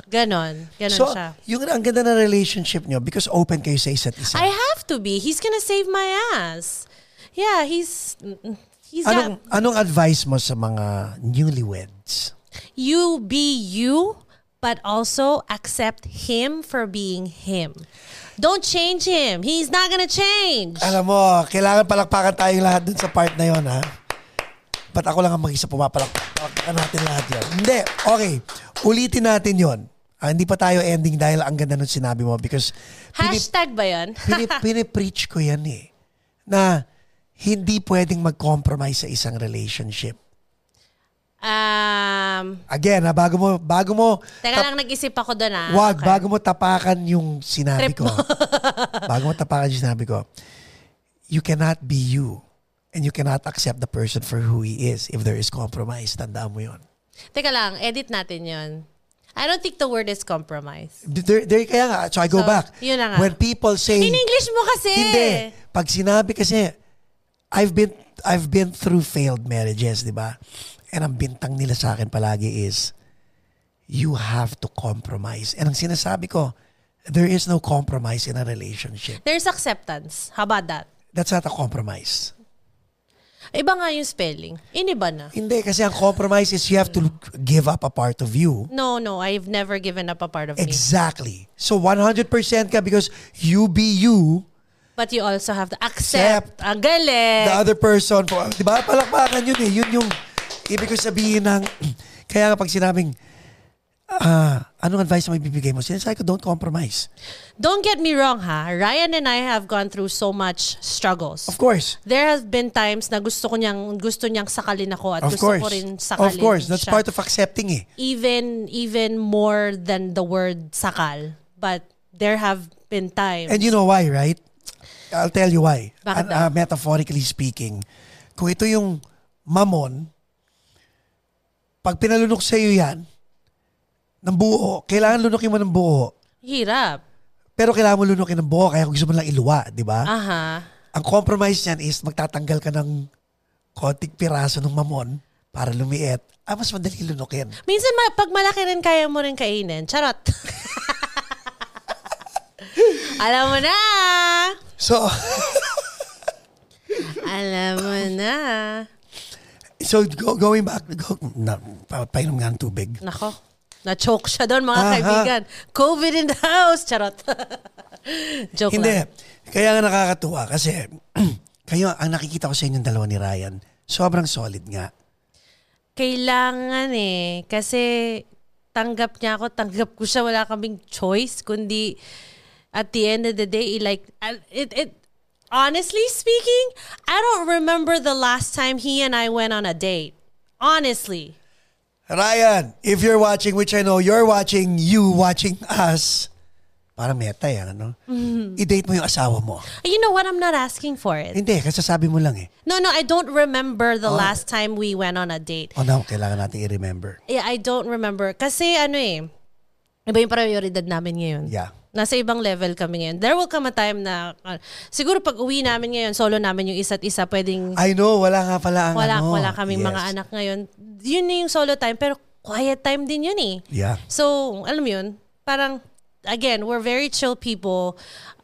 Speaker 1: Ganon. Ganon
Speaker 2: So,
Speaker 1: siya.
Speaker 2: yung ang ganda ng relationship nyo because open kayo sa isa't isa.
Speaker 1: I have to be. He's gonna save my ass. Yeah, he's... mm, He's got,
Speaker 2: anong, anong advice mo sa mga newlyweds?
Speaker 1: you be you but also accept him for being him don't change him he's not gonna change
Speaker 2: Alam mo, kailangan palakpakan tayong lahat dun sa part na yon, ha? Ba't ako lang ang mag-isa pumapalakpak? Palakpakan natin lahat yun. Hindi, okay. Ulitin natin yon. Ah, hindi pa tayo ending dahil ang ganda nun sinabi mo because pinip,
Speaker 1: hashtag ba yun
Speaker 2: pinip, pinipreach ko yan eh. Na hindi pwedeng mag-compromise sa isang relationship.
Speaker 1: um
Speaker 2: Again, ha, bago mo, bago mo,
Speaker 1: teka lang nag-isip ako doon ah Okay.
Speaker 2: wag, bago mo tapakan yung
Speaker 1: Trip
Speaker 2: sinabi ko. bago mo tapakan yung sinabi ko. You cannot be you. And you cannot accept the person for who he is if there is compromise. Tandaan mo yun.
Speaker 1: teka lang edit natin yun I don't think the word is compromise
Speaker 2: There, there, kaya nga, so I go
Speaker 1: So,
Speaker 2: back.
Speaker 1: yun na nga.
Speaker 2: When people say,
Speaker 1: in English mo kasi
Speaker 2: Hindi. Pag sinabi kasi, I've been I've been through failed marriages, di ba? And ang bintang nila sa akin palagi is, you have to compromise. And ang sinasabi ko, there is no compromise in a relationship.
Speaker 1: there's acceptance how about that
Speaker 2: That's not a compromise.
Speaker 1: iba nga yung spelling iniba na
Speaker 2: Hindi, kasi ang compromise is you have to give up a part of you.
Speaker 1: no no I've never given up a part of me
Speaker 2: Exactly. So 100% ka because you be you,
Speaker 1: but you also have to accept, ang galing
Speaker 2: the other person po. Di ba? Palakpakan yun eh. Yun yung ibig ko sabihin ng... Kaya kapag sinabing, ah, anong advice na ibibigay mo? Sinasabi ko, don't compromise.
Speaker 1: Don't get me wrong ha, Ryan and I have gone through so much struggles.
Speaker 2: Of course.
Speaker 1: There have been times na gusto ko niyang gusto niyang sakalin ako at
Speaker 2: Of
Speaker 1: gusto
Speaker 2: course.
Speaker 1: ko rin sakalin
Speaker 2: Of course. That's
Speaker 1: siya.
Speaker 2: part of accepting eh.
Speaker 1: even even more than the word sakal. But there have been times.
Speaker 2: And you know why, right? I'll tell you why.
Speaker 1: Bakit
Speaker 2: An- ah, metaphorically speaking, kung ito yung mamon, pag pinalunok sa'yo yan, ng buo, kailangan lunokin mo ng buo.
Speaker 1: Hirap.
Speaker 2: Pero kailangan mo lunokin ng buo, kaya kung gusto mo lang iluwa, di ba?
Speaker 1: Aha.
Speaker 2: Ang compromise niyan is magtatanggal ka ng konting piraso ng mamon para lumiit. Ah, mas madali lunukin.
Speaker 1: Minsan ma- pag malaki rin kaya mo rin kainin. Charot. Alam mo na.
Speaker 2: So,
Speaker 1: Alam mo na.
Speaker 2: so go, going back, go, na, pa- painom nga ng tubig.
Speaker 1: Nako. Na-choke siya doon mga
Speaker 2: Aha.
Speaker 1: kaibigan. COVID in the house. Charot. Joke
Speaker 2: Hindi.
Speaker 1: lang.
Speaker 2: Kaya nga nakakatuwa kasi kayo, ang nakikita ko sa inyong dalawa ni Ryan, sobrang solid nga.
Speaker 1: Kailangan eh. Kasi tanggap niya ako, tanggap ko siya. Wala kaming choice. Kundi at the end of the day, i- like, I- it, it, honestly speaking, I don't remember the last time he and I went on a date. Honestly.
Speaker 2: Ryan, if you're watching, which I know you're watching, you watching us, parang meta yan, ano? I-date mo yung asawa mo.
Speaker 1: You know what? I'm not asking for it.
Speaker 2: Hindi, kasasabi mo lang eh.
Speaker 1: No, no, I don't remember the
Speaker 2: Oh.
Speaker 1: last time we went on a date.
Speaker 2: O Oh, no, kailangan natin i-remember.
Speaker 1: Yeah, I don't remember. Kasi ano eh, iba yung prioridad namin ngayon.
Speaker 2: Yeah.
Speaker 1: Nasa ibang level kami ngayon. There will come a time na, uh, siguro pag uwi namin ngayon, solo namin yung isa't isa, pwedeng
Speaker 2: I know, wala nga pala ang
Speaker 1: wala,
Speaker 2: ano.
Speaker 1: wala kaming mga anak ngayon. Yun na yung solo time, pero quiet time din yun eh.
Speaker 2: Yeah.
Speaker 1: So, alam mo yun, parang, again, we're very chill people.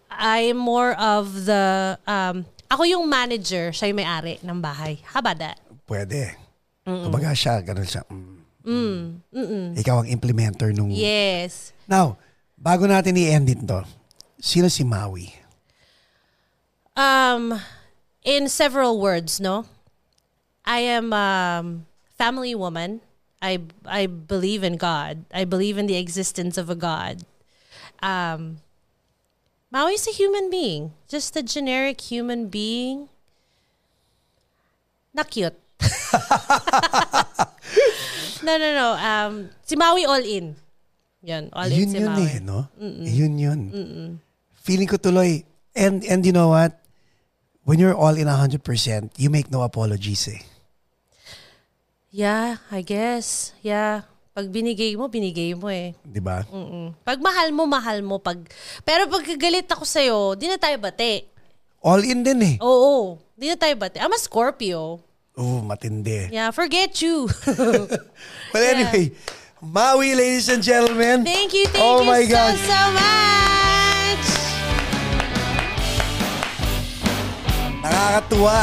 Speaker 1: I'm more of the, um, ako yung manager, siya yung may-ari ng bahay. How about that?
Speaker 2: Pwede. Kumbaga siya, ganun siya. Mm. Ikaw ang implementer nung...
Speaker 1: Yes.
Speaker 2: Now, bago natin i-end it to, sino si Maui?
Speaker 1: Um, in several words, no. I am um, family woman. I I believe in God. I believe in the existence of a God. Um, Maui's a human being, just a generic human being. Na cute. no, no, no. Um, si Maui all in. Yun, all in
Speaker 2: Yun
Speaker 1: si
Speaker 2: yun
Speaker 1: Maui.
Speaker 2: eh, no? Yun yun. Feeling ko tuloy. And, and you know what? When you're all in 100%, you make no apologies eh.
Speaker 1: Yeah, I guess. Yeah. Pag binigay mo, binigay mo eh.
Speaker 2: Di ba?
Speaker 1: Pag mahal mo, mahal mo. Pag, pero pag galit ako sa'yo, di na tayo bate.
Speaker 2: All in din eh.
Speaker 1: Oh. Oo, di na tayo bate. I'm a Scorpio.
Speaker 2: Oh, matindi.
Speaker 1: Yeah, forget you.
Speaker 2: But anyway, Maui, ladies and gentlemen.
Speaker 1: thank you, thank
Speaker 2: Oh
Speaker 1: you
Speaker 2: my
Speaker 1: so,
Speaker 2: God.
Speaker 1: so much!
Speaker 2: Nakakatuwa.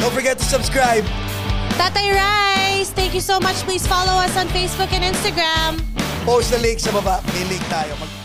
Speaker 2: Don't forget to subscribe.
Speaker 1: Tatay Rice, thank you so much. Please follow us on Facebook and Instagram.
Speaker 2: Post the link sa baba. May link tayo. Mag-